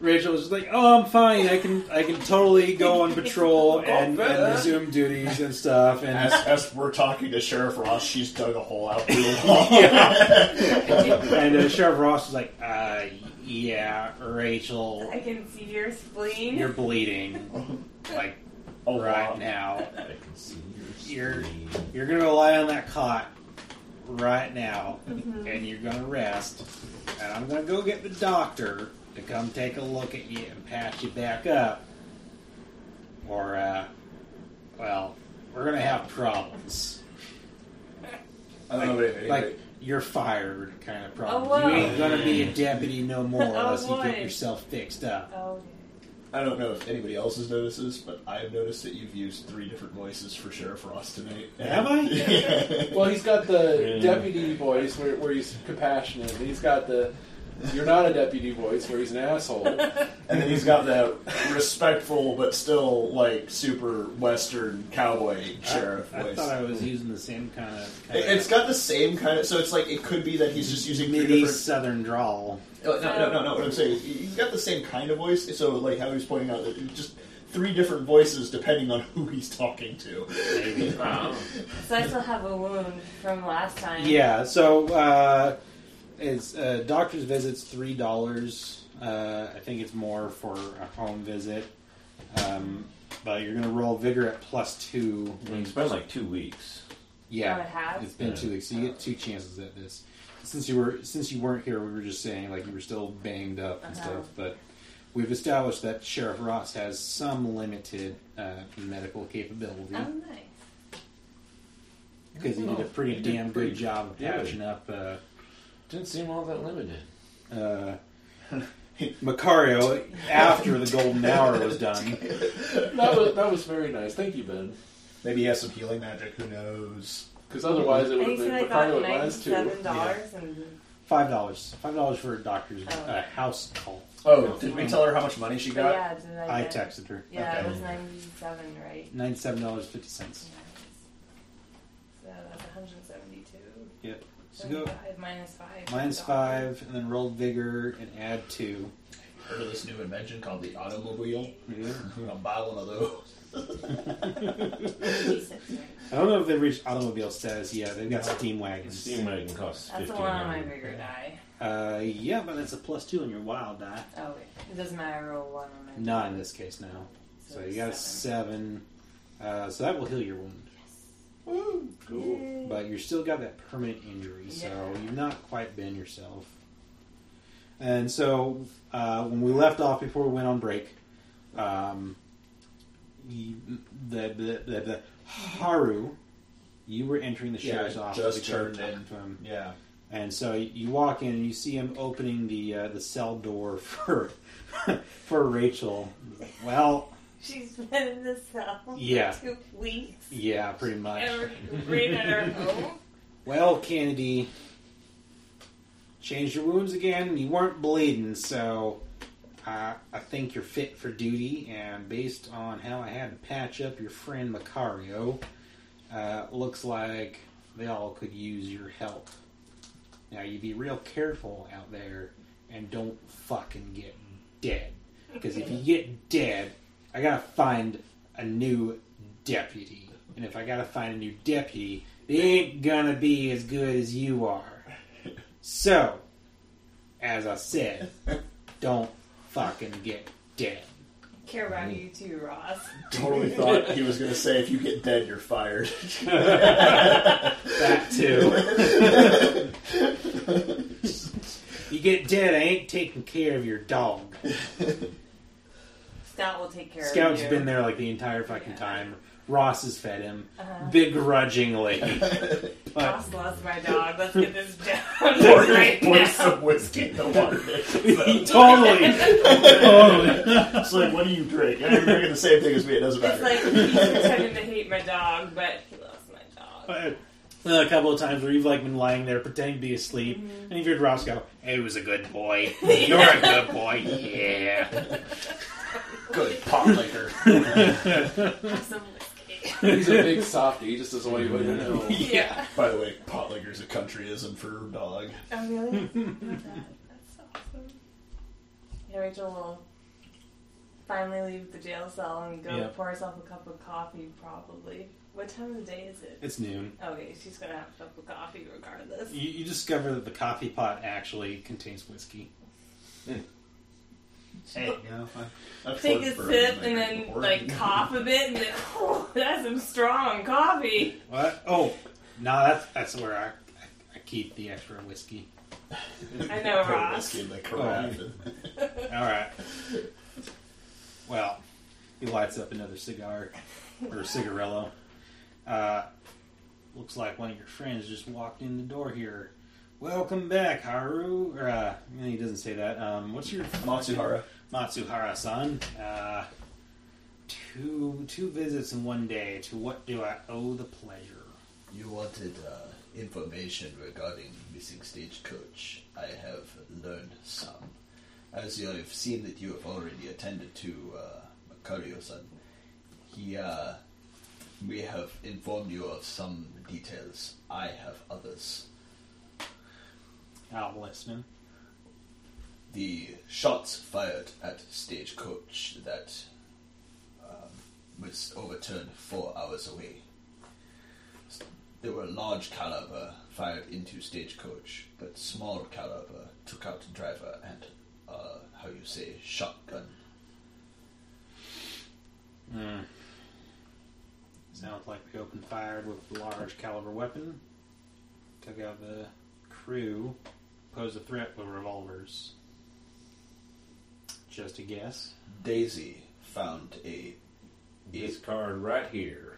S4: Rachel was just like, "Oh, I'm fine. I can, I can totally go on patrol and, and resume duties and stuff." And
S15: As, as we're talking to Sheriff Ross, she's dug a hole out through the
S4: and uh, Sheriff Ross was like, uh, "Yeah, Rachel,
S14: I can see your spleen.
S4: you're bleeding like
S15: wall. A
S4: right
S15: lot.
S4: now.
S1: I can see
S4: You're you're gonna lie on that cot right now,
S14: Mm-hmm.
S4: and you're gonna rest. And I'm gonna go get the doctor to come take a look at you and patch you back up. Or, uh, well, we're gonna have problems.
S15: I don't know what it
S4: like you're fired kind of problem.
S14: Oh,
S4: you
S14: whoa.
S4: ain't gonna be a deputy no more
S14: Oh,
S4: unless you get
S14: boy.
S4: yourself fixed up.
S14: oh,
S15: I don't know if anybody else has noticed this, but I have noticed that you've used three different voices for Sheriff Ross tonight.
S4: Have I?
S15: Yeah.
S3: Well, he's got the
S1: Yeah.
S3: deputy voice where, where he's compassionate. and He's got the you're not a deputy voice where he's an asshole.
S15: and then he's got that respectful but still like super Western cowboy sheriff
S4: I
S15: voice.
S4: thought I was using the same kind of,
S15: It- it's got the same kind of. So it's like it could be that he's just using three
S4: mini
S15: different.
S4: southern drawl.
S15: Oh, no, no, no, no. What I'm saying, is he's got the same kind of voice. So, like how he was pointing out, that it's just three different voices depending on who he's talking to.
S1: you. Wow.
S14: yeah. So I still have a wound from last time.
S4: Yeah, so uh, it's uh, doctor's visits three dollars. Uh, I think it's more for a home visit, um, but you're gonna roll vigor at plus two.
S1: It's been like two weeks.
S4: Yeah,
S14: Oh, it has?
S4: it's been
S1: Yeah.
S4: two weeks. So you get two chances at this. since you were since you weren't here, we were just saying like you were still banged up and
S14: Uh-huh.
S4: stuff. But we've established that Sheriff Ross has some limited uh, medical capability
S14: Oh, nice.
S4: because he did a pretty
S1: He did
S4: damn
S1: pretty
S4: good job of
S1: good.
S4: patching up. Uh,
S1: Didn't seem all that limited.
S4: uh, Macario after the golden hour was done.
S3: That was, that was very nice. Thank you, Ben.
S15: Maybe he has some healing magic. Who knows?
S3: Because otherwise it
S14: I
S3: would have
S14: think
S3: been
S14: I got
S3: Ricardo at last two.
S14: ninety-seven dollars, and
S4: Five dollars. Five dollars for a doctor's
S14: Oh.
S4: uh, house call.
S15: Oh, did we tell her how much money she
S14: but
S15: got?
S14: yeah, did I?
S4: I
S14: get-
S4: texted her.
S14: Yeah,
S15: Okay.
S14: it was ninety-seven, right?
S4: Ninety-seven dollars fifty cents.
S14: So that's one hundred seventy-two.
S4: Yep. So go
S14: Five minus five.
S4: minus five, and then roll vigor and add two.
S15: Heard of this new invention called the automobile?
S4: Yeah.
S15: I'm gonna buy one of those.
S14: Decent, right?
S4: I don't know if they've reached automobile status yet. They've got steam wagons.
S1: Steam wagon costs
S14: That's the
S1: fifteen
S14: one on my
S1: hundred.
S14: bigger die.
S4: Uh, yeah, but that's a plus two on your wild die.
S14: Oh, wait. It doesn't matter. I roll one on my.
S4: Not in this case now. So you got a seven. Uh, so that will heal your wound,
S3: Cool.
S4: but you're still got that permanent injury. So
S14: Yeah.
S4: you've not quite been yourself. And so uh, when we left off before we went on break, um, you, the, the, the, the Haru, you were entering the
S15: Yeah,
S4: sheriff's
S15: I
S4: office.
S15: just
S4: to go
S15: turned
S4: talk
S15: in.
S4: to him.
S15: Yeah.
S4: And so you walk in and you see him opening the uh, the cell door for for Rachel. Well,
S14: She's been in the cell. for
S4: Yeah.
S14: Two weeks.
S4: yeah, pretty
S14: And
S4: much.
S14: we're right at our home.
S4: Well, Kennedy, changed your wounds again. and You weren't bleeding, so I, I think you're fit for duty. And based on how I had to patch up your friend Macario, uh, looks like they all could use your help. Now you be real careful out there, and don't fucking get dead. Because if you get dead, I gotta find a new deputy. And if I gotta find a new deputy, they ain't gonna be as good as you are. So, as I said, don't fucking get dead.
S14: Care about you too, Ross.
S15: Totally thought he was gonna say if you get dead, you're fired.
S4: That too. you get dead, I ain't taking care of your dog.
S14: Scout will take care of
S4: Scout's
S14: you.
S4: been there like the entire fucking
S14: Yeah.
S4: time. Ross has fed him
S14: Uh-huh.
S4: begrudgingly. But
S14: Ross lost my dog. Let's get this down
S15: Pour
S14: right
S15: pour
S14: now.
S15: some whiskey in the water.
S4: he totally, totally.
S15: It's like, what do you drink? Yeah, you're drinking the same thing as me. It doesn't
S14: It's
S15: matter.
S14: like he's pretending to hate my dog, but he loves my dog.
S4: Uh, a couple of times where you've like been lying there pretending to be asleep,
S14: Mm-hmm.
S4: and you've heard Ross go, "He was a good boy. You're a good boy. Yeah."
S15: Good pot liquor.
S14: Have some whiskey.
S3: He's a big softie. He just doesn't want anybody to know.
S14: Yeah.
S15: By the way, pot liquor's a countryism for dog.
S14: Oh, really? That's awesome. Yeah, Rachel will finally leave the jail cell and go
S4: Yeah.
S14: pour herself a cup of coffee, probably. What time of the day is it?
S4: It's noon.
S14: Okay, she's gonna have a cup of coffee regardless.
S4: You, you discover that the coffee pot actually contains whiskey. Hmm.
S15: Hey, you know, I, I've
S14: Take a
S15: worked for
S14: sip
S15: a
S14: and
S15: minute
S14: then
S15: before.
S14: like cough a bit and then oh, that's some strong coffee.
S4: What? Oh, no, that's that's where I, I, I keep the extra whiskey.
S14: I know,
S15: Put
S14: Ross.
S15: whiskey in the carafe.
S4: All right. Well, he lights up another cigar or cigarillo. Uh, looks like one of your friends just walked in the door here. Welcome back, Haru. Or, uh, no, he doesn't say that. Um, what's your
S15: Matsuhara.
S4: Matsuhara-san? Uh, two two visits in one day. To what do I owe the pleasure?
S6: You wanted uh, information regarding missing stagecoach. I have learned some. As you have seen that you have already attended to uh, Macario-san, he, uh, we have informed you of some details. I have others.
S4: Out listening.
S6: The shots fired at stagecoach that um, was overturned four hours away. They were large caliber fired into stagecoach, but small caliber took out driver and, uh, how you say, shotgun.
S4: Mm. Sounds like they opened fire with a large caliber weapon. Took out the crew posed a threat with revolvers. Just a guess.
S6: Daisy found a
S1: This card right here.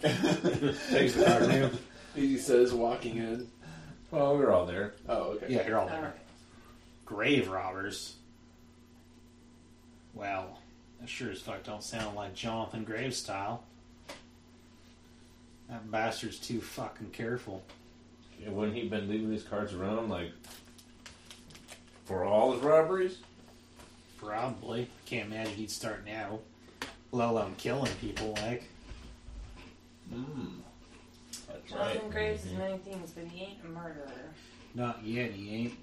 S7: Thanks for talking to you.
S3: Daisy says, walking in.
S1: Well, we're all there.
S3: Oh, okay.
S7: Yeah, you're all
S14: All
S7: there.
S14: right.
S4: Grave robbers. Well, that sure as fuck don't sound like Jonathan Graves style. That bastard's too fucking careful.
S1: Yeah, wouldn't he been leaving these cards around like for all his robberies?
S4: Probably. Can't imagine he'd start now. Let alone killing people like.
S6: That's
S14: Jonathan
S6: right.
S14: Graves is many things, but he ain't a murderer.
S4: Not yet, he ain't.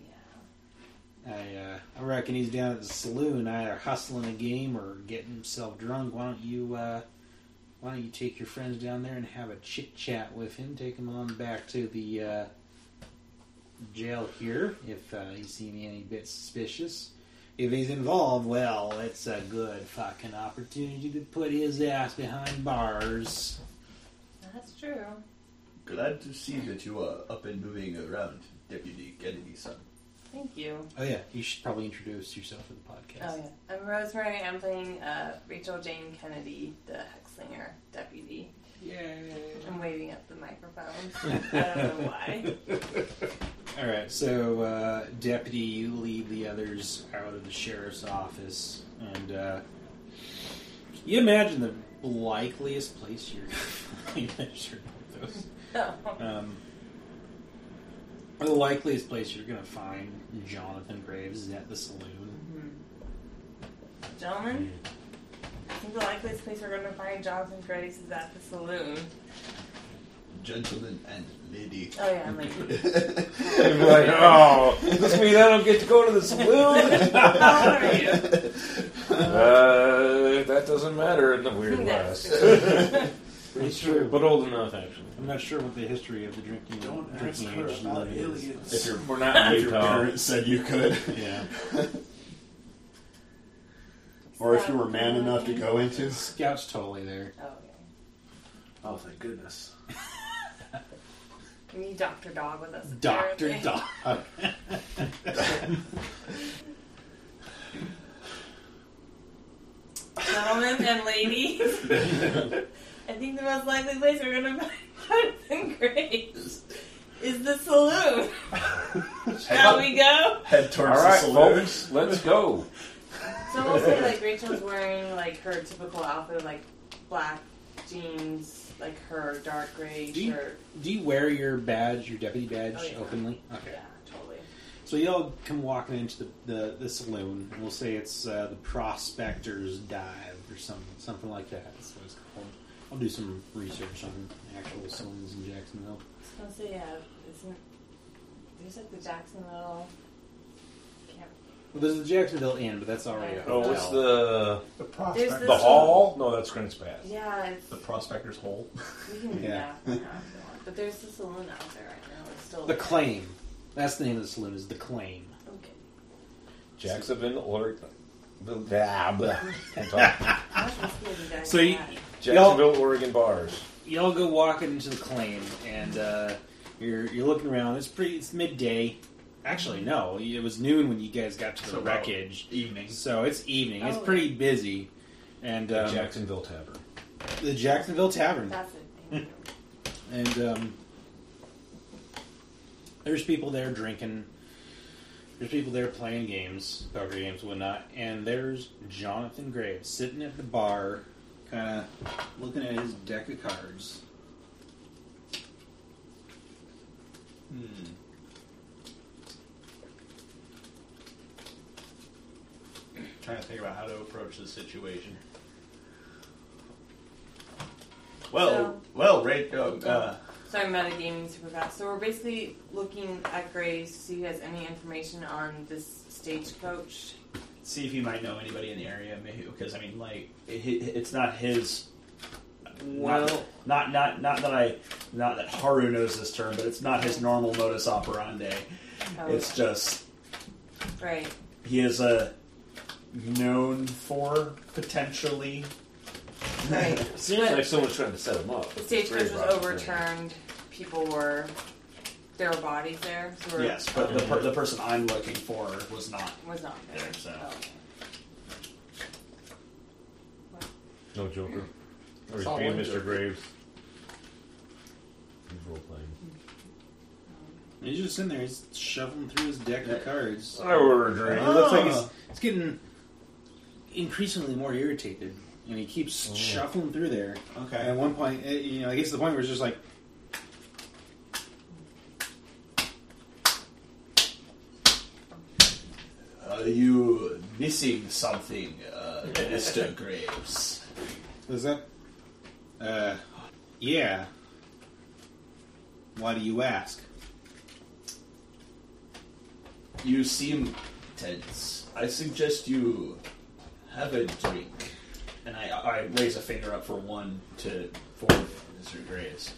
S14: Yeah.
S4: I uh, I reckon he's down at the saloon, either hustling a game or getting himself drunk. Why don't you uh, Why don't you take your friends down there and have a chit chat with him? Take him on back to the uh, jail here if uh, you see me any bit suspicious. If he's involved, well, it's a good fucking opportunity to put his ass behind bars.
S14: That's true.
S6: Glad to see that you are up and moving around, Deputy Kennedy son.
S14: Thank you.
S4: Oh yeah, you should probably introduce yourself to the podcast.
S14: Oh yeah. I'm Rosemary. I'm playing uh, Rachel Jane Kennedy, the Hexlinger deputy. I'm waving at the microphone. I don't know why.
S4: All right, so uh, deputy, you lead the others out of the sheriff's office, and uh, you imagine the likeliest place you're going to find those.
S14: Oh.
S4: Um, the likeliest place you're going to find Jonathan Graves is at the saloon.
S14: Gentlemen, I think the likeliest place we're going to find Jonathan Grace is at the saloon.
S6: Gentleman and lady.
S14: Oh yeah, I'm like,
S1: He'd be like, oh, this means I don't get to go to the saloon.
S14: how old are you?
S1: uh, that doesn't matter in the weird
S14: That's
S1: West.
S14: true.
S4: It's true.
S1: But old enough, actually.
S4: I'm not sure what the history of the drinking
S3: Don't ask
S4: drinking
S3: her
S4: age
S3: about
S4: limit is.
S3: aliens.
S1: you're, we're not in
S6: If your
S1: Utah.
S6: parents said you could,
S4: Yeah,
S6: or if you were man enough to go into.
S4: Scout's totally there.
S14: Oh, okay.
S3: Oh, thank goodness.
S14: We need Doctor Dog with us.
S4: Doctor Uh,
S14: apparently.
S4: Dog.
S14: Gentlemen and ladies, I think the most likely place we're going to find Jonathan Grace is the saloon. Shall we go?
S6: Head towards
S1: All right,
S6: the saloon.
S1: folks, let's go.
S14: So I will say, like, Rachel's wearing, like, her typical outfit, like, black jeans, like, her dark gray
S4: Do you-
S14: shirt.
S4: Do you wear your badge, your deputy badge,
S14: Oh, yeah.
S4: openly? Okay.
S14: Yeah, totally.
S4: So y'all come walking into the, the, the saloon. We'll say it's uh, the Prospectors Dive or some, something like that. That's what it's called. I'll do some research on actual saloons in Jacksonville.
S14: I was gonna say, yeah, isn't, there's, like, the Jacksonville camp.
S4: Well, there's the Jacksonville Inn, but that's already a hotel.
S1: Oh, what's the
S6: The
S14: There's
S6: prospect.
S14: this
S1: the hall? No, that's Grants Pass.
S14: Yeah, it's,
S6: The prospector's hole.
S14: we can do
S4: Yeah.
S14: that for now if you want. But there's the saloon out there right now. It's still
S4: The Claim. That's the name of the saloon, is The Claim.
S14: Okay.
S1: Jacksonville, Or- blah, blah. Can't talk.
S14: I was just giving you guys
S4: So you-
S14: that.
S1: Jacksonville, Oregon bars.
S4: y'all go walking into the claim, and uh, you're you're looking around. It's pretty. It's midday. Actually, no, it was noon when you guys got to the
S5: So, well,
S4: wreckage.
S5: Evening.
S4: So it's evening. it's
S14: Oh,
S4: pretty busy, and um,
S1: Jacksonville Tavern.
S4: the Jacksonville Tavern,
S14: That's it. Thank you.
S4: and um, there's people there drinking. There's people there playing games, poker games, whatnot, and there's Jonathan Graves sitting at the bar, kind of looking at his deck of cards. Hmm.
S5: Trying to think about how to approach the situation.
S6: Well,
S14: So-
S6: well, right. Um, uh,
S14: So I'm metagaming super fast. So we're basically looking at Graves to see if he has any information on this stagecoach.
S5: See if you might know anybody in the area, maybe because I mean, like, it, it- it's not his.
S1: Well-
S5: not, not not not that I not that Haru knows this term, but it's not his normal modus operandi.
S14: Oh,
S5: It's just
S14: right.
S5: He is a known for potentially.
S14: Right.
S1: Seems like someone's trying to set him up.
S14: The stagecoach was overturned. people were there were bodies there. So we're-
S5: Yes, but the, per- the person I'm looking for was not.
S14: was not there.
S5: There, so.
S14: Oh, okay.
S1: No Joker. Or
S3: Saw
S1: being
S3: one
S1: Mr.
S3: Joker.
S1: Graves. He's role playing.
S4: He's just sitting there, he's shuffling through his deck of cards.
S5: Oh.
S1: I order a drink.
S4: He looks like he's, he's getting increasingly more irritated, and he keeps shuffling through there.
S5: Okay.
S4: And Oh. at one point, eh, you know, I guess the point where it's just like,
S6: Are you missing something, uh, Mr. Graves?
S4: is that? Uh, yeah. Why do you ask?
S6: You seem tense. I suggest you have a drink.
S5: And I, I raise a
S6: Uh,
S5: finger up for one to for Mr. Graves.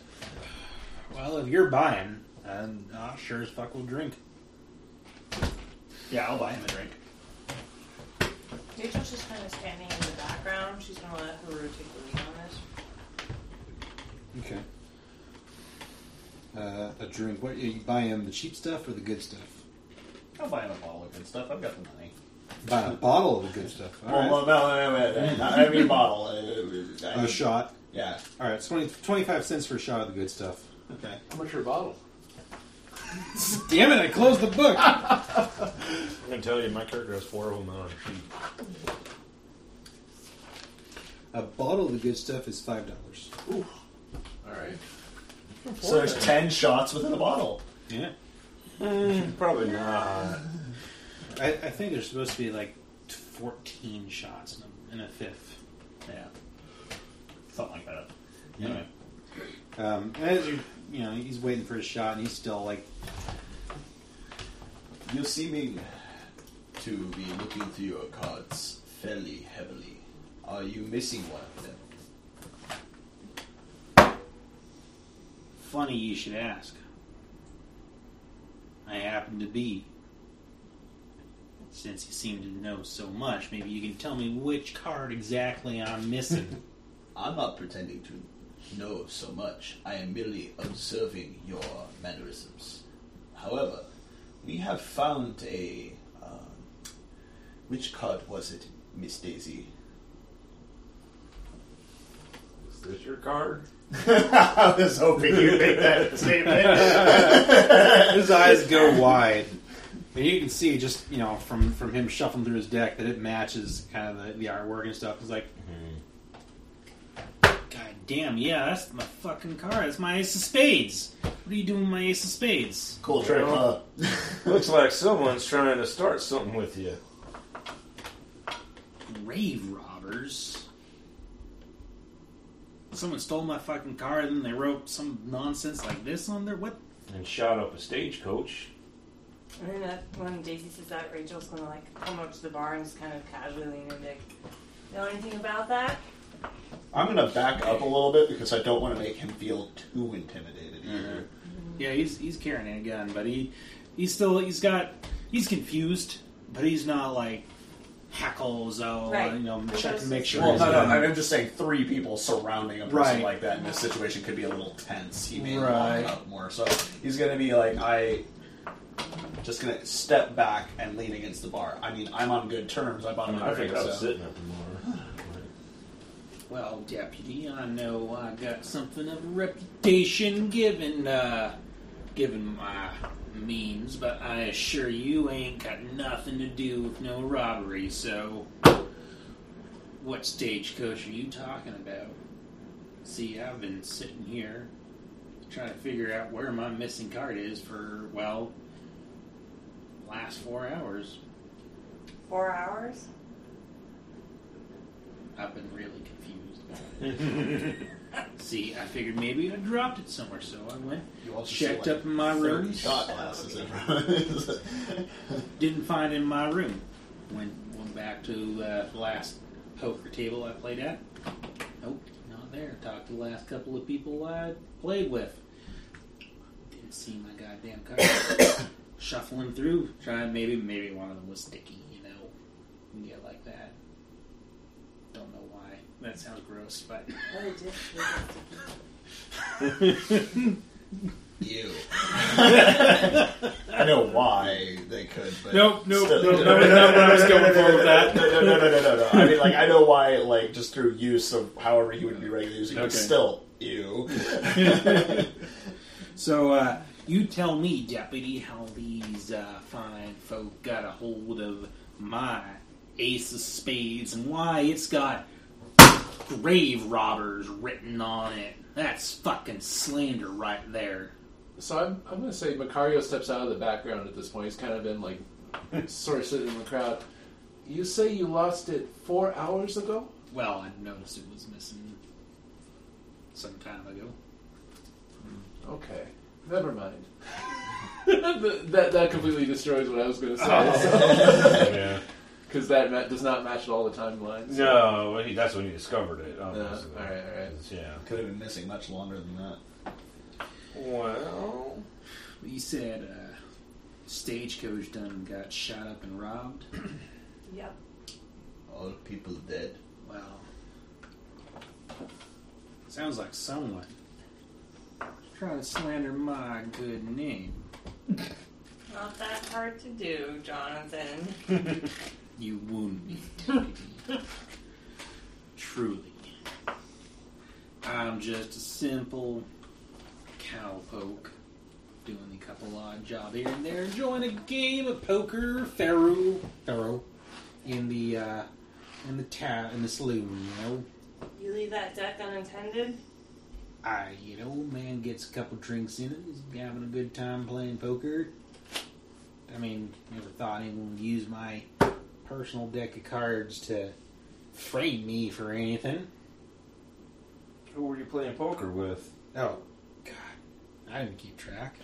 S4: Well, if you're buying, I'm not sure as fuck will drink.
S5: Yeah, I'll buy him a drink.
S14: Rachel's just kind of standing in the background. She's gonna let Haru take the lead on this.
S7: Okay. Uh, a drink. What you buy him the cheap stuff or the good stuff?
S5: I'll buy him a bottle of good stuff. I've got the money.
S7: Buy a bottle of the good stuff. All right.
S5: Well, no, no, no, no, no, I mean bottle. uh, I
S7: A
S5: mean-
S7: shot.
S5: yeah.
S7: All right, it's 20, 25 cents for a shot of the good stuff.
S5: Okay.
S3: How much are a bottle?
S7: Damn it! I closed the book.
S1: I'm gonna tell you, my character has four of them on a sheet.
S7: a bottle of the good stuff is five dollars.
S3: All right.
S5: So there's ten shots within a bottle.
S4: Yeah.
S1: Probably not.
S4: I, I think there's supposed to be like 14 shots in a, in a fifth.
S5: Yeah. Something like that.
S4: Anyway. Um, and as you, you know, he's waiting for his shot, and he's still like,
S6: You seeming to be looking through your cards fairly heavily. Are you missing one of them?
S4: "Funny you should ask. I happen to be. Since you seem to know so much, maybe you can tell me which card exactly I'm missing."
S6: I'm not pretending to know so much. I am merely observing your mannerisms. However, we have found a. Um, which card was it, Miss Daisy?
S1: Is this your card?
S5: I was hoping you'd make that statement.
S4: his eyes go wide, and you can see just you know from from him shuffling through his deck that it matches kind of the, the artwork and stuff. It's like, God damn, yeah, that's my fucking card. That's my ace of spades. What are you doing with my ace of spades?
S5: cool trick, huh?
S1: Looks like someone's trying to start something with you.
S4: Grave robbers. Someone stole my fucking card, and they wrote some nonsense like this on there. What?
S1: And shot up a stagecoach.
S14: And then that, when Daisy says that, Rachel's gonna like come up to the bar and just kind of casually lean in and be like, know anything about that?
S5: I'm gonna back up a little bit because I don't want to make him feel too intimidated
S15: Mm-hmm.
S5: either.
S4: Yeah, he's he's carrying a gun, but he he's still he's got he's confused, but he's not like hackles out,
S14: Right.
S4: you know,
S14: That's
S4: checking
S14: what I
S4: to make
S14: was
S4: sure.
S5: Well,
S4: he's
S5: no, no.
S4: got-
S5: I'm just saying three people surrounding a person
S4: Right.
S5: like that in this situation could be a little tense. He may
S4: Right.
S5: lock up more, so he's gonna be like, I. Just gonna step back and lean against the bar. I mean, I'm on good terms. I bought him
S1: I
S5: a
S1: think
S5: drink,
S1: I'm
S5: so
S1: sitting at the bar.
S4: Well, deputy, I know I got something of a reputation given uh, given my means, but I assure you, ain't got nothing to do with no robbery. So, what stagecoach are you talking about? See, I've been sitting here trying to figure out where my missing card is for well, last four hours.
S14: Four hours?
S4: I've been really confused. See, I figured maybe I dropped it somewhere, so I went,
S5: you also see,
S4: checked
S5: like,
S4: up in my
S5: 30
S4: room,
S5: Shot glasses in front of us.
S4: didn't find it in my room. Went went back to uh, the last poker table I played at. Nope, not there. Talked to the last couple of people I played with. Didn't see my goddamn card. Shuffling through, trying maybe maybe one of them was sticky, you know, and get like that. Don't know why. That sounds gross, but.
S14: Oh, it did.
S6: You. I know why they could, but
S4: Nope, nope,
S6: still.
S4: nope, nope, nope, I was going for with that.
S6: No, no, no, no, no, no, no. I mean, like, I know why, like, just through use of however he would be regularly using, but
S4: Okay.
S6: still, you.
S4: So uh, you tell me, deputy, how these uh, fine folk got a hold of my ace of spades and why it's got grave robbers written on it. That's fucking slander right there.
S3: So I'm, I'm going to say Macario steps out of the background at this point. He's kind of been like sort of sitting in the crowd. You say you lost it four hours ago?
S4: Well, I noticed it was missing some time ago.
S3: Okay, never mind. that that completely destroys what I was going to say
S1: Oh. yeah.
S3: because that ma- does not match at all the timelines.
S1: No, well, he- that's when he discovered it. Obviously.
S3: all right, all right.
S1: Yeah.
S6: Could have been missing much longer than that.
S1: Well,
S4: But you said uh, stagecoach done got shot up and robbed.
S14: Yep.
S6: All people dead.
S4: Well, sounds like someone trying to slander my good name.
S14: Not that hard to do, Jonathan.
S4: You wound me, deputy. Truly, I'm just a simple cowpoke doing a couple odd job here and there, enjoying a game of poker, pharaoh, pharaoh, in the uh, in the town in the saloon, you know.
S14: You leave that deck unattended?
S4: I, you know, man gets a couple drinks in him. He's having a good time playing poker. I mean, never thought anyone would use my personal deck of cards to frame me for anything.
S1: who were you playing poker with?
S4: Oh, God. I didn't keep track.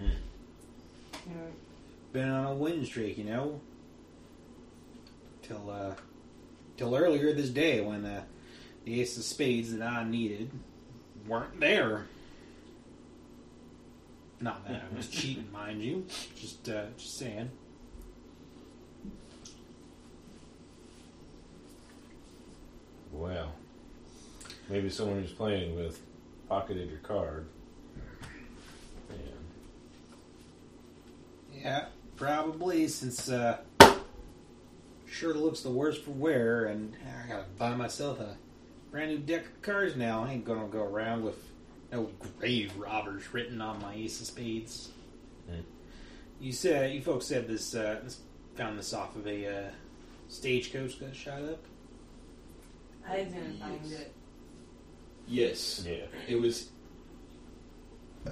S14: Mm-hmm.
S4: Been on a win streak, you know? Till, uh, till earlier this day when, uh, the ace of spades that I needed weren't there. Not that I was cheating, mind you. Just, uh, just saying.
S1: Well, maybe someone who's playing with pocketed your card. And
S4: Yeah, probably since uh sure looks the worse for wear and I gotta buy myself a brand new deck of cards now. I ain't gonna go around with no grave robbers written on my ace of spades.
S1: Hmm.
S4: You said you folks said this uh this, found this off of a uh stagecoach got shot up.
S14: I didn't find
S6: Yes.
S14: it.
S6: Yes,
S1: yeah,
S6: it was.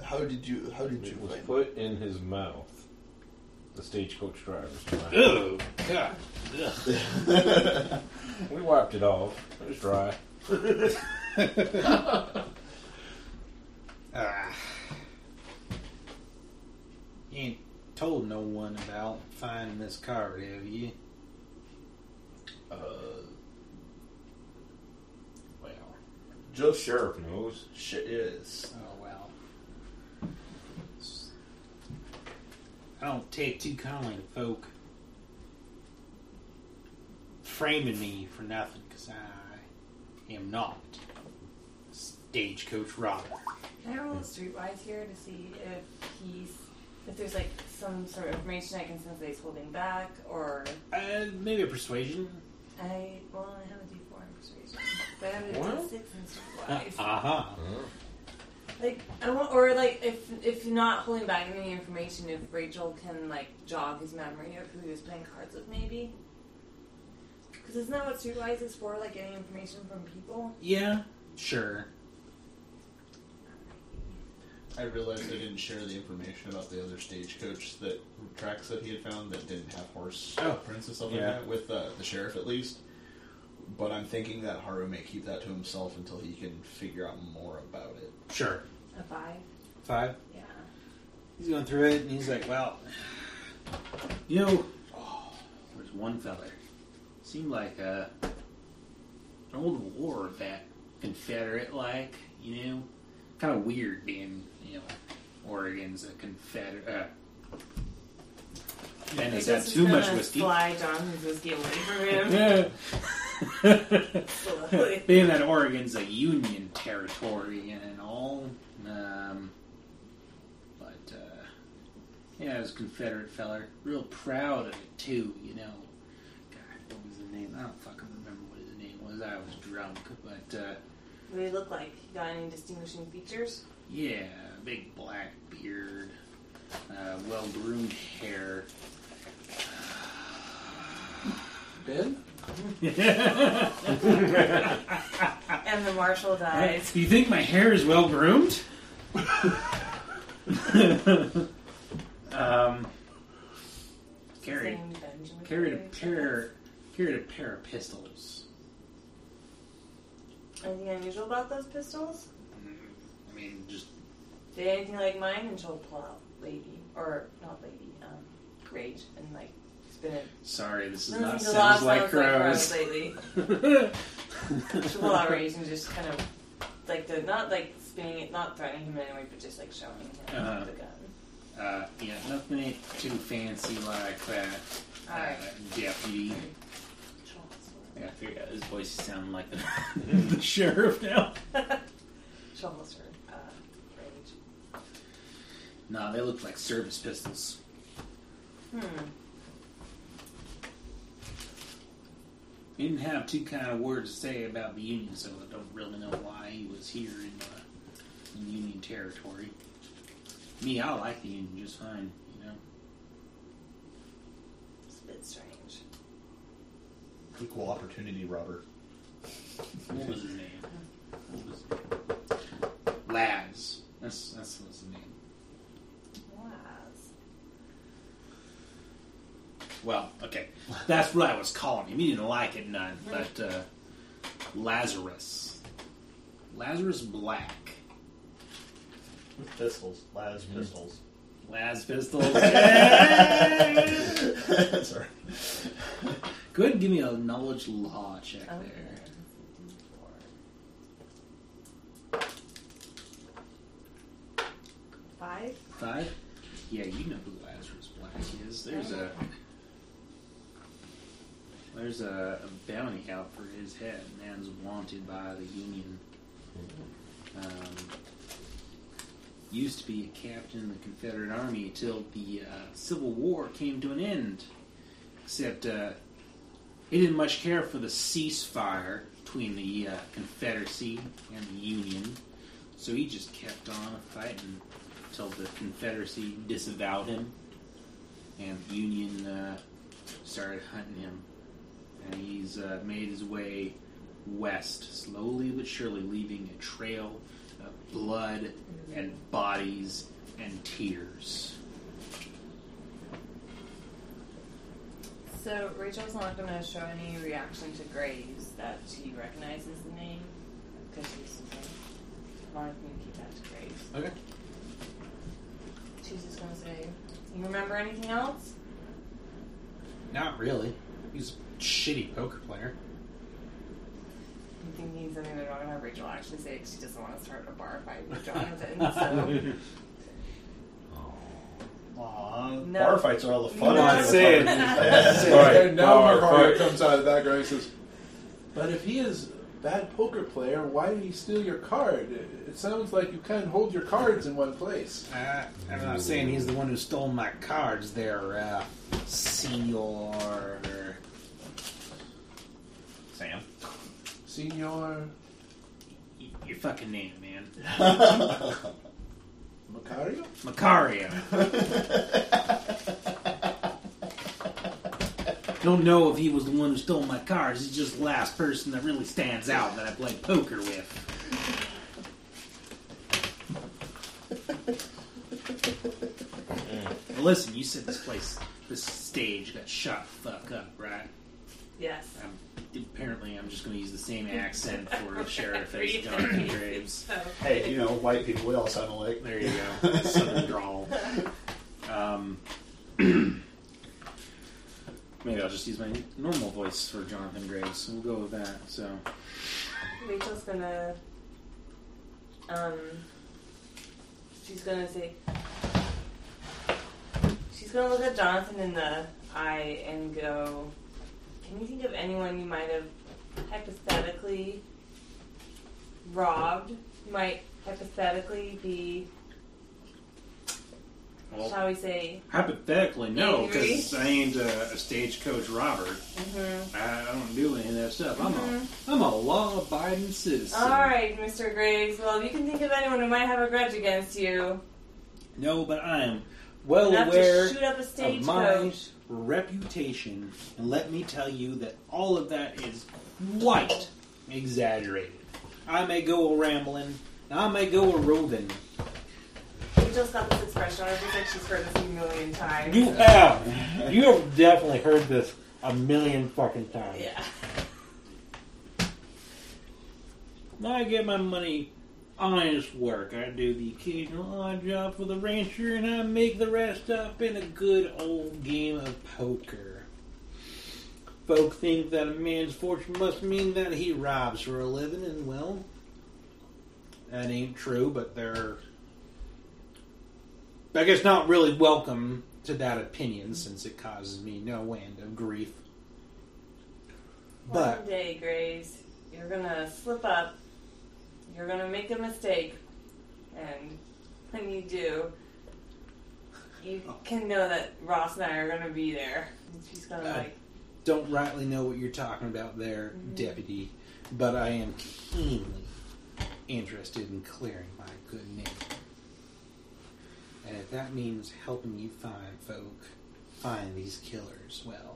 S6: How did you? How did you?
S1: it was
S6: find-
S1: put in his mouth. The stagecoach driver's mouth.
S4: Oh god.
S1: We wiped it off. It was dry.
S4: Ah. You ain't told no one about finding this card, have you?
S6: Uh,
S4: Well,
S6: just
S1: Sheriff knows.
S6: Shit is.
S4: oh well. I don't take too kindly to folk framing me for nothing, because I am not a stagecoach robber.
S14: Can I roll a streetwise here to see if he's if there's like some sort of information I can sense that he's holding back or
S4: Uh, maybe a persuasion.
S14: I well I have a D four in persuasion. But I have a
S1: What?
S14: D six in
S4: Uh
S14: streetwise.
S4: huh.
S14: Like I want, or like if if not holding back any information, if Rachel can like jog his memory of who he was playing cards with, maybe. Because isn't that what Streetwise is for? Like getting information from people.
S4: Yeah, sure.
S6: I realized I didn't share the information about the other stagecoach that tracks that he had found that didn't have horse
S4: Oh,
S6: prints and stuff
S4: yeah.
S6: like that with uh, the sheriff at least. But I'm thinking that Haru may keep that to himself until he can figure out more about it.
S4: Sure.
S14: A five.
S4: Five.
S14: Yeah.
S4: He's going through it, and he's like, "Well, you know, Oh, there's one fella. Seemed like a an old war vet, Confederate, like you know, kind of weird being you know, Oregon's a Confederate." Uh, Ben has had
S14: Rachel's
S4: too
S14: just
S4: much
S14: gonna
S4: whiskey.
S14: Fly Jonathan's whiskey away from him.
S4: Yeah.
S14: Slowly.
S4: Being that Oregon's a Union territory and all, Um, but uh, yeah, it was a Confederate feller, real proud of it too. You know, God, what was the name? I don't fucking remember what his name was. I was drunk, but uh,
S14: What do you look like? You got any distinguishing features?
S4: yeah, big black beard, uh, well groomed hair.
S3: Ben?
S14: And the marshal
S4: Hey,
S14: died.
S4: you think my hair is well groomed? um, carried
S14: Same Benjamin
S4: carried a
S14: Harry
S4: pair carried a pair of pistols.
S14: Jenkins. Anything unusual about those pistols?
S4: I mean, just
S14: Did anything like mine? And she'll pull out lady or not lady, um, rage and like spin it.
S4: sorry, this is
S14: Nothing
S4: not
S14: to
S4: sounds
S14: law
S4: like
S14: sounds
S4: crows.
S14: like lately. She'll pull out rage and just kind of like the not like spinning it, not threatening him in any way, but just like showing him
S4: Uh-huh.
S14: the gun.
S4: uh, yeah, nothing too fancy like that.
S14: All right.
S4: Uh, deputy.
S14: She'll hold
S4: Yeah, I figured out his voice sounded like the, the sheriff now.
S14: her. she'll hold her uh, rage.
S4: No, they look like service pistols.
S14: Hmm.
S4: He didn't have too kind of words to say about the Union, so I don't really know why he was here in, uh, in Union territory. Me, I like the Union just fine, you know.
S14: It's a bit strange.
S6: Equal opportunity robber.
S4: What was his name? What was Laz. That's that's what's his name.
S14: Wise.
S4: Well, okay, that's what I was calling him. He didn't like it none, but uh, Lazarus, Lazarus Black,
S6: With pistols. Laz
S4: Mhm.
S6: pistols.
S4: Laz pistols.
S6: Sorry.
S4: Go ahead and give me a knowledge law check
S14: Okay.
S4: there.
S14: Five.
S4: Five? Yeah, you know who Lazarus Black is. There's a there's a, a bounty out for his head. Man's wanted by the Union. Um, used to be a captain in the Confederate Army till the uh, Civil War came to an end. Except uh, he didn't much care for the ceasefire between the uh, Confederacy and the Union, so he just kept on fighting till the Confederacy disavowed him, and the Union uh, started hunting him. And he's uh, made his way west, slowly but surely, leaving a trail of blood and bodies and tears.
S14: So Rachel's not going to show any reaction to Graves that she recognizes the name because she's okay. I wanted me to keep that to Graves.
S7: Okay.
S14: She's just going to say, "You remember anything else?"
S7: Not really. He's a shitty poker player.
S14: I'm thinking something that I don't have Rachel actually say. 'cause She doesn't want to start a bar fight with Jonathan.
S6: Aw,
S14: No.
S6: bar fights are all the fun.
S14: No.
S6: ones
S14: Not
S6: in
S1: saying.
S6: the
S14: Not
S6: party.
S3: saying.
S1: Alright,
S3: And now my
S1: alright,
S3: heart
S1: alright.
S3: comes out of that guy and says, But if he is a bad poker player, why did he steal your card? It it sounds like you can't hold your cards in one place.
S7: Uh, I'm not saying he's the one who stole my cards there, uh, senor.
S6: Sam.
S3: Senor
S4: Y- Your fucking name, man.
S3: Macario?
S4: Macario. Don't know if he was the one who stole my cards. He's just the last person that really stands out that I played poker with. Now listen, you said this place, this stage got shot the fuck up, right?
S14: yes.
S4: I'm, apparently, I'm just going to use the same accent for the sheriff as
S14: Read
S4: Jonathan
S14: it.
S4: Graves.
S14: So
S6: hey, you know, white people, we all sound alike.
S4: There you go. Southern drawl. Um, maybe I'll just use my normal voice for Jonathan Graves. We'll go with that. So,
S14: Rachel's gonna, um, she's gonna say, she's gonna look at Jonathan in the eye and go, "Can you think of anyone you might have hypothetically robbed? You might hypothetically be,
S4: Well,
S14: shall we say,
S4: hypothetically, no,
S14: Angry?
S4: because I ain't a, a stagecoach robber.
S14: mhm.
S4: I, I don't do any of that stuff. I'm a I'm a law-abiding citizen.
S14: Mm-hmm. all right, Mr. Graves. Well, if you can think of anyone who might have a grudge against you,
S4: No, but I am well
S14: enough
S4: aware.
S14: to shoot up a
S4: of my
S14: stagecoach.
S4: reputation, and let me tell you that all of that is quite exaggerated. I may go a rambling, and I may go a roving.
S14: Rachel's got this expression on her face like she's heard this a million times.
S16: You have. You have definitely heard this a million fucking times.
S14: Yeah.
S4: I get my money honest work. I do the occasional odd job for the rancher, and I make the rest up in a good old game of poker. Folk think that a man's fortune must mean that he robs for a living, and well, that ain't true, but they're. I guess not really welcome to that opinion since it causes me no end of grief. But
S14: One day, Graves, you're gonna slip up. You're gonna make a mistake, and when you do, you can know that Ross and I are gonna be there. And she's gonna
S4: Uh,
S14: like,
S4: don't rightly know what you're talking about there,
S14: Mm-hmm.
S4: deputy, but I am keenly interested in clearing my good name. And if that means helping you find folk, find these killers, well,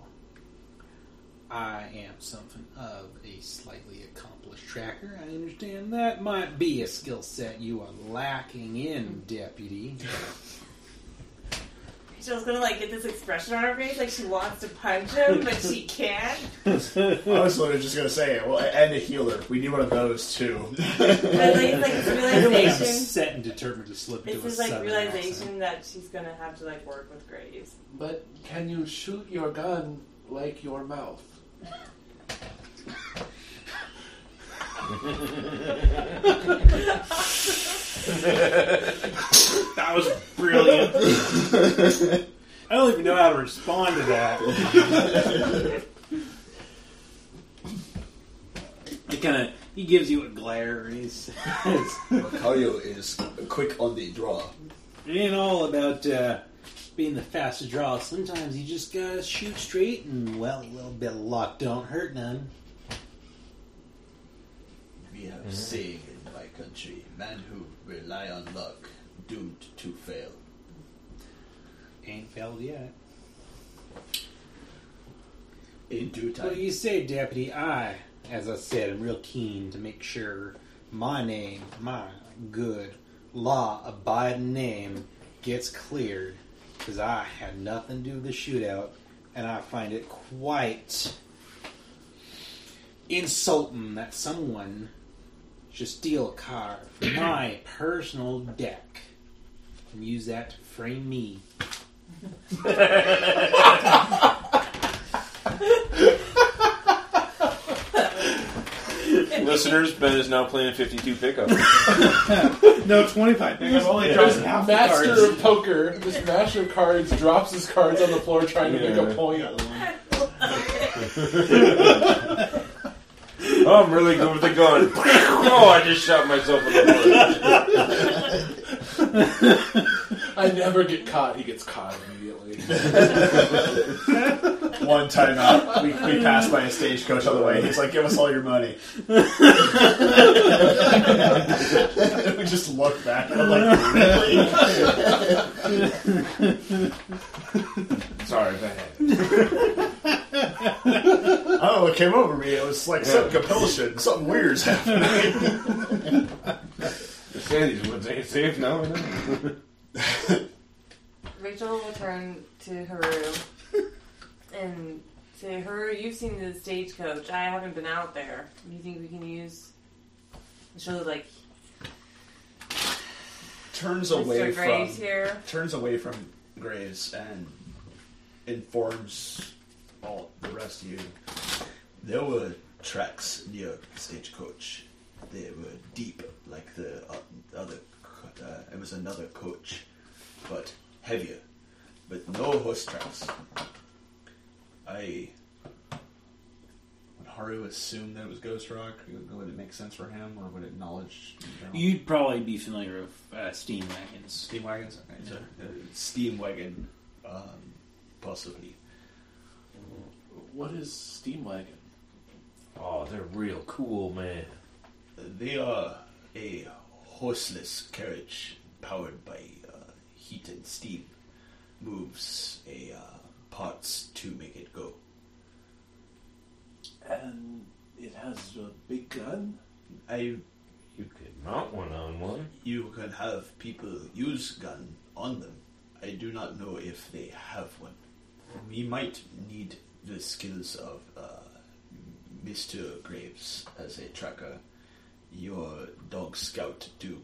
S4: I am something of a slightly accomplished tracker. I understand that might be a skill set you are lacking in,
S14: Mm.
S4: deputy.
S14: Rachel's gonna like get this expression on her face, like she wants to punch him, but she can't.
S5: I was literally just gonna say, well, and a healer. We need one of those too.
S14: But like, it's like this realization.
S4: set and determined to slip
S14: It's
S4: into a
S14: this like
S4: southern accent.
S14: realization that she's gonna have to like work with Graves.
S3: But can you shoot your gun like your mouth?
S4: That was brilliant. I don't even know how to respond to that. It kind of he gives you a glare. and He's
S6: Macario is quick on the draw.
S4: it ain't all about uh, being the fast to draw. Sometimes you just gotta shoot straight, and well, a little bit of luck don't hurt none.
S6: We
S5: Mm-hmm.
S6: have saved in my country men who rely on luck, doomed to fail.
S4: Ain't failed yet.
S6: In due
S4: What do
S6: time,
S4: you say, Deputy? I, as I said, am real keen to make sure my name, my good, law abiding name, gets cleared. Because I had nothing to do with the shootout, and I find it quite insulting that someone should steal a car from my personal deck and use that to frame me.
S1: Listeners, Ben is now playing 52 pickup.
S4: No, 25
S5: I've only drawn half the cards.
S3: Master of poker, this master of cards drops his cards on the floor trying to make
S1: Yeah.
S3: a point.
S1: Oh, I'm really good with the gun. oh, I just shot myself in the foot.
S3: I never get caught. He gets caught immediately.
S5: One time out, we, we passed by a stagecoach on the way. He's like, "Give us all your money." we just look back and I'm like, "Really?"
S1: Sorry, Ben.
S5: I don't know
S15: Oh,
S5: what came over me. It was like some compulsion, something weird's happening.
S1: They say these woods ain't safe now. are they?
S14: Rachel will turn to Haru and say, Haru, you've seen the stagecoach. I haven't been out there. You think we can use. And She'll like,
S5: Turns away
S14: Mr. Graves
S5: from
S14: here.
S5: turns away from Graves and informs all the rest of you.
S6: there were tracks near stagecoach. They were deep, like the o- other. co- Uh, it was another coach, but heavier, with no horse tracks. I. Haru assume that it was Ghost Rock? Would it make sense for him, or would it knowledge? general?
S4: You'd probably be familiar with uh, steam wagons.
S6: steam wagons. Okay, so uh, steam wagon um, possibly.
S3: What is steam wagon?
S1: Oh, they're real cool, man.
S6: They are a horseless carriage powered by uh, heat and steam. Moves a uh, parts to make it go.
S3: And it has a big gun.
S6: I
S1: You could mount one on one.
S6: you can have people use gun on them. I do not know if they have one. We might need the skills of uh, Mr. Graves as a tracker, your dog scout, do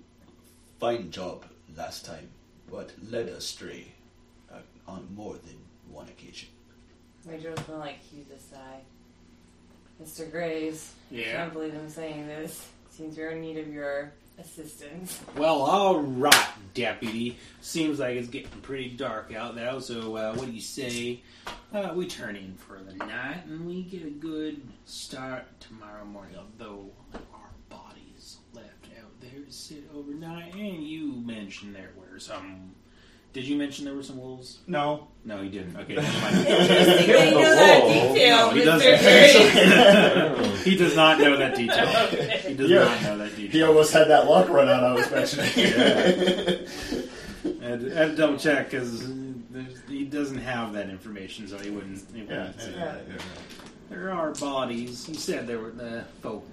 S6: fine job last time, but led astray uh, on more than one occasion.
S14: Rachel's gonna like hew this sigh. Mr. Graves, I
S4: Yeah.
S14: can't believe I'm saying this. Seems you're in need of your assistance.
S4: Well, all right, deputy. Seems like it's getting pretty dark out there. So, uh, what do you say? Uh, we turn in for the night and we get a good start tomorrow morning. Although our bodies left out there to sit overnight, and you mentioned there were some. Did you mention there were some wolves?
S6: No.
S4: No, you didn't. Okay, never mind.
S14: Interesting that you know that
S1: Whoa.
S14: detail,
S4: No, he
S14: Mr.
S4: doesn't.
S14: Graves.
S4: he does not know that detail. He does
S6: Yeah.
S4: not know that detail.
S6: almost had that luck run out I was mentioning.
S4: I had to, I had to double check because he doesn't have that information, so he wouldn't. He wouldn't say that. There are bodies. You said there were the folk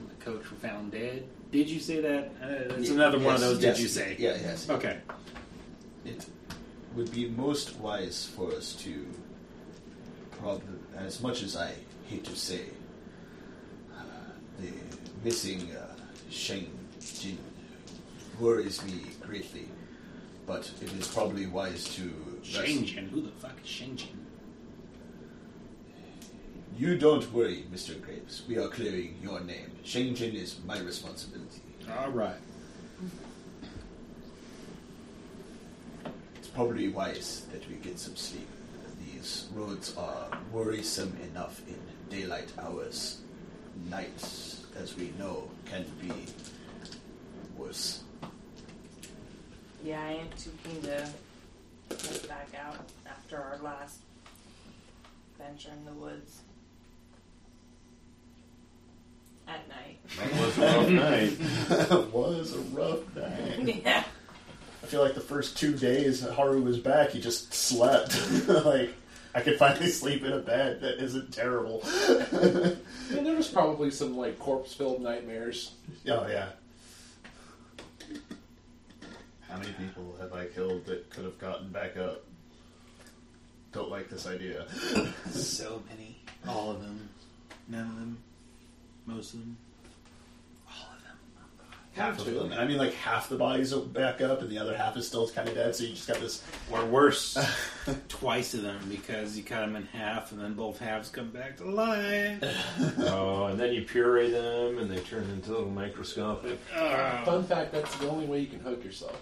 S4: and the coach were found dead. Did you say that? Uh, it's another one of
S6: Yes,
S4: those.
S6: yes.
S4: Did you say?
S6: Yeah, yes.
S4: Okay.
S6: It would be most wise for us to, prob- as much as I hate to say, uh, the missing uh, Shang Jin worries me greatly, but it is probably wise to. rest-
S4: Shenzhen. Who the fuck is Shenzhen?
S6: You don't worry, Mr. Graves. We are clearing your name. Shang Jin is my responsibility.
S4: All right.
S6: It's probably wise that we get some sleep. These roads are worrisome enough in daylight hours. Nights, as we know, can be worse.
S14: Yeah, I ain't too keen to get back out after our last venture in the woods. At night.
S1: That was a rough night.
S15: That was a rough night.
S14: yeah.
S15: I feel like the first two days that Haru was back, he just slept. like, I could finally sleep in a bed that isn't terrible. oh,
S3: I mean, there was probably some like corpse-filled nightmares.
S15: Oh, yeah. How many people have I killed that could have gotten back up? Don't like this idea.
S4: So many. All of them. None of them. Most of them. All of them.
S15: Half of them. And I mean, like, half the bodies are back up, and the other half is still kind of dead, so you just got this.
S4: Or worse, twice of them because you cut them in half and then both halves come back to life.
S1: Oh, and then you puree them, and they turn into little microscopic.
S4: Ah.
S3: Fun fact: that's the only way you can hook yourself.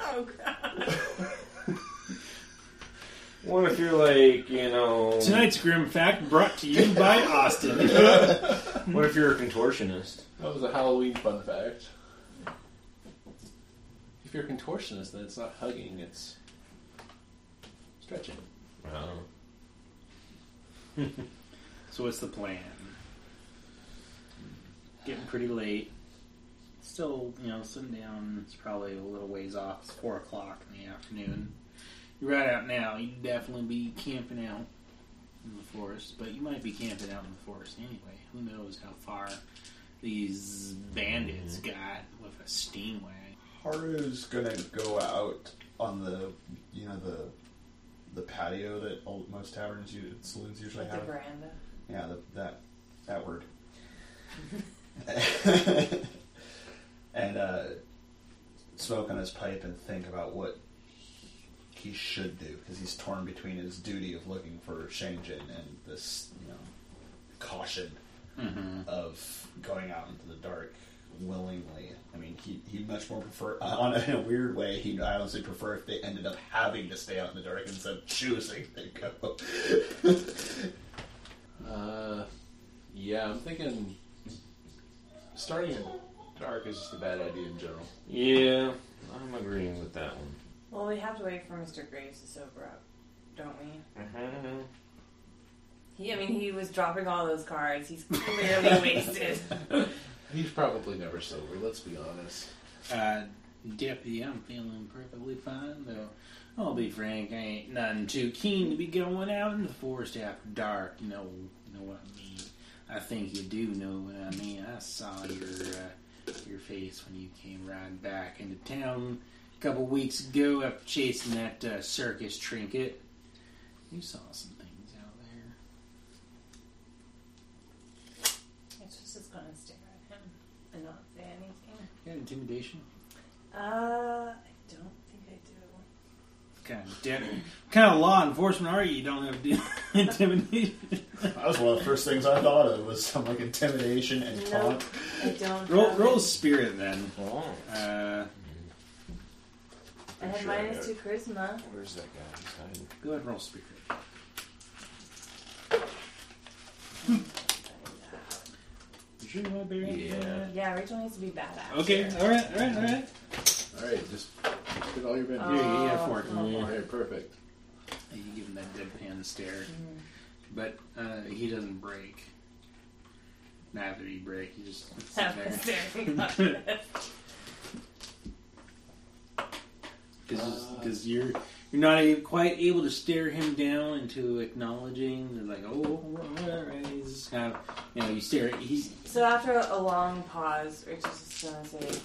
S14: Oh god.
S1: What if you're like, you know,
S4: Tonight's grim fact brought to you by Austin.
S1: what if you're a contortionist?
S3: That was a Halloween fun fact. If you're a contortionist, then it's not hugging; it's stretching.
S1: Wow.
S4: so what's the plan? Getting pretty late. Still, you know, sundown is probably a little ways off. It's four o'clock in the afternoon. You're right out now. You'd definitely be camping out in the forest, but you might be camping out in the forest anyway. Who knows how far these bandits got with a steam wagon?
S6: Haru's gonna go out on the, you know, the the patio that old, most taverns, u- saloons usually
S14: At the veranda.
S6: Yeah, the, that that word. and uh, smoke on his pipe and think about what he should do because he's torn between his duty of looking for Shenzhen and this, you know, caution of going out into the dark willingly. I mean, he he much more prefer uh, on in a weird way. He I honestly prefer if they ended up having to stay out in the dark instead of choosing to go.
S3: Uh, starting in dark is just a bad idea in general.
S1: Yeah, I'm agreeing with that one.
S14: Well, we have to wait for Mr. Graves to sober up, don't we? He, I mean, he was dropping all those cards. He's clearly wasted.
S3: He's probably never sober. Let's be honest.
S4: Uh, Deputy, I'm feeling perfectly fine, though. I'll be frank, I ain't none too keen to be going out in the forest after dark. You know, you know what I mean. I think you do know what I mean. I saw your uh, your face when you came riding back into town a couple weeks ago after chasing that uh, circus trinket. You saw some things out there.
S14: It's just it's gonna stare at him and not say anything.
S4: You got intimidation?
S14: Uh, I don't think I do.
S4: What kind of, dep- what kind of law enforcement are you? You don't have to intimidation.
S15: That was one of the first things I thought of was some like intimidation and
S14: No.
S15: taunt.
S14: I don't.
S4: Roll,
S14: have
S4: roll
S14: it.
S4: spirit then.
S1: Oh,
S4: Uh,
S14: I had
S1: sure I
S14: minus
S1: got
S14: two charisma.
S1: where's that guy? He's hiding.
S4: go ahead and roll spirit. You sure you want to be right?
S3: Yeah.
S14: Yeah, Rachel needs to be badass.
S4: Okay,
S14: here.
S4: alright, alright, alright.
S3: All right, just get all your
S14: Oh,
S3: benefits.
S4: Here, you have four.
S14: come
S3: All
S14: on.
S3: right, perfect.
S4: You give him that deadpan stare.
S14: Mm-hmm.
S4: But uh, he doesn't break. Neither he break. He just sits
S14: Have a
S4: there.
S14: staring contest.
S4: Because you're you're not even quite able to stare him down into acknowledging that like oh alright he's just kind of you know you stare at- he's
S14: So after a long pause, Rachel's just gonna say,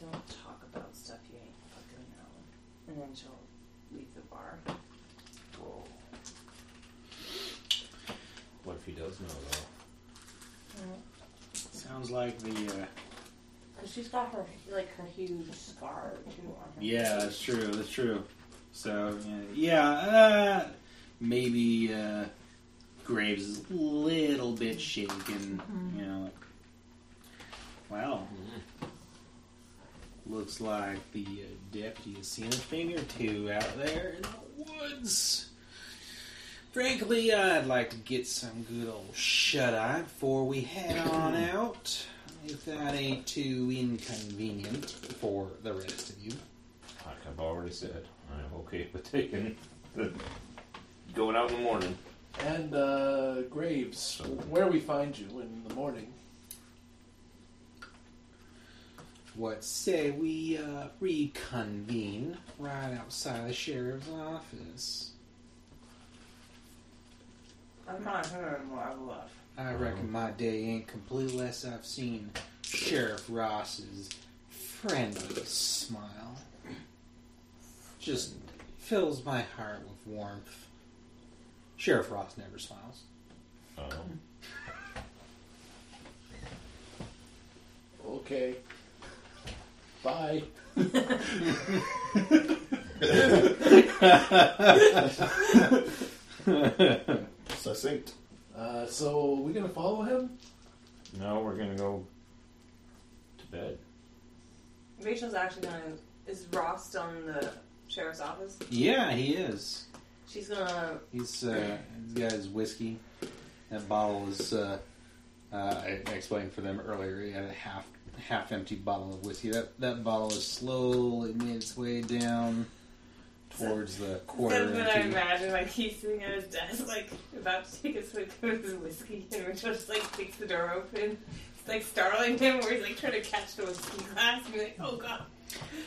S14: "Don't talk about stuff you ain't fucking know," and then she'll leave the bar.
S1: Whoa. What if he does know though?
S4: sounds like the uh,
S14: Cause she's got her like her huge scar too on her.
S4: yeah that's true that's true so yeah, yeah uh, maybe uh, Graves is a little bit shaken you know like wow looks like the uh, deputy has seen a thing or two out there in the woods. Frankly, I'd like to get some good old shut eye before we head on out, if that ain't too inconvenient for the rest of you.
S1: Like I've already said, I'm okay with taking the going out in the morning.
S3: And uh, Graves, where we find you in the morning?
S4: What say we uh, reconvene right outside the sheriff's office?
S14: I'm not her anymore. I've left.
S4: I reckon my day ain't complete unless I've seen Sheriff Ross's friendly smile. Just fills my heart with warmth. Sheriff Ross never smiles.
S1: Um,
S3: Okay. Bye.
S15: Succinct.
S3: Uh, so we gonna follow him?
S1: no, we're gonna go to bed.
S14: Rachel's actually gonna is Ross still in the sheriff's office?
S4: Yeah, he is.
S14: She's gonna
S4: He's, uh, he's got his whiskey. That bottle is. Uh, uh, I I explained for them earlier. He had a half half empty bottle of whiskey. That that bottle is slowly made its way down towards the quarter.
S14: That's what I
S4: empty.
S14: imagine. Like he's sitting at his desk, like about to take a swig of his whiskey, and Rachel just like kicks the door open. It's like startling him, where he's like trying to catch the whiskey glass, and be like, "Oh god."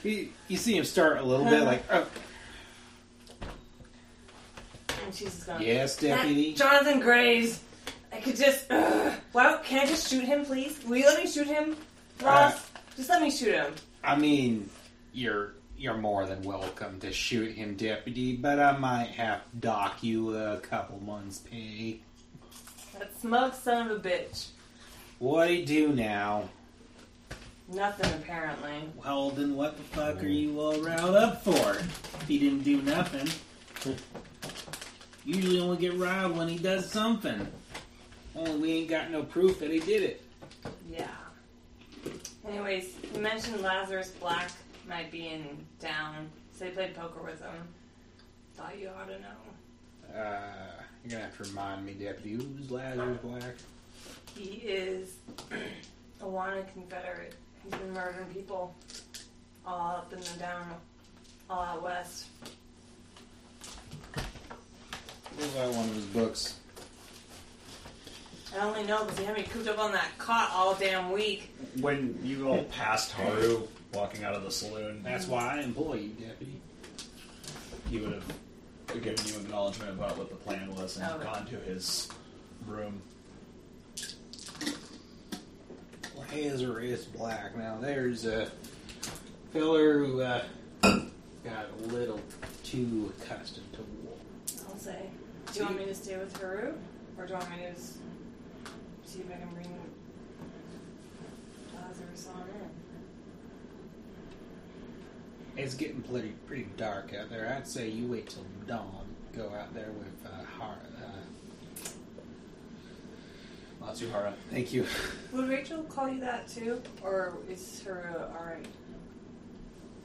S4: You, you see him start a little bit like, oh,
S14: And she's just gone.
S4: yes,
S14: "That
S4: deputy.
S14: Jonathan Graves. I could just. Ugh. Wow, can I just shoot him, please? Will you let me shoot him, Ross? just let me shoot him.
S4: I mean, you're you're more than welcome to shoot him, deputy. But I might have to dock you a couple months' pay.
S14: That smug son of a bitch.
S4: What do you do now?
S14: Nothing apparently.
S4: Well, then what the fuck are you all riled up for? If he didn't do nothing. Usually only get riled when he does something. Only we ain't got no proof that he did it.
S14: Yeah. Anyways, you mentioned Lazarus Black might be in town, so they played poker with him. Thought you ought to know.
S4: Uh, you're gonna have to remind me, deputy. Who's Lazarus Black?
S14: He is a wanted Confederate. He's been murdering people all up and down, all out west.
S4: Was that one of his books?
S14: I only know because he had me cooped up on that cot all damn week.
S5: When you all passed Haru walking out of the saloon,
S4: That's why I employ you, deputy.
S5: he would have given you acknowledgement about what the plan was and
S14: Oh, okay.
S5: gone to his room.
S4: Well, Hazer is black. Now, there's a feller who uh, got a little too accustomed to war.
S14: I'll say, do you want me to stay with Haru, or do you want me to just see if I can bring Lazarus on in?
S4: It's getting pretty, pretty dark out there. I'd say you wait till dawn. Go out there with uh, Har. Uh,
S5: Matsuhara.
S4: thank you.
S14: Would Rachel call you that too, or is uh, Haru alright?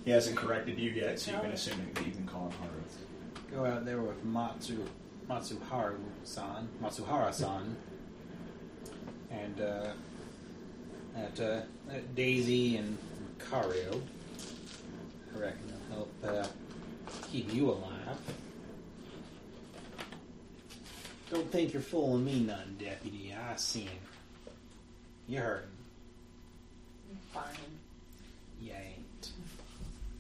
S5: He hasn't corrected you yet, so you can
S14: No.
S5: assume that you can call him Haru.
S4: Go out there with Matsu Matsuharu-san, Matsuhara-san, and uh, at, uh, at Daisy and Macario. I reckon they'll help uh, keep you alive. Don't think you're fooling me, none, deputy. I seen. You heard.
S14: Fine.
S4: You ain't.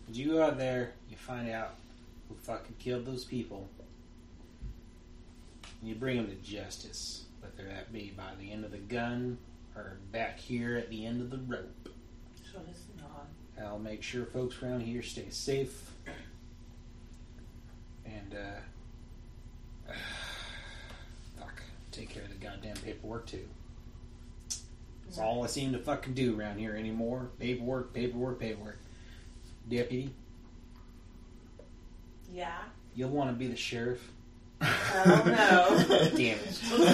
S4: But you go out there, you find out who fucking killed those people, and you bring them to justice, whether that be by the end of the gun or back here at the end of the rope.
S14: She'll just nod.
S4: I'll make sure folks around here stay safe. And, uh. Fuck. Take care of the goddamn paperwork, too. It's all I seem to fucking do around here anymore. Paperwork, paperwork, paperwork. Deputy,
S14: Yeah.
S4: you'll want to be the sheriff.
S14: Oh no.
S4: Damn it.
S14: We'll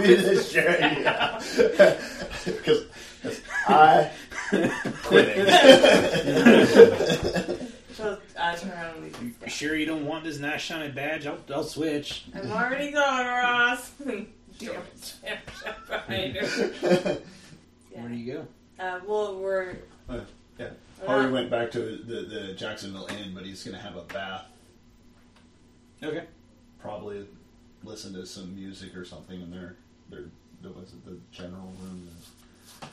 S6: Maybe this year, yeah. Because I quitting.
S14: She'll uh, turn around and leave.
S4: You sure you don't want this nice shiny badge? I'll, I'll switch.
S14: I'm already gone, Ross. Damn it. Damn it, behind her.
S4: Where do
S14: Yeah.
S4: you go?
S14: Uh, well, we're.
S15: Uh, yeah.
S14: we're
S15: Haru
S14: not-
S15: went back to the, the Jacksonville Inn, but he's going to have a bath.
S4: Okay.
S15: Probably listen to some music or something in their their the, was it the general room. The,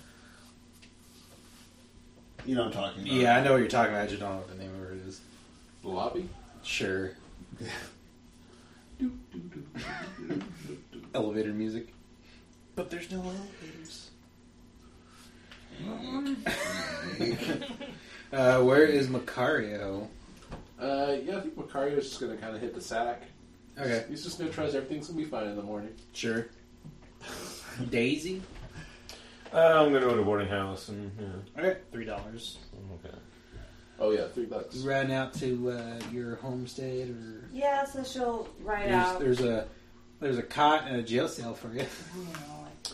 S15: you know what I'm talking about.
S4: Yeah, I know what you're talking about. I just don't know what the name of it is.
S3: The lobby?
S4: Sure. Elevator music. But there's no elevators. uh, where is Macario?
S3: Uh, yeah, I think Macario's just gonna kind of hit the sack.
S4: Okay,
S3: He's just neutralized. Everything's gonna be fine in the morning.
S4: sure. Daisy?
S1: Uh, I'm gonna go to boarding house and yeah,
S4: Okay. Three dollars.
S1: I'm okay.
S3: Oh yeah, three bucks.
S4: You riding out to uh, your homestead or
S14: Yeah, so she'll ride
S4: there's,
S14: out.
S4: there's a there's a cot and a jail cell for you.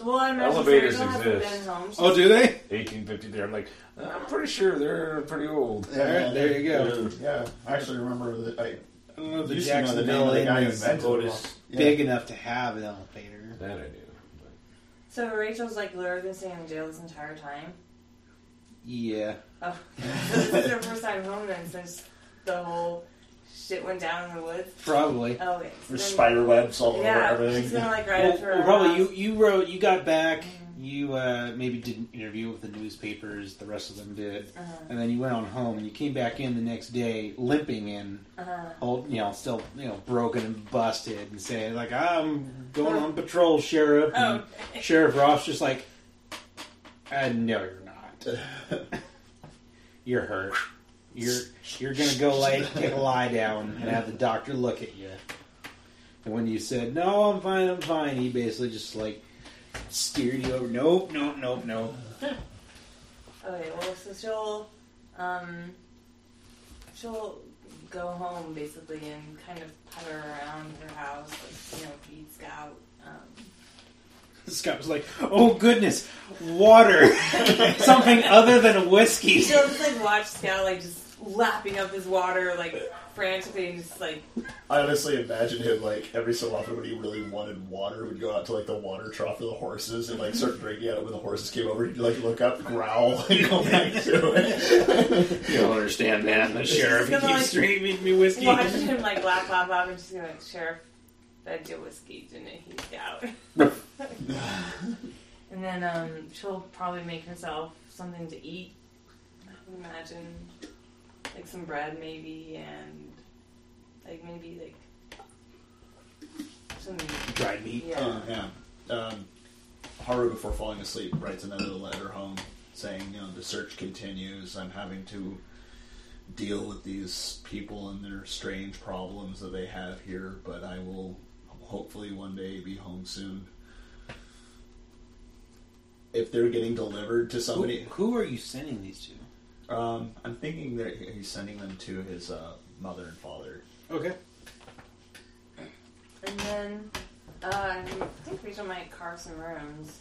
S14: Well, I'm not
S1: Elevators
S14: sure. She'll
S1: exist. Oh,
S14: Been home. She's-
S4: do they?
S1: 1853. I'm like, I'm pretty sure they're pretty old.
S4: Alright, there you go.
S6: Yeah, I actually remember that. I
S4: I don't know if the
S6: used to know the name
S4: Jacksonville
S6: of the
S4: Inn
S6: guy who
S4: is
S6: invented
S1: Otis.
S6: it.
S4: big enough to have an elevator.
S1: That I do. But
S14: So Rachel's like literally been staying in jail this entire time.
S4: Yeah.
S14: Oh, this is her first time home then since the whole shit went down in the woods.
S4: Probably.
S14: Oh, okay. So
S6: There's
S14: then-
S6: spider webs all
S14: Yeah,
S6: over
S14: she's
S6: everything.
S14: gonna like ride
S4: Well,
S14: up to her.
S4: well, probably
S14: house.
S4: you. You wrote. You got back. You uh, maybe did an interview with the newspapers. The rest of them did,
S14: Uh-huh.
S4: and then you went on home. And you came back in the next day, limping and
S14: Uh-huh.
S4: old, you know, still you know, broken and busted, and saying like, "I'm going on patrol, sheriff." And
S14: Oh,
S4: Sheriff Ross just like, uh, "No, you're not. You're hurt. You're you're gonna go lay take a lie down and have the doctor look at you." And when you said, "No, I'm fine, I'm fine," he basically just like steered you over. Nope, nope, nope, nope.
S14: Okay, well, so she'll, um, she'll go home basically and kind of putter around her house, like, you know, feed Scout. Um,
S4: Scott was like, "Oh goodness, water, something other than whiskey."
S14: she'll just like watch Scout like just lapping up his water, like frantically just like
S15: I honestly imagine him like every so often when he really wanted water, would go out to like the water trough for the horses and like start drinking at it when the horses came over. He'd like look up, growl, and go back to it.
S17: You don't understand, man. The sheriff he
S14: gonna,
S17: keeps
S14: like,
S17: streaming me whiskey.
S14: watching him like laugh, laugh, laugh, and just be like, Sheriff, that deal was skeeved and he's out. and then um, she'll probably make herself something to eat. I would imagine, like some bread maybe, and like maybe like some
S7: Dried meat.
S14: yeah.
S6: Uh, yeah. Um, Haru, before falling asleep, writes another letter home saying, you know, the search continues. I'm having to deal with these people and their strange problems that they have here, but I will hopefully one day be home soon. If they're getting delivered to
S4: Who,
S6: somebody,
S4: who are you sending these to?
S6: um, I'm thinking that he's sending them to his uh, mother and father.
S7: Okay.
S14: And then uh, I think Rachel might carve some rooms.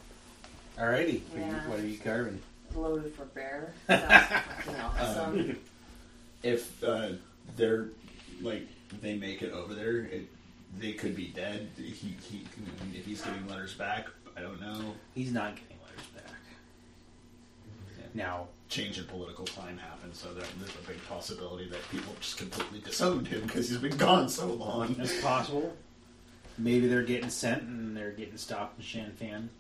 S7: Alrighty. What are you-
S14: Yeah.
S7: What are you carving?
S14: Loaded for bear. That's fucking
S7: Uh.
S14: awesome.
S6: if uh, they're like they make it over there, it, they could be dead. He, he I mean, if he's getting letters back, I don't know.
S4: He's not getting letters back. Now,
S6: Change in political time happened, so there, there's a big possibility that people just completely disowned him because he's been gone so long.
S4: it's possible. Maybe they're getting sent and they're getting stopped in Shan Fan.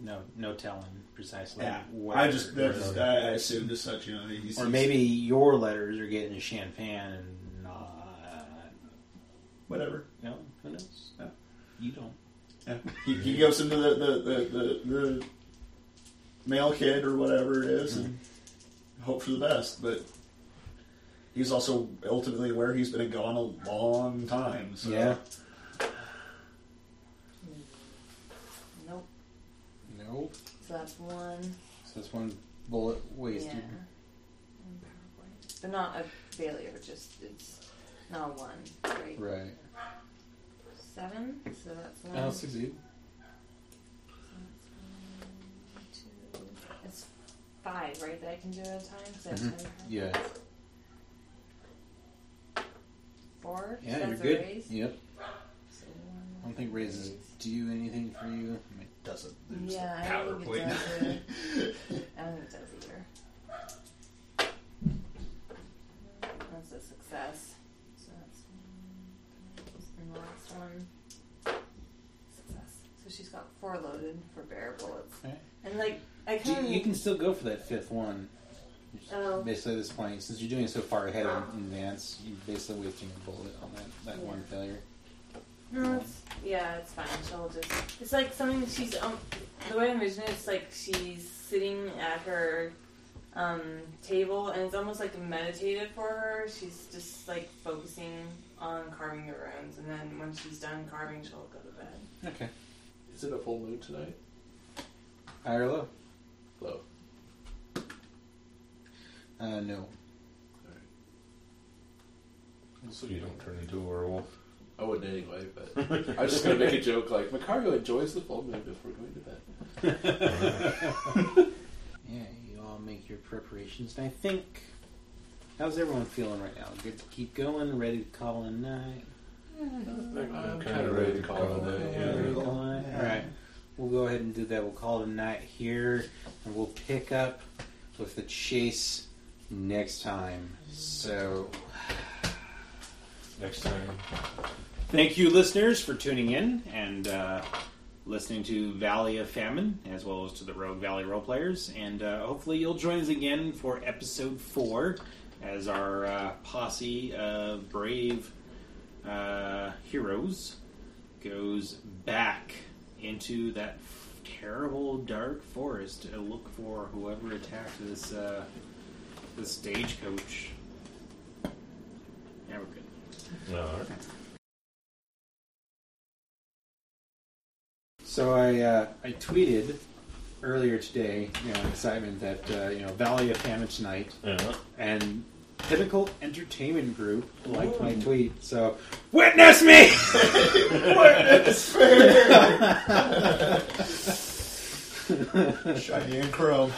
S4: No, no telling precisely.
S6: Yeah,
S4: where-
S6: I just
S4: where
S6: that's,
S4: those-
S6: I, I assumed as such. You know, he's,
S4: or
S6: he's-
S4: maybe your letters are getting to Shan Fan and not.
S6: whatever.
S4: No, who knows?
S6: No.
S4: You don't.
S6: Yeah.
S15: he, he goes into the the, the, the the mail kid or whatever it is and hope for the best. But he's also ultimately aware he's been gone a long time. So
S7: Yeah.
S14: Nope.
S7: No.
S14: So that's one.
S7: So that's one bullet wasted.
S14: Yeah. And PowerPoint. But not a failure, just it's not a one. Right.
S7: Right.
S14: Seven, so that's one.
S7: I'll succeed.
S14: two. It's five, right, that I can do at a time? So that's
S7: Mhm.
S14: five.
S7: Yeah.
S14: Four? so
S7: Yeah, you're
S14: that's a
S7: good.
S14: raise.
S7: Yep.
S14: So one,
S7: I don't think raises do anything for you. I mean,
S6: Doesn't lose
S14: Yeah, I
S6: the
S14: don't think it
S6: PowerPoint.
S14: does either. I don't think it does either. That's a success. So that's one. And the last one. Success. So she's got four loaded for bear bullets.
S7: Okay.
S14: And like, I
S7: Do-
S14: kind
S7: you
S14: of.
S7: can still go for that fifth one.
S14: Hmm. Oh.
S7: Basically, at this point, since you're doing it so far ahead in in advance, you're basically wasting a bullet on that, that one failure.
S14: No, it's, yeah, it's fine. She'll just. It's like something she's. Um, the way I envision it, it's like she's sitting at her um, table, and it's almost like meditative for her. She's just like focusing on carving the runes, and then when she's done carving, she'll go to bed.
S7: Okay.
S3: Is it a full moon tonight?
S7: High or low?
S3: Low.
S7: Uh, no.
S1: So you don't turn into a werewolf.
S3: I wouldn't anyway, but I was just gonna make a joke like Macario enjoys the full moon before going to bed.
S7: Yeah, you all make your preparations, and I think. How's everyone feeling right now? Good to keep going? Ready to call in night?
S1: I'm kind of ready to call it a
S7: Yeah,
S1: day,
S7: we
S1: yeah.
S7: call it. All right. We'll go ahead and do that. We'll call it a night here, and we'll pick up with the chase next time. So,
S1: Next time.
S4: Thank you, listeners, for tuning in and uh, listening to Valley of Famine, as well as to the Rogue Valley Role Players. And uh, hopefully, you'll join us again for episode four as our uh, posse of brave uh, heroes goes back into that terrible dark forest to look for whoever attacked this uh, this stagecoach. Yeah, we're good.
S1: No,
S7: so I uh, I tweeted earlier today, you know, excitement that uh, you know Valley of Famine tonight,
S1: yeah.
S7: and Pinnacle Entertainment Group liked my tweet. So, witness me.
S15: shiny and chrome.